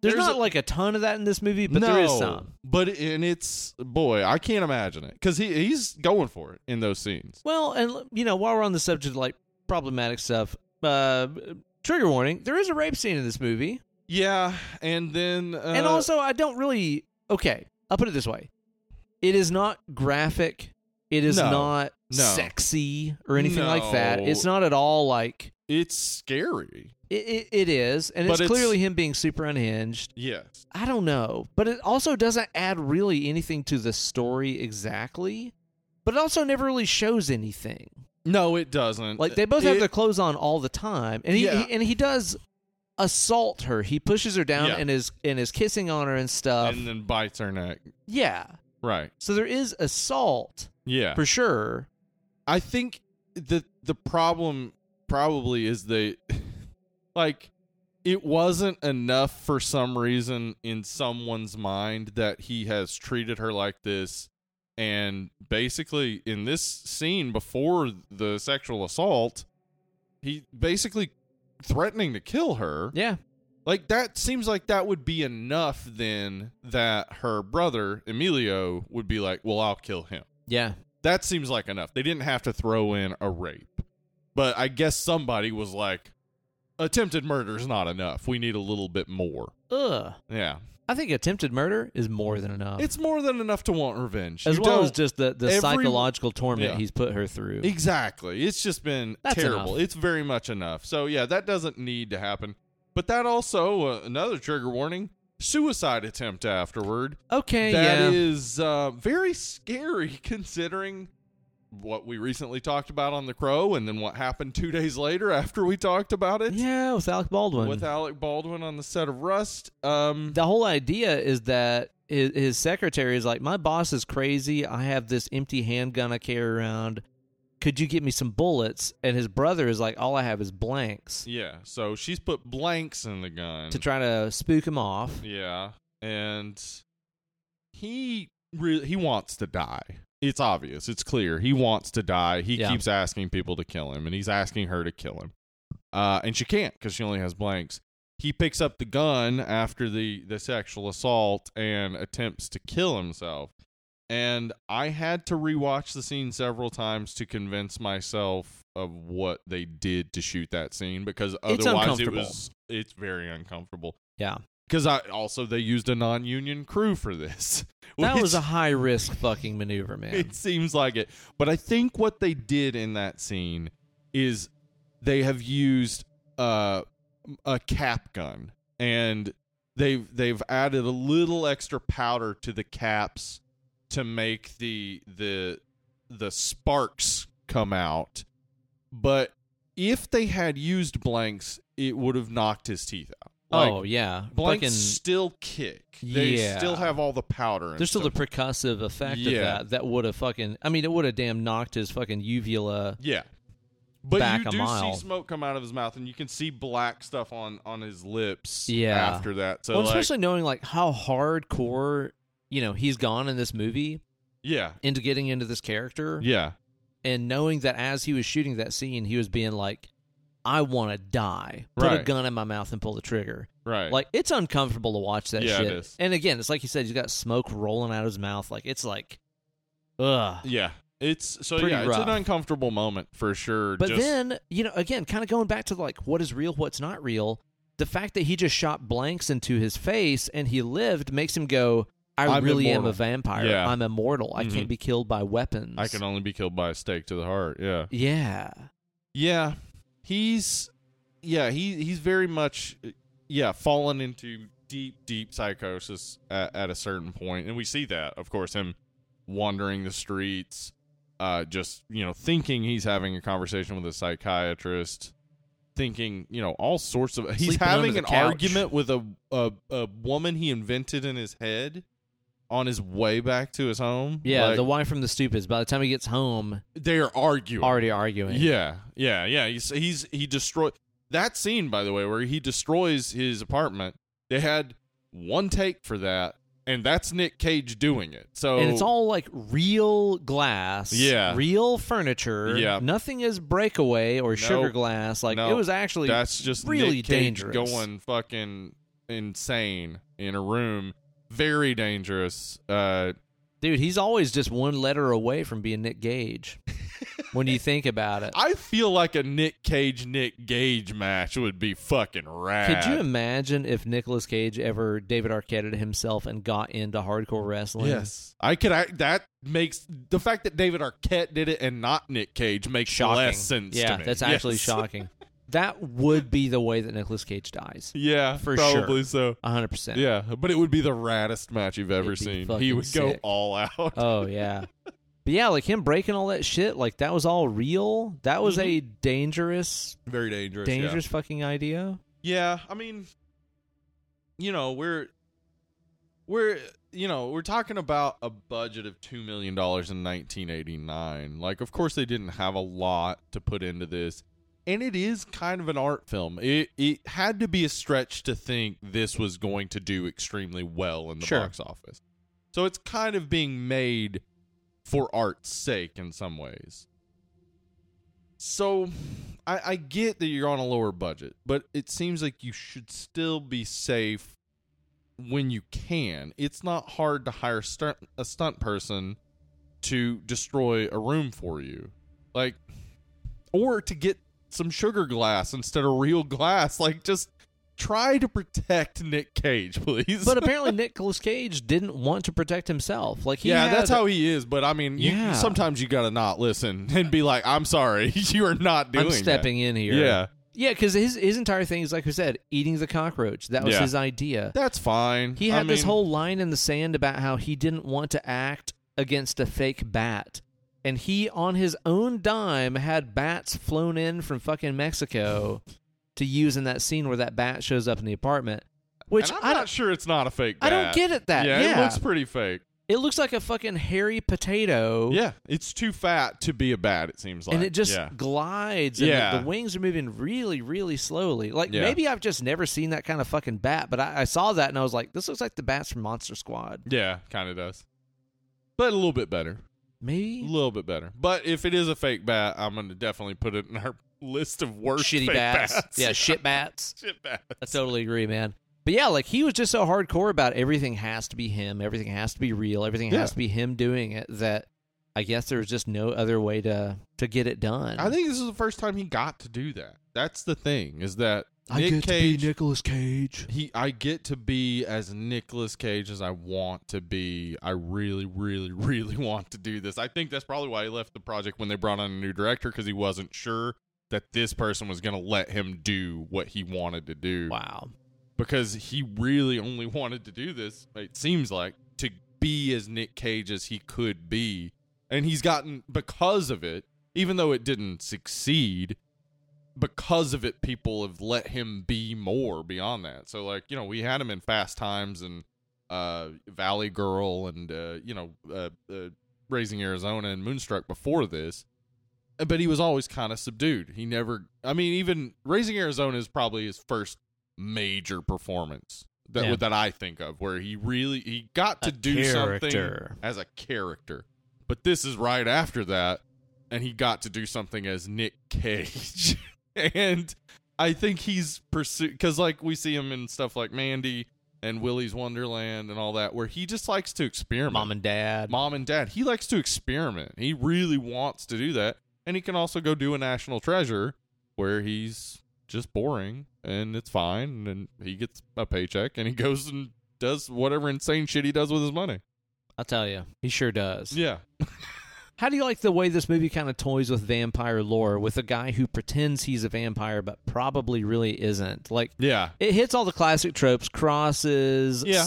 A: there's,
B: there's
A: not
B: a-
A: like a ton of that in this movie, but there is
B: no.
A: some.
B: But and it's boy, I can't imagine it because he he's going for it in those scenes.
A: Well, and you know, while we're on the subject of like problematic stuff, uh, trigger warning: there is a rape scene in this movie.
B: Yeah, and then uh,
A: and also I don't really okay. I'll put it this way: it is not graphic. It is
B: No.
A: not
B: No.
A: sexy or anything like that.
B: No.
A: It's not at all like
B: it's scary.
A: it. It, it is, and
B: But
A: it's
B: it's-
A: clearly him being super unhinged.
B: Yes,
A: I don't know, but it also doesn't add really anything to the story exactly. But it also never really shows anything.
B: no, it doesn't. Uh,
A: Like they both have
B: It-
A: their clothes on all the time, and he,
B: Yeah.
A: he and he does assault her. He pushes her down
B: Yeah.
A: and is and is kissing on her and stuff.
B: and then bites her neck.
A: yeah,
B: Right.
A: So there is assault
B: Yeah,
A: for sure.
B: I think the the problem probably is they like it wasn't enough for some reason in someone's mind that he has treated her like this and basically in this scene before the sexual assault he basically threatening to kill her
A: Yeah.
B: like that seems like that would be enough then that her brother emilio would be like well i'll kill him
A: Yeah.
B: that seems like enough. They didn't have to throw in a rape. But I guess somebody was like, attempted murder is not enough. We need a little bit more.
A: Ugh.
B: Yeah.
A: I think attempted murder is more than enough.
B: It's more than enough to want revenge.
A: as
B: You
A: well
B: don't-
A: as just the, the
B: every-
A: psychological torment
B: Yeah.
A: he's put her through.
B: Exactly. It's just been
A: That's
B: terrible.
A: enough.
B: It's very much enough. So, yeah, that doesn't need to happen. But that also, uh, another trigger warning suicide attempt afterward.
A: okay,
B: That
A: yeah.
B: is uh, very scary considering what we recently talked about on The Crow and then what happened two days later after we talked about it
A: yeah, with Alec Baldwin.
B: with Alec Baldwin on the set of Rust. Um,
A: the whole idea is that his, his secretary is like, My boss is crazy. I have this empty handgun I carry around. Could you get me some bullets? And his brother is like, All I have is blanks
B: yeah, so she's put blanks in the gun.
A: to try to spook him off.
B: yeah, and he re- he wants to die. It's obvious. It's clear. He wants to die. He
A: Yeah.
B: keeps asking people to kill him, and he's asking her to kill him. uh, and she can't because she only has blanks. He picks up the gun after the the sexual assault and attempts to kill himself. And I had to rewatch the scene several times to convince myself of what they did to shoot that scene because otherwise it
A: uncomfortable.
B: was it's very uncomfortable.
A: Yeah.
B: Because I also they used a non-union crew for this.
A: That
B: which-
A: was a high risk fucking maneuver, man.
B: it seems like it. But I think what they did in that scene is they have used uh, a cap gun and they've they've added a little extra powder to the caps to make the the the sparks come out. But if they had used blanks, it would have knocked his teeth out. Like,
A: oh, yeah.
B: blanks
A: Fucking-
B: still kick. They
A: Yeah.
B: still have all the powder. and
A: There's still
B: stuff.
A: the percussive effect
B: Yeah.
A: of that that would have fucking. I mean, it would have damn knocked his fucking uvula.
B: Yeah. But
A: Back
B: you
A: a
B: do
A: mile.
B: see smoke come out of his mouth and you can see black stuff on on his lips
A: Yeah.
B: after that. So
A: well,
B: like,
A: especially knowing like how hardcore you know he's gone in this movie
B: yeah.
A: into getting into this character,
B: Yeah.
A: and knowing that as he was shooting that scene, he was being like, "I want to die. Put a
B: Right.
A: gun in my mouth and pull the trigger."
B: Right.
A: Like it's uncomfortable to watch that
B: Yeah, it
A: shit.
B: is.
A: And again, it's like you said, he's got smoke rolling out of his mouth. Like it's like, ugh.
B: yeah. It's so
A: Pretty
B: yeah, it's
A: rough.
B: an uncomfortable moment for sure.
A: But
B: Just-
A: then, you know, again, kind of going back to like what is real, what's not real. The fact that he just shot blanks into his face and he lived makes him go, "I
B: I'm
A: really am
B: immortal."
A: a vampire.
B: Yeah.
A: I'm immortal. I
B: Mhm.
A: can't be killed by weapons."
B: I can only be killed by a stake to the heart. Yeah.
A: Yeah,
B: Yeah. He's yeah, he he's very much yeah, fallen into deep deep psychosis at, at a certain point. And we see that, of course, him wandering the streets, uh just, you know, thinking he's having a conversation with a psychiatrist, thinking, you know, all sorts of he's
A: Sleeping under
B: having
A: the
B: an
A: couch.
B: argument with a, a a woman he invented in his head on his way back to his home.
A: yeah.
B: Like,
A: the wife from the stupids. By the time he gets home,
B: they are arguing.
A: already arguing.
B: Yeah, yeah, yeah. He's he's he destroyed that scene by the way where he destroys his apartment. They had one take for that, and that's Nick Cage doing it. So
A: And it's all like real glass,
B: Yeah.
A: real furniture.
B: Yeah.
A: nothing is breakaway or sugar
B: Nope.
A: glass. Like
B: Nope.
A: it was actually
B: that's just
A: really
B: Nick Cage
A: dangerous.
B: going fucking insane in a room. Very dangerous. Uh,
A: Dude, he's always just one letter away from being Nick Gage. when you think about it,
B: I feel like a Nick Cage Nick Gage match would be fucking rad.
A: could you imagine if Nicolas Cage ever David Arquetted himself and got into hardcore wrestling?
B: Yes, I could. I, that makes the fact that David Arquette did it and not Nick Cage makes
A: shocking.
B: less sense. to
A: yeah,
B: me.
A: that's actually
B: Yes.
A: shocking. That would be the way that Nicolas Cage dies,
B: Yeah,
A: For
B: probably so.
A: hundred percent.
B: Yeah, but it would be the raddest match you've ever
A: It'd be
B: seen. He
A: fucking
B: would go
A: sick.
B: all out.
A: Oh yeah, but yeah, like him breaking all that shit, like that was all real. That was a dangerous,
B: Very Mm-hmm. dangerous. yeah.
A: dangerous fucking idea.
B: Yeah, I mean, you know, we're we're you know we're talking about a budget of two million dollars in 1989. Like, of course, they didn't have a lot to put into this, and it is kind of an art film. It it had to be a stretch to think this was going to do extremely well in the
C: Sure.
B: box office. So it's kind of being made for art's sake in some ways. So I, I get that you're on a lower budget, but it seems like you should still be safe when you can. It's not hard to hire stunt, a stunt person to destroy a room for you. Like or to get some sugar glass instead of real glass. Like, just try to protect Nick Cage, please.
A: But uh, apparently, Nicolas Cage didn't want to protect himself. Like, he
B: yeah, that's
A: had-
B: how he is. But I mean, you,
A: Yeah.
B: sometimes you gotta not listen and be like, "I'm sorry, you are not doing."
A: I'm stepping in
B: That.
A: here.
B: Yeah,
A: yeah, because his his entire thing is like we said, eating the cockroach. That was
B: Yeah.
A: his idea.
B: that's fine.
A: He
B: I
A: had this
B: mean,
A: whole line in the sand about how he didn't want to act against a fake bat. And he, on his own dime, had bats flown in from fucking Mexico to use in that scene where that bat shows up in the apartment. Which
B: and I'm
A: I
B: not
A: don't,
B: sure it's not a fake.
A: I don't
B: bat.
A: get it that.
B: Yeah,
A: Yeah,
B: it looks pretty fake.
A: like a fucking hairy potato.
B: Yeah, it's too fat to be a bat. It seems like,
A: and it just
B: yeah.
A: glides and
B: Yeah.
A: the, the wings are moving really really slowly like
B: Yeah.
A: maybe i've just never seen that kind of fucking bat but I, I saw that and i was like this looks like the bats from monster squad
B: yeah, kind of does, but a little bit better. A
A: maybe
B: little bit better. But if it is a fake bat, I'm going to definitely put it in our list of worst
A: shitty
B: fake
A: bats.
B: bats.
A: yeah shit bats
B: Shit bats.
A: i totally agree man but yeah like he was just so hardcore about everything has to be him everything has to be real everything
B: Yeah.
A: has to be him doing it that i guess there was just no other way to to get it done
B: I think this is the first time he got to do that. That's the thing is that
A: I
B: Nick
A: get
B: Cage.
A: to be Nicolas Cage.
B: he, I get to be as Nicolas Cage as I want to be. I really, really, really want to do this. I think that's probably why he left the project when they brought on a new director because he wasn't sure that this person was going to let him do what he wanted to do.
A: Wow.
B: because he really only wanted to do this, it seems like, to be as Nick Cage as he could be. And he's gotten, because of it, even though it didn't succeed, because of it, people have let him be more beyond that. So, like, you know, we had him in Fast Times and uh, Valley Girl and, uh, you know, uh, uh, Raising Arizona and Moonstruck before this. uh, But he was always kind of subdued. He never, I mean, even Raising Arizona is probably his first major performance that
A: Yeah.
B: that I think of where he really he got to
A: A
B: do
A: character.
B: something as a character. But this is right after that and he got to do something as Nick Cage. and I think he's pursued cuz like we see him in stuff like Mandy and Willy's Wonderland and all that where he just likes to experiment
A: Mom and dad.
B: mom and dad. He likes to experiment. He really wants to do that. And he can also go do a national treasure where he's just boring and it's fine and he gets a paycheck and he goes and does whatever insane shit he does with his money.
A: I'll tell you. He sure does.
B: Yeah.
A: How do you like the way this movie kind of toys with vampire lore with a guy who pretends he's a vampire but probably really isn't? Like
B: Yeah.
A: it hits all the classic tropes, crosses,
B: Yeah.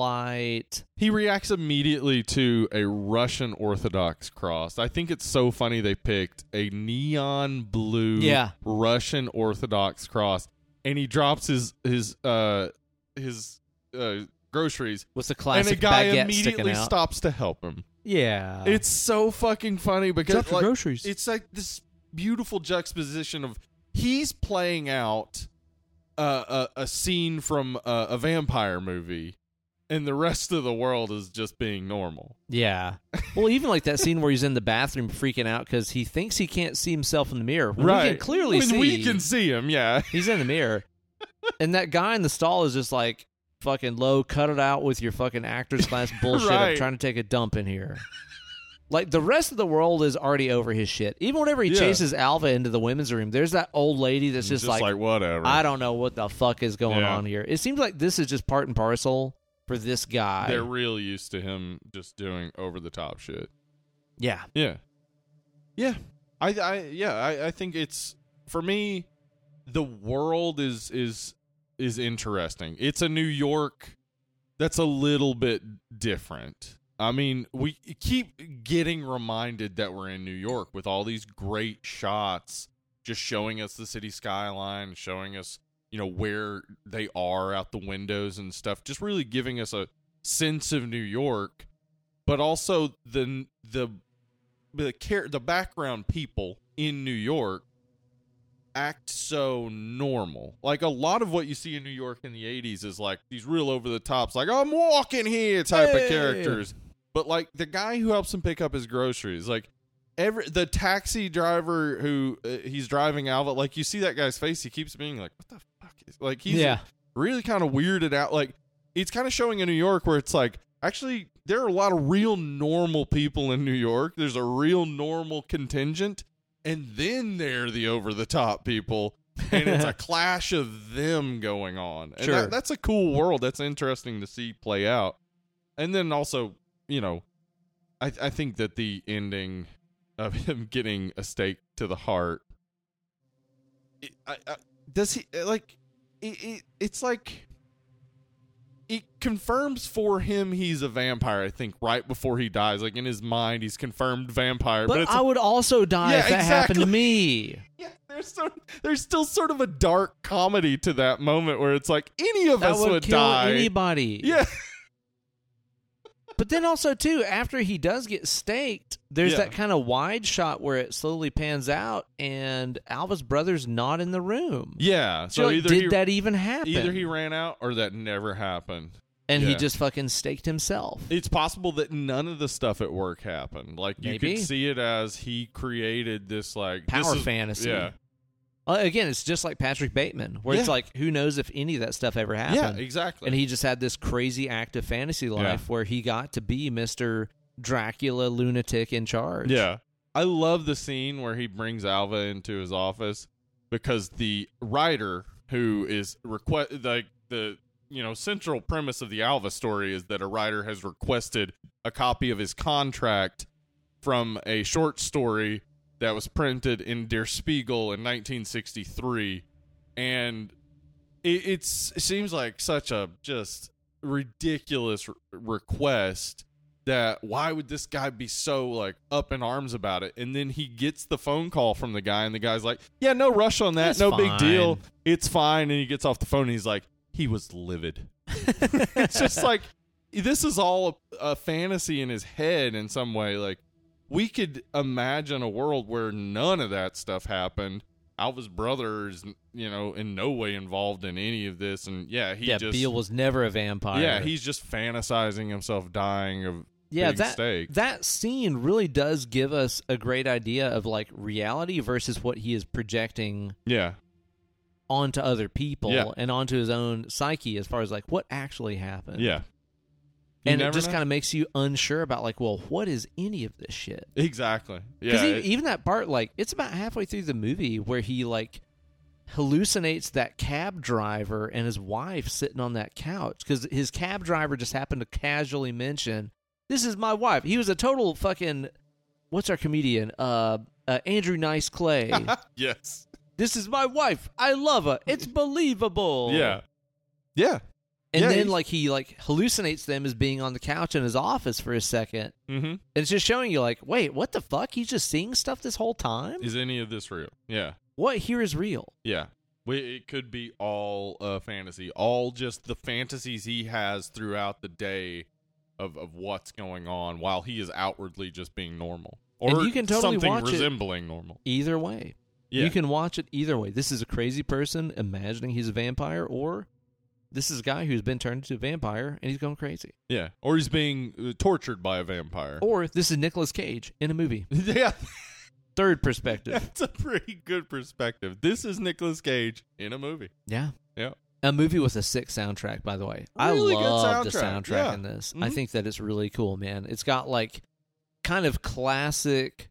A: sunlight.
B: He reacts immediately to a Russian Orthodox cross. I think it's so funny they picked a neon blue
A: Yeah.
B: Russian Orthodox cross, and he drops his his uh his uh groceries,
A: What's the
B: and
A: classic
B: a guy
A: baguette
B: immediately
A: sticking out? Uh.
B: stops to help him.
A: Yeah,
B: It's so fucking funny because
A: Except for
B: like,
A: groceries.
B: it's like this beautiful juxtaposition of he's playing out uh, a, a scene from uh, a vampire movie, and the rest of the world is just being normal.
A: yeah. Well, even like that scene where he's in the bathroom freaking out because he thinks he can't see himself in the mirror. When we can clearly
B: When
A: see
B: we can see him. Yeah,
A: he's in the mirror, and that guy in the stall is just like. Fucking low, cut it out with your fucking actors class bullshit. I'm
B: Right.
A: trying to take a dump in here. Like the rest of the world is already over his shit. Even whenever he
B: Yeah.
A: chases Alva into the women's room, there's that old lady that's
B: It's
A: just, like,
B: whatever.
A: I don't know what the fuck is going
B: Yeah.
A: on here. It seems like this is just part and parcel for this guy.
B: They're real used to him just doing over the top shit.
A: yeah.
B: Yeah. Yeah. I I yeah, I, I think it's for me the world is is is interesting. It's a New York that's a little bit different. I mean, we keep getting reminded that we're in New York with all these great shots just showing us the city skyline, showing us, you know, where they are out the windows and stuff, just really giving us a sense of New York, but also the the the care the background people in New York act so normal. Like a lot of what you see in New York in the 80s is like these real over the tops, like I'm walking here type
A: Hey.
B: of characters. But like the guy who helps him pick up his groceries, like every the taxi driver who uh, he's driving Alva, like you see that guy's face, he keeps being like, "What the fuck is?" Like he's
A: yeah.
B: really kind of weirded out. Like it's kind of showing in New York where it's like actually there are a lot of real normal people in New York. There's a real normal contingent, and then there are the over the top people, and it's a clash of them going on. And
A: Sure.
B: that- that's a cool world. That's interesting to see play out. And then also, you know, I I think that the ending of him getting a stake to the heart. It, I, I, does he uh, like? It, it, it's like it confirms for him he's a vampire. I think right before he dies, like in his mind, he's confirmed vampire.
A: But,
B: But, it's
A: I would also die
B: Yeah,
A: if that happened to
B: exactly.
A: me.
B: yeah, there's so, there's still sort of a dark comedy to that moment where it's like any of
A: That
B: us
A: would,
B: would
A: kill
B: die.
A: anybody.
B: Yeah,
A: But then also too, after he does get staked, there's
B: Yeah.
A: that kind of wide shot where it slowly pans out, and Alva's brother's not in the room.
B: yeah.
A: So,
B: So,
A: like,
B: either
A: did
B: he
A: that even happen?
B: either he ran out or that never happened.
A: and he
B: yeah.
A: just fucking staked himself.
B: It's possible that none of the stuff at work happened. Like you
A: Maybe.
B: could see it as he created this like this
A: Power
B: is-
A: fantasy.
B: Yeah,
A: Uh, again, it's just like Patrick Bateman, where it's
B: Yeah.
A: like, who knows if any of that stuff ever
B: yeah,
A: happened?
B: exactly.
A: and he just had this crazy active fantasy life where he got to be Mister Dracula lunatic in charge.
B: Yeah. I love the scene where he brings Alva into his office because the writer who is request like the you know central premise of the Alva story is that a writer has requested a copy of his contract from a short story that was printed in Der Spiegel in 1963 and it it's, it seems like such a just ridiculous r- request that why would this guy be so like up in arms about it and then he gets the phone call from the guy and the guy's like yeah no rush on that
A: It's
B: no
A: fine."
B: big deal it's fine and he gets off the phone and he's like he was livid it's just like this is all a, a fantasy in his head in some way like we could imagine a world where none of that stuff happened alva's brother is you know in no way involved in any of this and yeah he
A: yeah.
B: just
A: Beale was never a vampire.
B: yeah he's just fantasizing himself dying of
A: yeah
B: big
A: that
B: steak.
A: that scene really does give us a great idea of like reality versus what he is projecting
B: yeah
A: onto other people
B: Yeah.
A: and onto his own psyche as far as like what actually happened.
B: yeah You
A: and it
B: never
A: just
B: know.
A: kind of makes you unsure about like, well, what is any of this shit?
B: Exactly. Yeah.
A: Because
B: it-
A: e-, even that part, like, it's about halfway through the movie where he like hallucinates that cab driver and his wife sitting on that couch because his cab driver just happened to casually mention, "This is my wife." He was a total fucking what's our comedian? Uh, uh Andrew Nice Clay.
B: yes.
A: this is my wife. I love her. It's believable.
B: Yeah. Yeah.
A: And
B: Yeah,
A: then
B: he's-
A: like he like hallucinates them as being on the couch in his office for a second.
B: Mm-hmm.
A: And it's just showing you like, wait, what the fuck? He's just seeing stuff this whole time?
B: Is any of this real? Yeah.
A: what here is real?
B: Yeah. We, it could be all uh, fantasy, all just the fantasies he has throughout the day of, of what's going on while he is outwardly just being normal. Or
A: And you can totally
B: something
A: watch it.
B: resembling normal.
A: Either way.
B: Yeah.
A: You can watch it either way. This is a crazy person imagining he's a vampire, or this is a guy who's been turned into a vampire and he's going crazy.
B: yeah. Or he's being uh, tortured by a vampire.
A: Or this is Nicolas Cage in a movie.
B: yeah.
A: Third perspective.
B: That's a pretty good perspective. This is Nicolas Cage in a movie.
A: yeah.
B: Yeah.
A: A movie with a sick soundtrack, by the way.
B: Really
A: I
B: good
A: love the
B: soundtrack,
A: soundtrack
B: yeah.
A: in this. I
B: Mhm.
A: think that it's really cool, man. It's got like kind of classic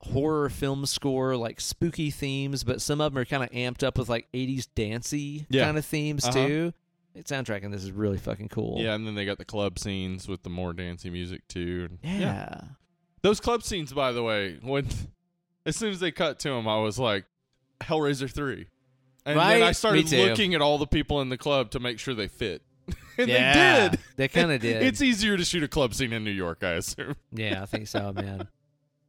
A: horror film score, like spooky themes, but some of them are kind of amped up with like 80s dancey
B: Yeah.
A: kind of themes
B: Uh-huh.
A: too. The soundtrack in this is really fucking cool.
B: Yeah, and then they got the club scenes with the more dancey music too. and-
A: Yeah.
B: Those club scenes, by the way, when as soon as they cut to him, I was like, Hellraiser three, and
A: Right?
B: then
A: Me
B: I started
A: too.
B: looking at all the people in the club to make sure they fit, and
A: Yeah.
B: they did.
A: They kind of did.
B: It's e- easier to shoot a club scene in New York, I assume.
A: Yeah, I think so, man.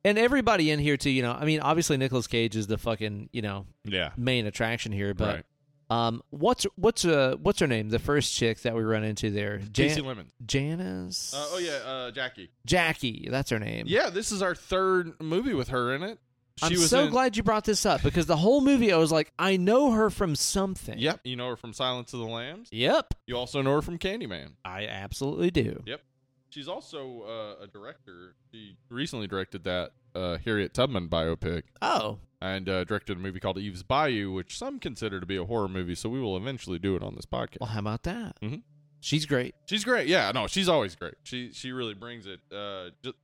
A: And everybody in here too, you know. I mean, obviously Nicolas Cage is the fucking, you know,
B: Yeah,
A: main attraction here, but
B: right.
A: Um, what's what's uh what's her name? The first chick that we run into there,
B: Casey
A: Jan-
B: Lemon.
A: Janice.
B: Uh, oh yeah, uh, Jackie.
A: Jackie. That's her name.
B: Yeah, this is our third movie with her in it.
A: I'm
B: She was
A: so
B: in-
A: glad you brought this up because the whole movie I was like, I know her from something.
B: Yep. You know her from Silence of the Lambs.
A: Yep.
B: You also know her from Candyman.
A: I absolutely do.
B: She's also uh, a director. She recently directed that uh, Harriet Tubman biopic
A: Oh.
B: and uh, directed a movie called Eve's Bayou, which some consider to be a horror movie. So we will eventually do it on this podcast.
A: Well, how about that?
B: Mhm.
A: She's great.
B: She's great. Yeah, no, she's always great. She she really brings it. Uh, just,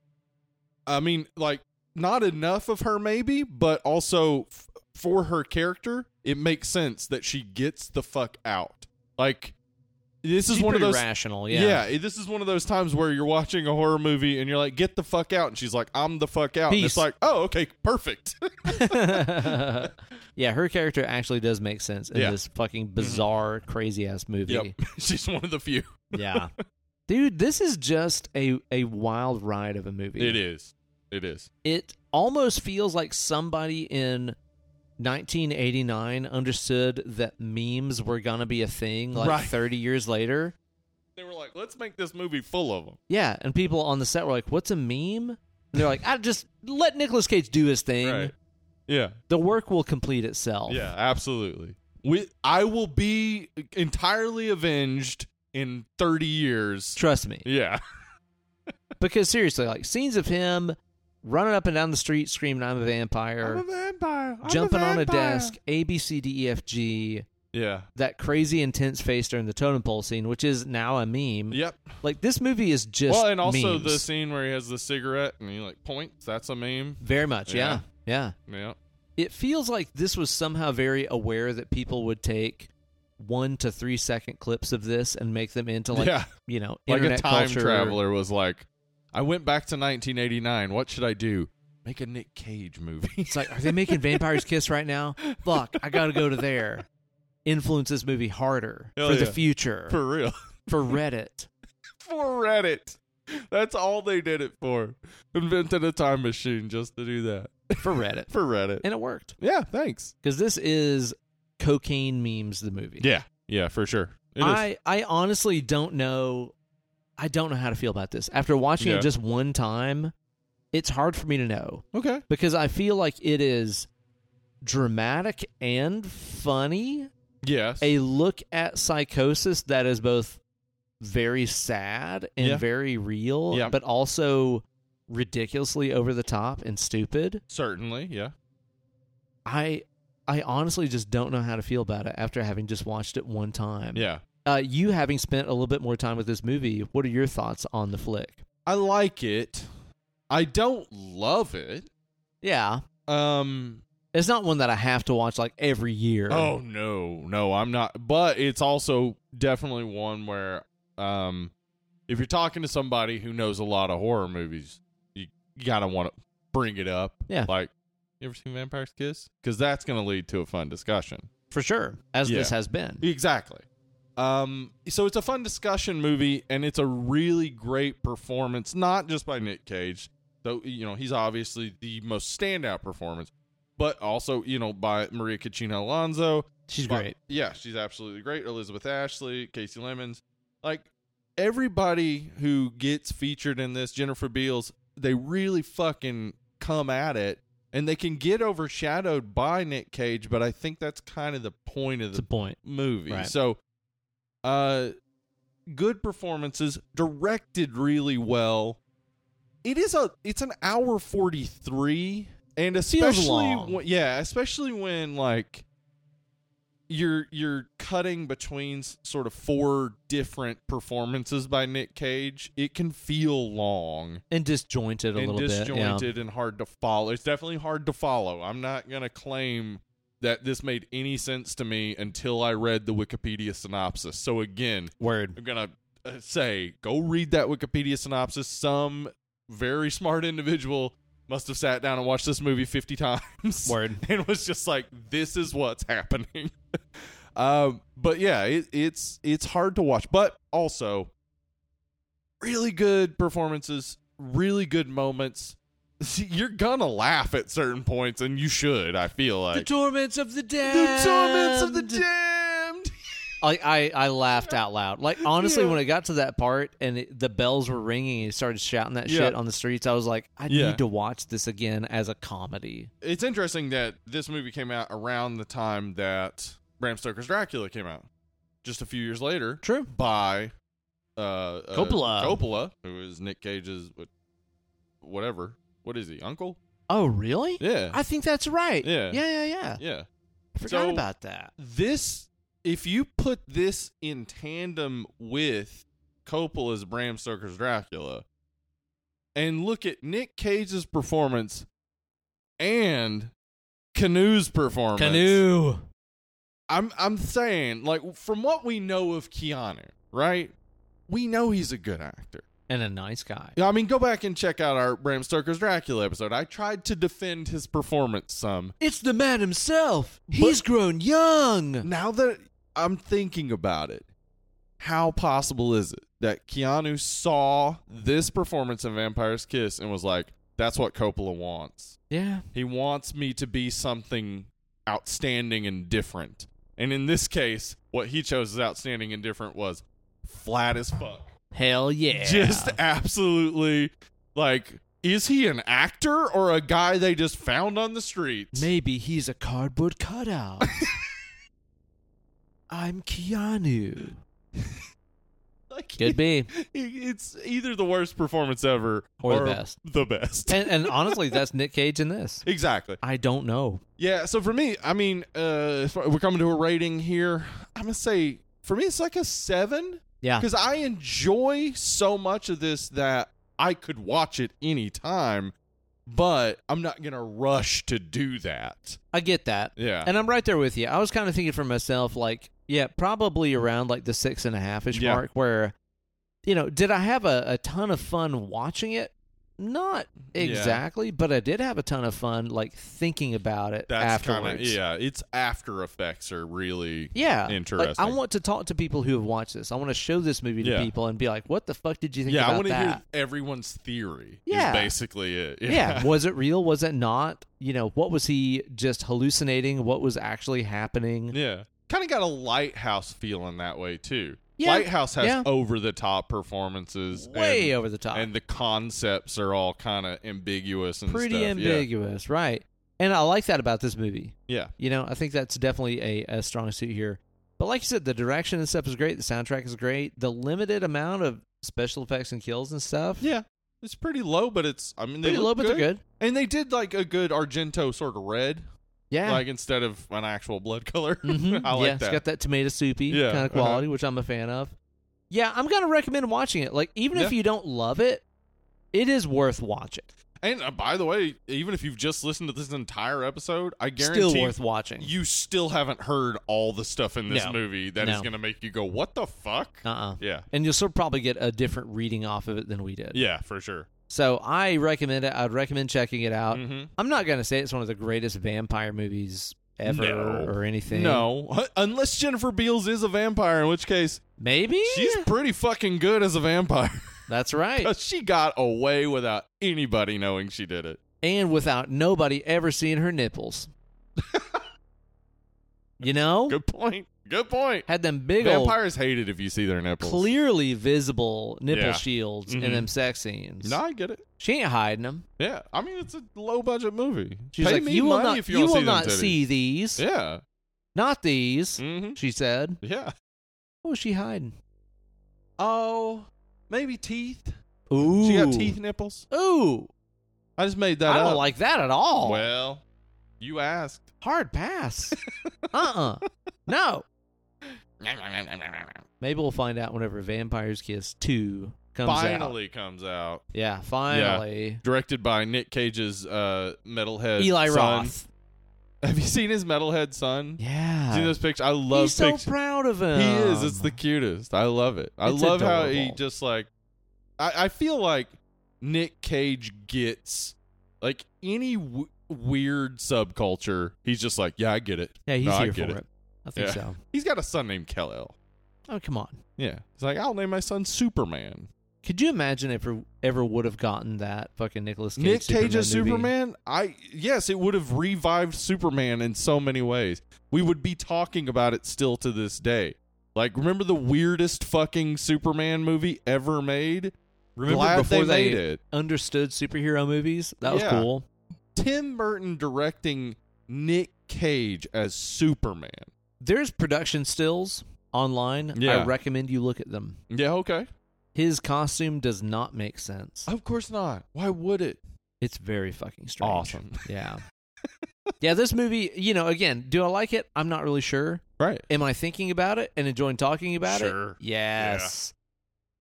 B: I mean, like not enough of her maybe, but also f- for her character, it makes sense that she gets the fuck out. Like this is
A: She's
B: one of
A: pretty
B: those.
A: rational. Yeah.
B: Yeah. this is one of those times where you're watching a horror movie and you're like, "Get the fuck out!" and she's like, "I'm the fuck out." And
A: Peace.
B: it's like, "Oh, okay, perfect."
A: yeah, her character actually does make sense in
B: Yeah. Mm-hmm.
A: this fucking bizarre, crazy ass movie.
B: yep, she's one of the few.
A: yeah. Dude, this is just a, a wild ride of a movie.
B: It is. It is.
A: It almost feels like somebody in 1989 understood that memes were going to be a thing like
B: Right.
A: 30 years later.
B: They were like, "Let's make this movie full of them."
A: Yeah, and people on the set were like, "What's a meme?" And they're like, "I just let Nicolas Cage do his thing.
B: Right. Yeah.
A: The work will complete itself."
B: Yeah, absolutely. We, I will be entirely avenged in 30 years.
A: Trust me.
B: Yeah.
A: Because seriously, like scenes of him running up and down the street screaming, "I'm a vampire."
B: vampire.
A: Jumping on a desk, A B C D E F G,
B: Yeah.
A: that crazy intense face during the totem pole scene, which is now a meme.
B: Yep.
A: Like this movie is just
B: well, and also
A: memes.
B: the scene where he has the cigarette and he like points. That's a meme.
A: very much, yeah. yeah,
B: Yeah.
A: It feels like this was somehow very aware that people would take one to three second clips of this and make them into like
B: yeah.
A: you know
B: Like a
A: internet
B: time
A: culture.
B: traveler was like, I went back to 1989. What should I do? Make a Nick Cage movie.
A: It's like, are they making vampires kiss right now? Fuck, I gotta go to there. Influence this movie harder
B: Hell
A: for the
B: yeah.
A: future for,
B: For real.
A: Reddit.
B: for Reddit. That's all they did it for. Invented a time machine just to do that.
A: For Reddit,
B: For Reddit.
A: and it worked
B: Yeah, thanks.
A: because this is cocaine memes the movie.
B: Yeah, yeah, for sure. It is.
A: I I honestly don't know. I don't know how to feel about this after watching
B: Yeah.
A: it just one time. It's hard for me to know
B: okay.
A: because I feel like it is dramatic and funny.
B: Yes.
A: a look at psychosis that is both very sad and
B: Yeah.
A: very real,
B: Yeah.
A: but also ridiculously over the top and stupid.
B: Certainly, yeah.
A: I I honestly just don't know how to feel about it after having just watched it one time.
B: Yeah.
A: Uh, you having spent a little bit more time with this movie, what are your thoughts on the flick?
B: I like it. I don't love it.
A: Yeah.
B: Um
A: It's not one that I have to watch like every year.
B: Oh no, no, I'm not but it's also definitely one where um if you're talking to somebody who knows a lot of horror movies, you, you gotta wanna bring it up.
A: Yeah.
B: Like you ever seen Vampire's Kiss? Because that's gonna lead to a fun discussion.
A: for sure. As
B: Yeah.
A: this has been.
B: Exactly. Um, so it's a fun discussion movie, and it's a really great performance, not just by Nick Cage, though you know he's obviously the most standout performance, but also you know by Maria Cachina Alonso.
A: She's
B: By-
A: great.
B: Yeah, she's absolutely great. Elizabeth Ashley, Casey Lemons, like everybody who gets featured in this, Jennifer Beals, they really fucking come at it. And they can get overshadowed by Nick Cage, but I think that's kind of the point of
A: It's
B: the
A: a point.
B: movie.
A: Right.
B: So, uh, good performances, directed really well. It is a it's an hour forty three, and
A: Feels
B: especially
A: long.
B: when- yeah, especially when like you're you're cutting between s- sort of four different performances by Nick Cage, it can feel long
A: And disjointed a
B: and
A: little bit. yeah.
B: disjointed and hard to follow. It's definitely hard to follow. I'm not gonna claim that this made any sense to me until I read the Wikipedia synopsis. So again,
A: Word.
B: I'm gonna uh, say go read that Wikipedia synopsis. Some very smart individual must have sat down and watched this movie 50 times
A: Word.
B: and was just like, "This is what's happening." um, but yeah, it, it's it's hard to watch, but also really good performances, really good moments. You're gonna laugh at certain points, and you should. I feel like
A: torments of the dead.
B: the torments of the damned.
A: Like I, I laughed out loud. Like honestly, when it got to that part and it, the bells were ringing, and he started shouting that
B: Yeah.
A: shit on the streets. I was like, I
B: Yeah.
A: need to watch this again as a comedy.
B: It's interesting that this movie came out around the time that Bram Stoker's Dracula came out, just a few years later,
A: True.
B: by uh, uh,
A: Coppola.
B: Coppola, who is Nick Cage's what- whatever. What is he? Uncle?
A: Oh really?
B: Yeah.
A: I think that's right.
B: Yeah.
A: Yeah. Yeah. Yeah.
B: yeah.
A: I forgot
B: So-
A: about that.
B: this if you put this in tandem with Coppola's Bram Stoker's Dracula and look at Nick Cage's performance and Canoe's performance.
A: Canoe.
B: I'm I'm saying like from what we know of Keanu, right? We know he's a good actor.
A: And a nice guy.
B: Yeah, I mean, go back and check out our Bram Stoker's Dracula episode. I tried to defend his performance some,
A: It's the man himself.
B: But-
A: He's grown young.
B: now that I'm thinking about it, how possible is it that Keanu saw this performance in Vampire's Kiss and was like, that's what Coppola wants?
A: Yeah.
B: He wants me to be something outstanding and different. And in this case, what he chose as outstanding and different was flat as fuck.
A: Hell yeah.
B: Just absolutely like, is he an actor or a guy they just found on the streets?
A: Maybe he's a cardboard cutout. I'm Keanu.
B: Like,
A: Could be.
B: It's either the worst performance ever
A: Or the best.
B: The best.
A: And, and honestly, that's Nick Cage in this.
B: exactly.
A: I don't know.
B: Yeah. So for me, I mean, uh, if we're coming to a rating here, I'm gonna say for me it's like a seven
A: Yeah.
B: because I enjoy so much of this that I could watch it any time, but I'm not gonna rush to do that.
A: I get that.
B: Yeah.
A: And I'm right there with you. I was kind of thinking for myself, like, yeah, probably around like the six and a half ish
B: Yeah.
A: mark where, you know, did I have a, a ton of fun watching it? Not
B: Yeah.
A: exactly, but I did have a ton of fun like thinking about it
B: That's kind of
A: afterwards.
B: yeah. Its after effects are really
A: Yeah. Like,
B: Interesting.
A: I want to talk to people who have watched this. I want to show this movie to
B: Yeah.
A: people and be like, what the fuck did you think
B: yeah. I
A: about
B: want to
A: that?
B: hear everyone's theory.
A: Yeah.
B: Is basically it.
A: yeah. was it real was it not you know what was he just hallucinating what was actually happening
B: Yeah. Kind of got a lighthouse feeling that way too.
A: Yeah.
B: Lighthouse has
A: Yeah.
B: over the top performances.
A: way
B: and,
A: over the top
B: And the concepts are all kind of ambiguous and
A: pretty
B: stuff. Yeah.
A: ambiguous right and i like that about this movie
B: Yeah.
A: you know i think that's definitely a, a strong suit here but like you said the direction and stuff is great the soundtrack is great the limited amount of special effects and kills and stuff
B: Yeah. It's pretty low, but it's I mean they
A: pretty
B: look
A: low but they're good
B: And they did like a good Argento sort of red,
A: yeah
B: like instead of an actual blood color.
A: Mhm.
B: I like
A: yeah,
B: that.
A: It's got that tomato soupy
B: Yeah,
A: kind
B: uh-huh.
A: of quality, which I'm a fan of. Yeah, I'm gonna recommend watching it. Like, even if
B: Yeah.
A: you don't love it, it is worth watching.
B: and uh, by the way, even if you've just listened to this entire episode, I guarantee
A: Still worth watching.
B: you still haven't heard all the stuff in this
A: No.
B: movie that is
A: No.
B: going to make you go, "What the fuck?"
A: uh uh
B: yeah.
A: And you'll still probably get a different reading off of it than we did.
B: Yeah, for sure.
A: So I recommend it. I'd recommend checking it out.
B: Mm-hmm.
A: I'm not gonna say it's one of the greatest vampire movies ever
B: No.
A: or anything.
B: No, unless Jennifer Beals is a vampire, in which case
A: Maybe
B: she's pretty fucking good as a vampire.
A: that's right.
B: 'Cause she got away without anybody knowing she did it.
A: And without nobody ever seeing her nipples. you know?
B: Good point. Good point.
A: Had them big old
B: Vampires hate it if you see their nipples.
A: clearly visible nipple
B: Yeah.
A: shields
B: Mhm.
A: in them sex scenes.
B: No, I get it.
A: She ain't hiding them.
B: Yeah, I mean it's a low budget movie.
A: She's
B: Pay
A: like,
B: me
A: you will
B: money
A: not,
B: if
A: you
B: you, wanna
A: will
B: see them
A: not
B: titties."
A: see these,
B: Yeah.
A: not these.
B: hmm
A: She said,
B: Yeah.
A: "What was she hiding?
B: Oh, maybe teeth.
A: Ooh,
B: She got teeth nipples.
A: Ooh,
B: I just made that
A: I
B: up.
A: don't like that at all.
B: Well, you asked.
A: Hard pass. uh uh no. Maybe we'll find out whenever Vampires Kiss Two comes out.
B: Finally comes out.
A: Yeah, finally.
B: directed by Nick Cage's uh, metalhead
A: Eli
B: son.
A: Roth.
B: Have you seen his metalhead son?
A: Yeah,
B: Seen those pictures? I love
A: he's
B: pictures.
A: so proud of him.
B: he is. It's the cutest. I love it. I
A: It's
B: love how he
A: adorable.
B: just like. I, I feel like Nick Cage gets like any w- weird subculture. He's just like, yeah, I get it.
A: yeah, he's
B: No, I
A: here for
B: get
A: it.
B: it.
A: I think
B: Yeah.
A: so.
B: He's got a son named Kal-El.
A: Oh come on.
B: Yeah, he's like, I'll name my son Superman.
A: Could you imagine if we ever would have gotten that fucking Nicholas Cage?
B: Nick Cage as
A: movie?
B: Superman, I yes, it would have revived Superman in so many ways. We would be talking about it still to this day. Like, remember the weirdest fucking Superman movie ever made?
A: Remember
B: Glad
A: before
B: they
A: they,
B: made it.
A: understood superhero movies? That was
B: Yeah.
A: cool.
B: Tim Burton directing Nick Cage as Superman.
A: There's production stills online.
B: Yeah.
A: I recommend you look at them.
B: Yeah, okay.
A: His costume does not make sense.
B: Of course not. Why would it?
A: It's very fucking strange.
B: Awesome.
A: Yeah. yeah, this movie, you know, again, do I like it? I'm not really sure.
B: Right.
A: Am I thinking about it and enjoying talking about it?
B: Sure.
A: Yes.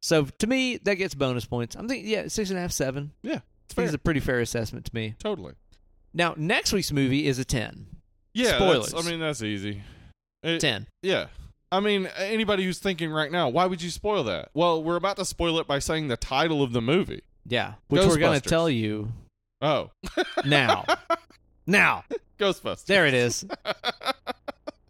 A: So to me, that gets bonus points. I'm thinking, yeah, six and a half, seven.
B: Yeah. It's
A: I think
B: fair.
A: It's a pretty fair assessment to me.
B: totally.
A: Now, next week's movie is a 10.
B: Yeah.
A: Spoilers.
B: that's- I mean, that's easy. It-
A: 10.
B: Yeah. I mean, anybody who's thinking right now, why would you spoil that? Well, we're about to spoil it by saying the title of the movie.
A: Yeah. Which we're going
B: Ghostbusters.
A: to tell you
B: Oh,
A: now. now.
B: Ghostbusters.
A: There it is.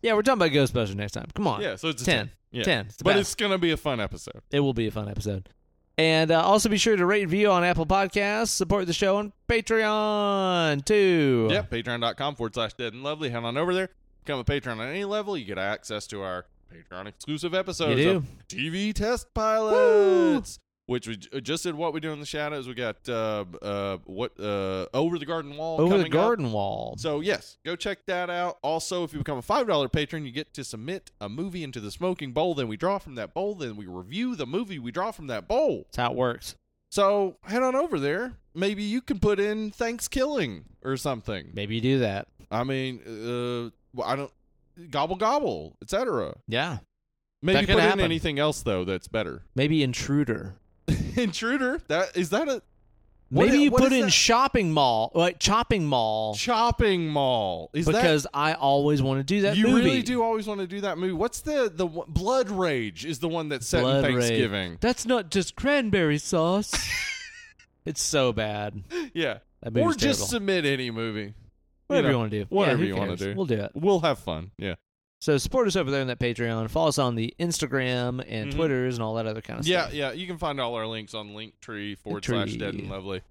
A: yeah, we're talking about Ghostbusters next time. Come on.
B: Yeah, so it's a 10.
A: 10.
B: Yeah.
A: 10. It's the
B: But
A: best.
B: it's going to be a fun episode.
A: It will be a fun episode. And uh, also be sure to rate and review on Apple Podcasts. Support the show on Patreon too.
B: Yep, patreon.com forward slash dead and lovely. Head on over there. Become a patron on any level. You get access to our Patreon exclusive episodes
A: do.
B: of TV test pilots, which we j- just did what we do in the shadows. We got uh, uh, what uh, Over the Garden Wall.
A: Over the
B: coming up.
A: garden wall.
B: So yes, go check that out. Also, if you become a five dollar patron, you get to submit a movie into the smoking bowl. Then we draw from that bowl. Then we review the movie we draw from that bowl.
A: That's how it works.
B: So head on over there. Maybe you can put in Thanksgiving or something.
A: Maybe you do that.
B: I mean, uh, well, I don't gobble gobble, etc.
A: Yeah.
B: Maybe
A: That
B: put
A: could
B: in
A: happen.
B: anything else though that's better.
A: Maybe intruder.
B: Intruder. That is that a What
A: Maybe
B: i-
A: you
B: what
A: put
B: is
A: in
B: that?
A: shopping mall, like chopping mall,
B: chopping mall? Is
A: because I always want to do
B: that
A: that.
B: you
A: movie.
B: really do always want to do that movie? What's the the one- Blood Rage is the one that's set
A: Blood
B: in
A: Rage.
B: Thanksgiving.
A: That's not just cranberry sauce. it's so bad.
B: Yeah.
A: That
B: Or
A: movie's
B: just
A: terrible.
B: submit any movie.
A: whatever
B: know,
A: you, want to do. yeah,
B: whatever
A: who
B: you wanna
A: cares?
B: do.
A: We'll do it.
B: We'll have fun. Yeah.
A: So support us over there on that Patreon. Follow us on the Instagram and
B: Mhm.
A: Twitters and all that other kind of
B: Yeah,
A: stuff.
B: yeah. You can find all our links on Linktree forward slash
A: Linktree.
B: dead and lovely.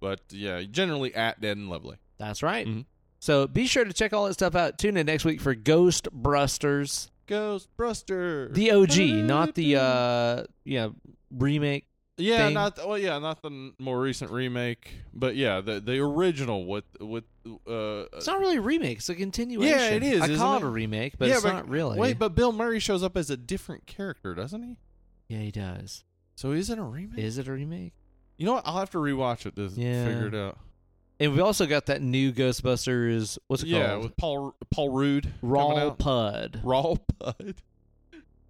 B: But yeah, generally at dead and lovely.
A: That's right.
B: Mhm.
A: So be sure to check all that stuff out. Tune in next week for Ghost Brusters.
B: Ghostbuster.
A: The OG, not the uh yeah, remake.
B: Yeah,
A: thing.
B: not well yeah, not the n- more recent remake, but yeah, the the original with with uh
A: It's not really a remake, it's a continuation.
B: Yeah, it is,
A: I
B: isn't
A: call
B: it?
A: it? a remake, but
B: yeah,
A: it's not really.
B: Wait, but Bill Murray shows up as a different character, doesn't he?
A: Yeah, he does.
B: So is it a remake?
A: Is it a remake?
B: you know what? I'll have to rewatch it to
A: Yeah.
B: figure it out.
A: And we also got that new Ghostbusters what's it
B: yeah,
A: called?
B: with Paul Paul Rude coming
A: Raw
B: out.
A: Pud.
B: Raw Pud.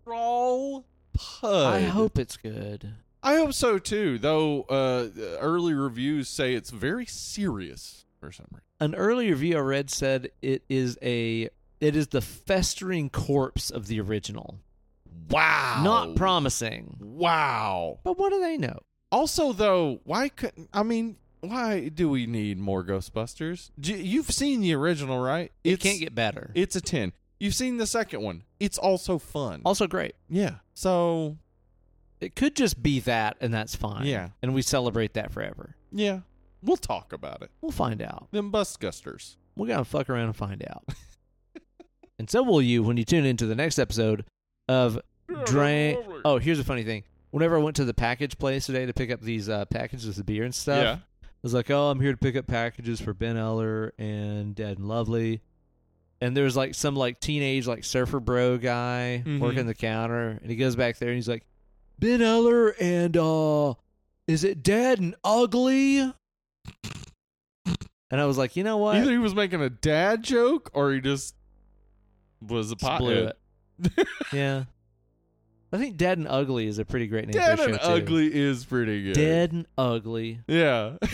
B: Raw Pud.
A: I hope it's good.
B: I hope so too. Though uh, early reviews say it's very serious for some reason.
A: an earlier review I read said it is a it is the festering corpse of the original.
B: Wow.
A: Not promising.
B: Wow.
A: But what do they know?
B: Also, though, why couldn't I mean? Why do we need more Ghostbusters? J- you've seen the original, right?
A: It can't get better.
B: It's a ten. You've seen the second one. It's also fun.
A: also great.
B: yeah. So
A: It could just be that and that's fine.
B: Yeah.
A: And we celebrate that forever.
B: yeah, we'll talk about it.
A: We'll find out.
B: Them Bustgusters.
A: We're gonna fuck around and find out. and so will you when you tune into the next episode of Drain Oh, here's a funny thing. Whenever I went to the package place today to pick up these uh, packages of beer and stuff,
B: Yeah.
A: I was like, "Oh, I'm here to pick up packages for Ben Eller and Dead and Lovely." And there's like some like teenage like surfer bro guy
B: Mhm.
A: working the counter, and he goes back there and he's like, "Ben Eller and uh, is it Dead and Ugly?" And I was like, "You know what?"
B: Either he was making a dad joke or he just was a
A: Just
B: pot.
A: blew it. yeah, I think Dead and Ugly is a pretty great name.
B: Dead
A: for a show
B: and
A: too.
B: ugly is pretty good.
A: Dead and Ugly.
B: Yeah.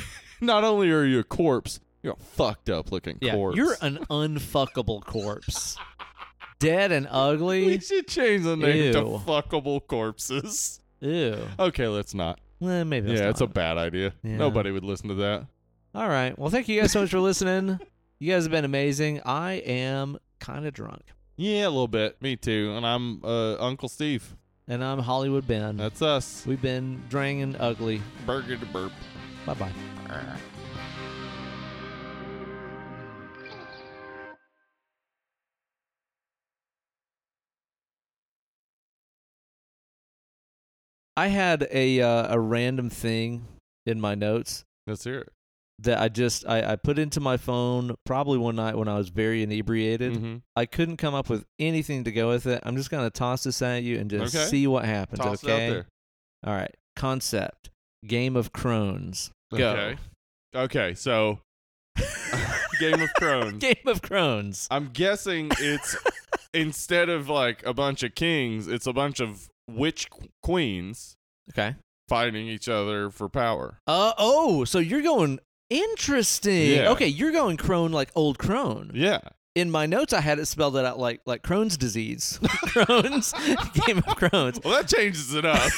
B: Not only are you a corpse, you're a fucked up looking
A: Yeah,
B: corpse.
A: you're an unfuckable corpse. Dead and ugly.
B: We should change the name to
A: Ew.
B: fuckable corpses.
A: Ew.
B: Okay, let's not.
A: Well, maybe. That's
B: yeah, it's a
A: not.
B: bad idea.
A: Yeah.
B: Nobody would listen to that.
A: All right. Well, thank you guys so much for listening. You guys have been amazing. I am kind of drunk,
B: Yeah, a little bit. Me too. And I'm uh, Uncle Steve.
A: and I'm Hollywood Ben.
B: That's us.
A: We've been dranging ugly.
B: Burger to burp.
A: Bye bye. I had a uh, a random thing in my notes
B: Let's hear it.
A: that I just I, I put into my phone probably one night when I was very inebriated.
B: Mhm.
A: I couldn't come up with anything to go with it. I'm just gonna toss this at you and just
B: Okay.
A: see what happens.
B: Toss
A: okay.
B: it out
A: All right. Concept. Game of Crones.
B: there.
A: Go.
B: Okay. Okay, so Game of Thrones.
A: Game of Crones.
B: I'm guessing it's instead of like a bunch of kings, it's a bunch of witch qu- queens
A: Okay.
B: fighting each other for power.
A: Uh oh, so you're going interesting.
B: Yeah.
A: Okay, you're going crone like old crone.
B: Yeah.
A: In my notes I had it spelled it out like like Crohn's disease. Crohn's Game of Crohn's.
B: Well, that changes it up.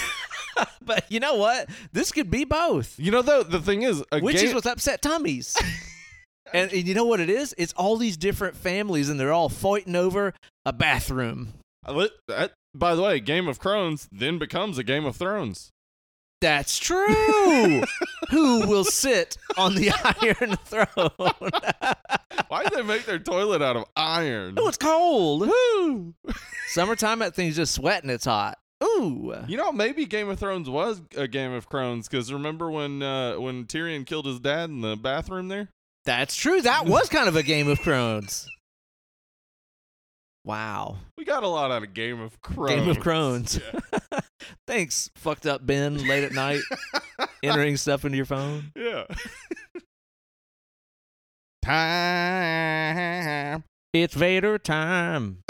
A: But you know what? This could be both.
B: you know, though, the thing is, a
A: Which
B: game,
A: is what's upset tummies. and, and you know what it is? It's all these different families and they're all fighting over a bathroom.
B: I li- that- uh, by the way, Game of Thrones then becomes a Game of Thrones.
A: That's true. Who will sit on the iron throne?
B: Why do they make their toilet out of iron?
A: oh, it's cold. Woo. Summertime, that thing's just sweating. It's hot. Ooh.
B: You know, maybe Game of Thrones was a Game of Thrones because remember when uh, when Tyrion killed his dad in the bathroom there?
A: That's true. That was kind of a Game of Thrones. Wow.
B: We got a lot out of Game of Thrones.
A: Game of Crones.
B: Yeah.
A: Thanks, fucked up Ben, late at night, entering stuff into your phone.
B: Yeah. Time.
A: It's Vader time.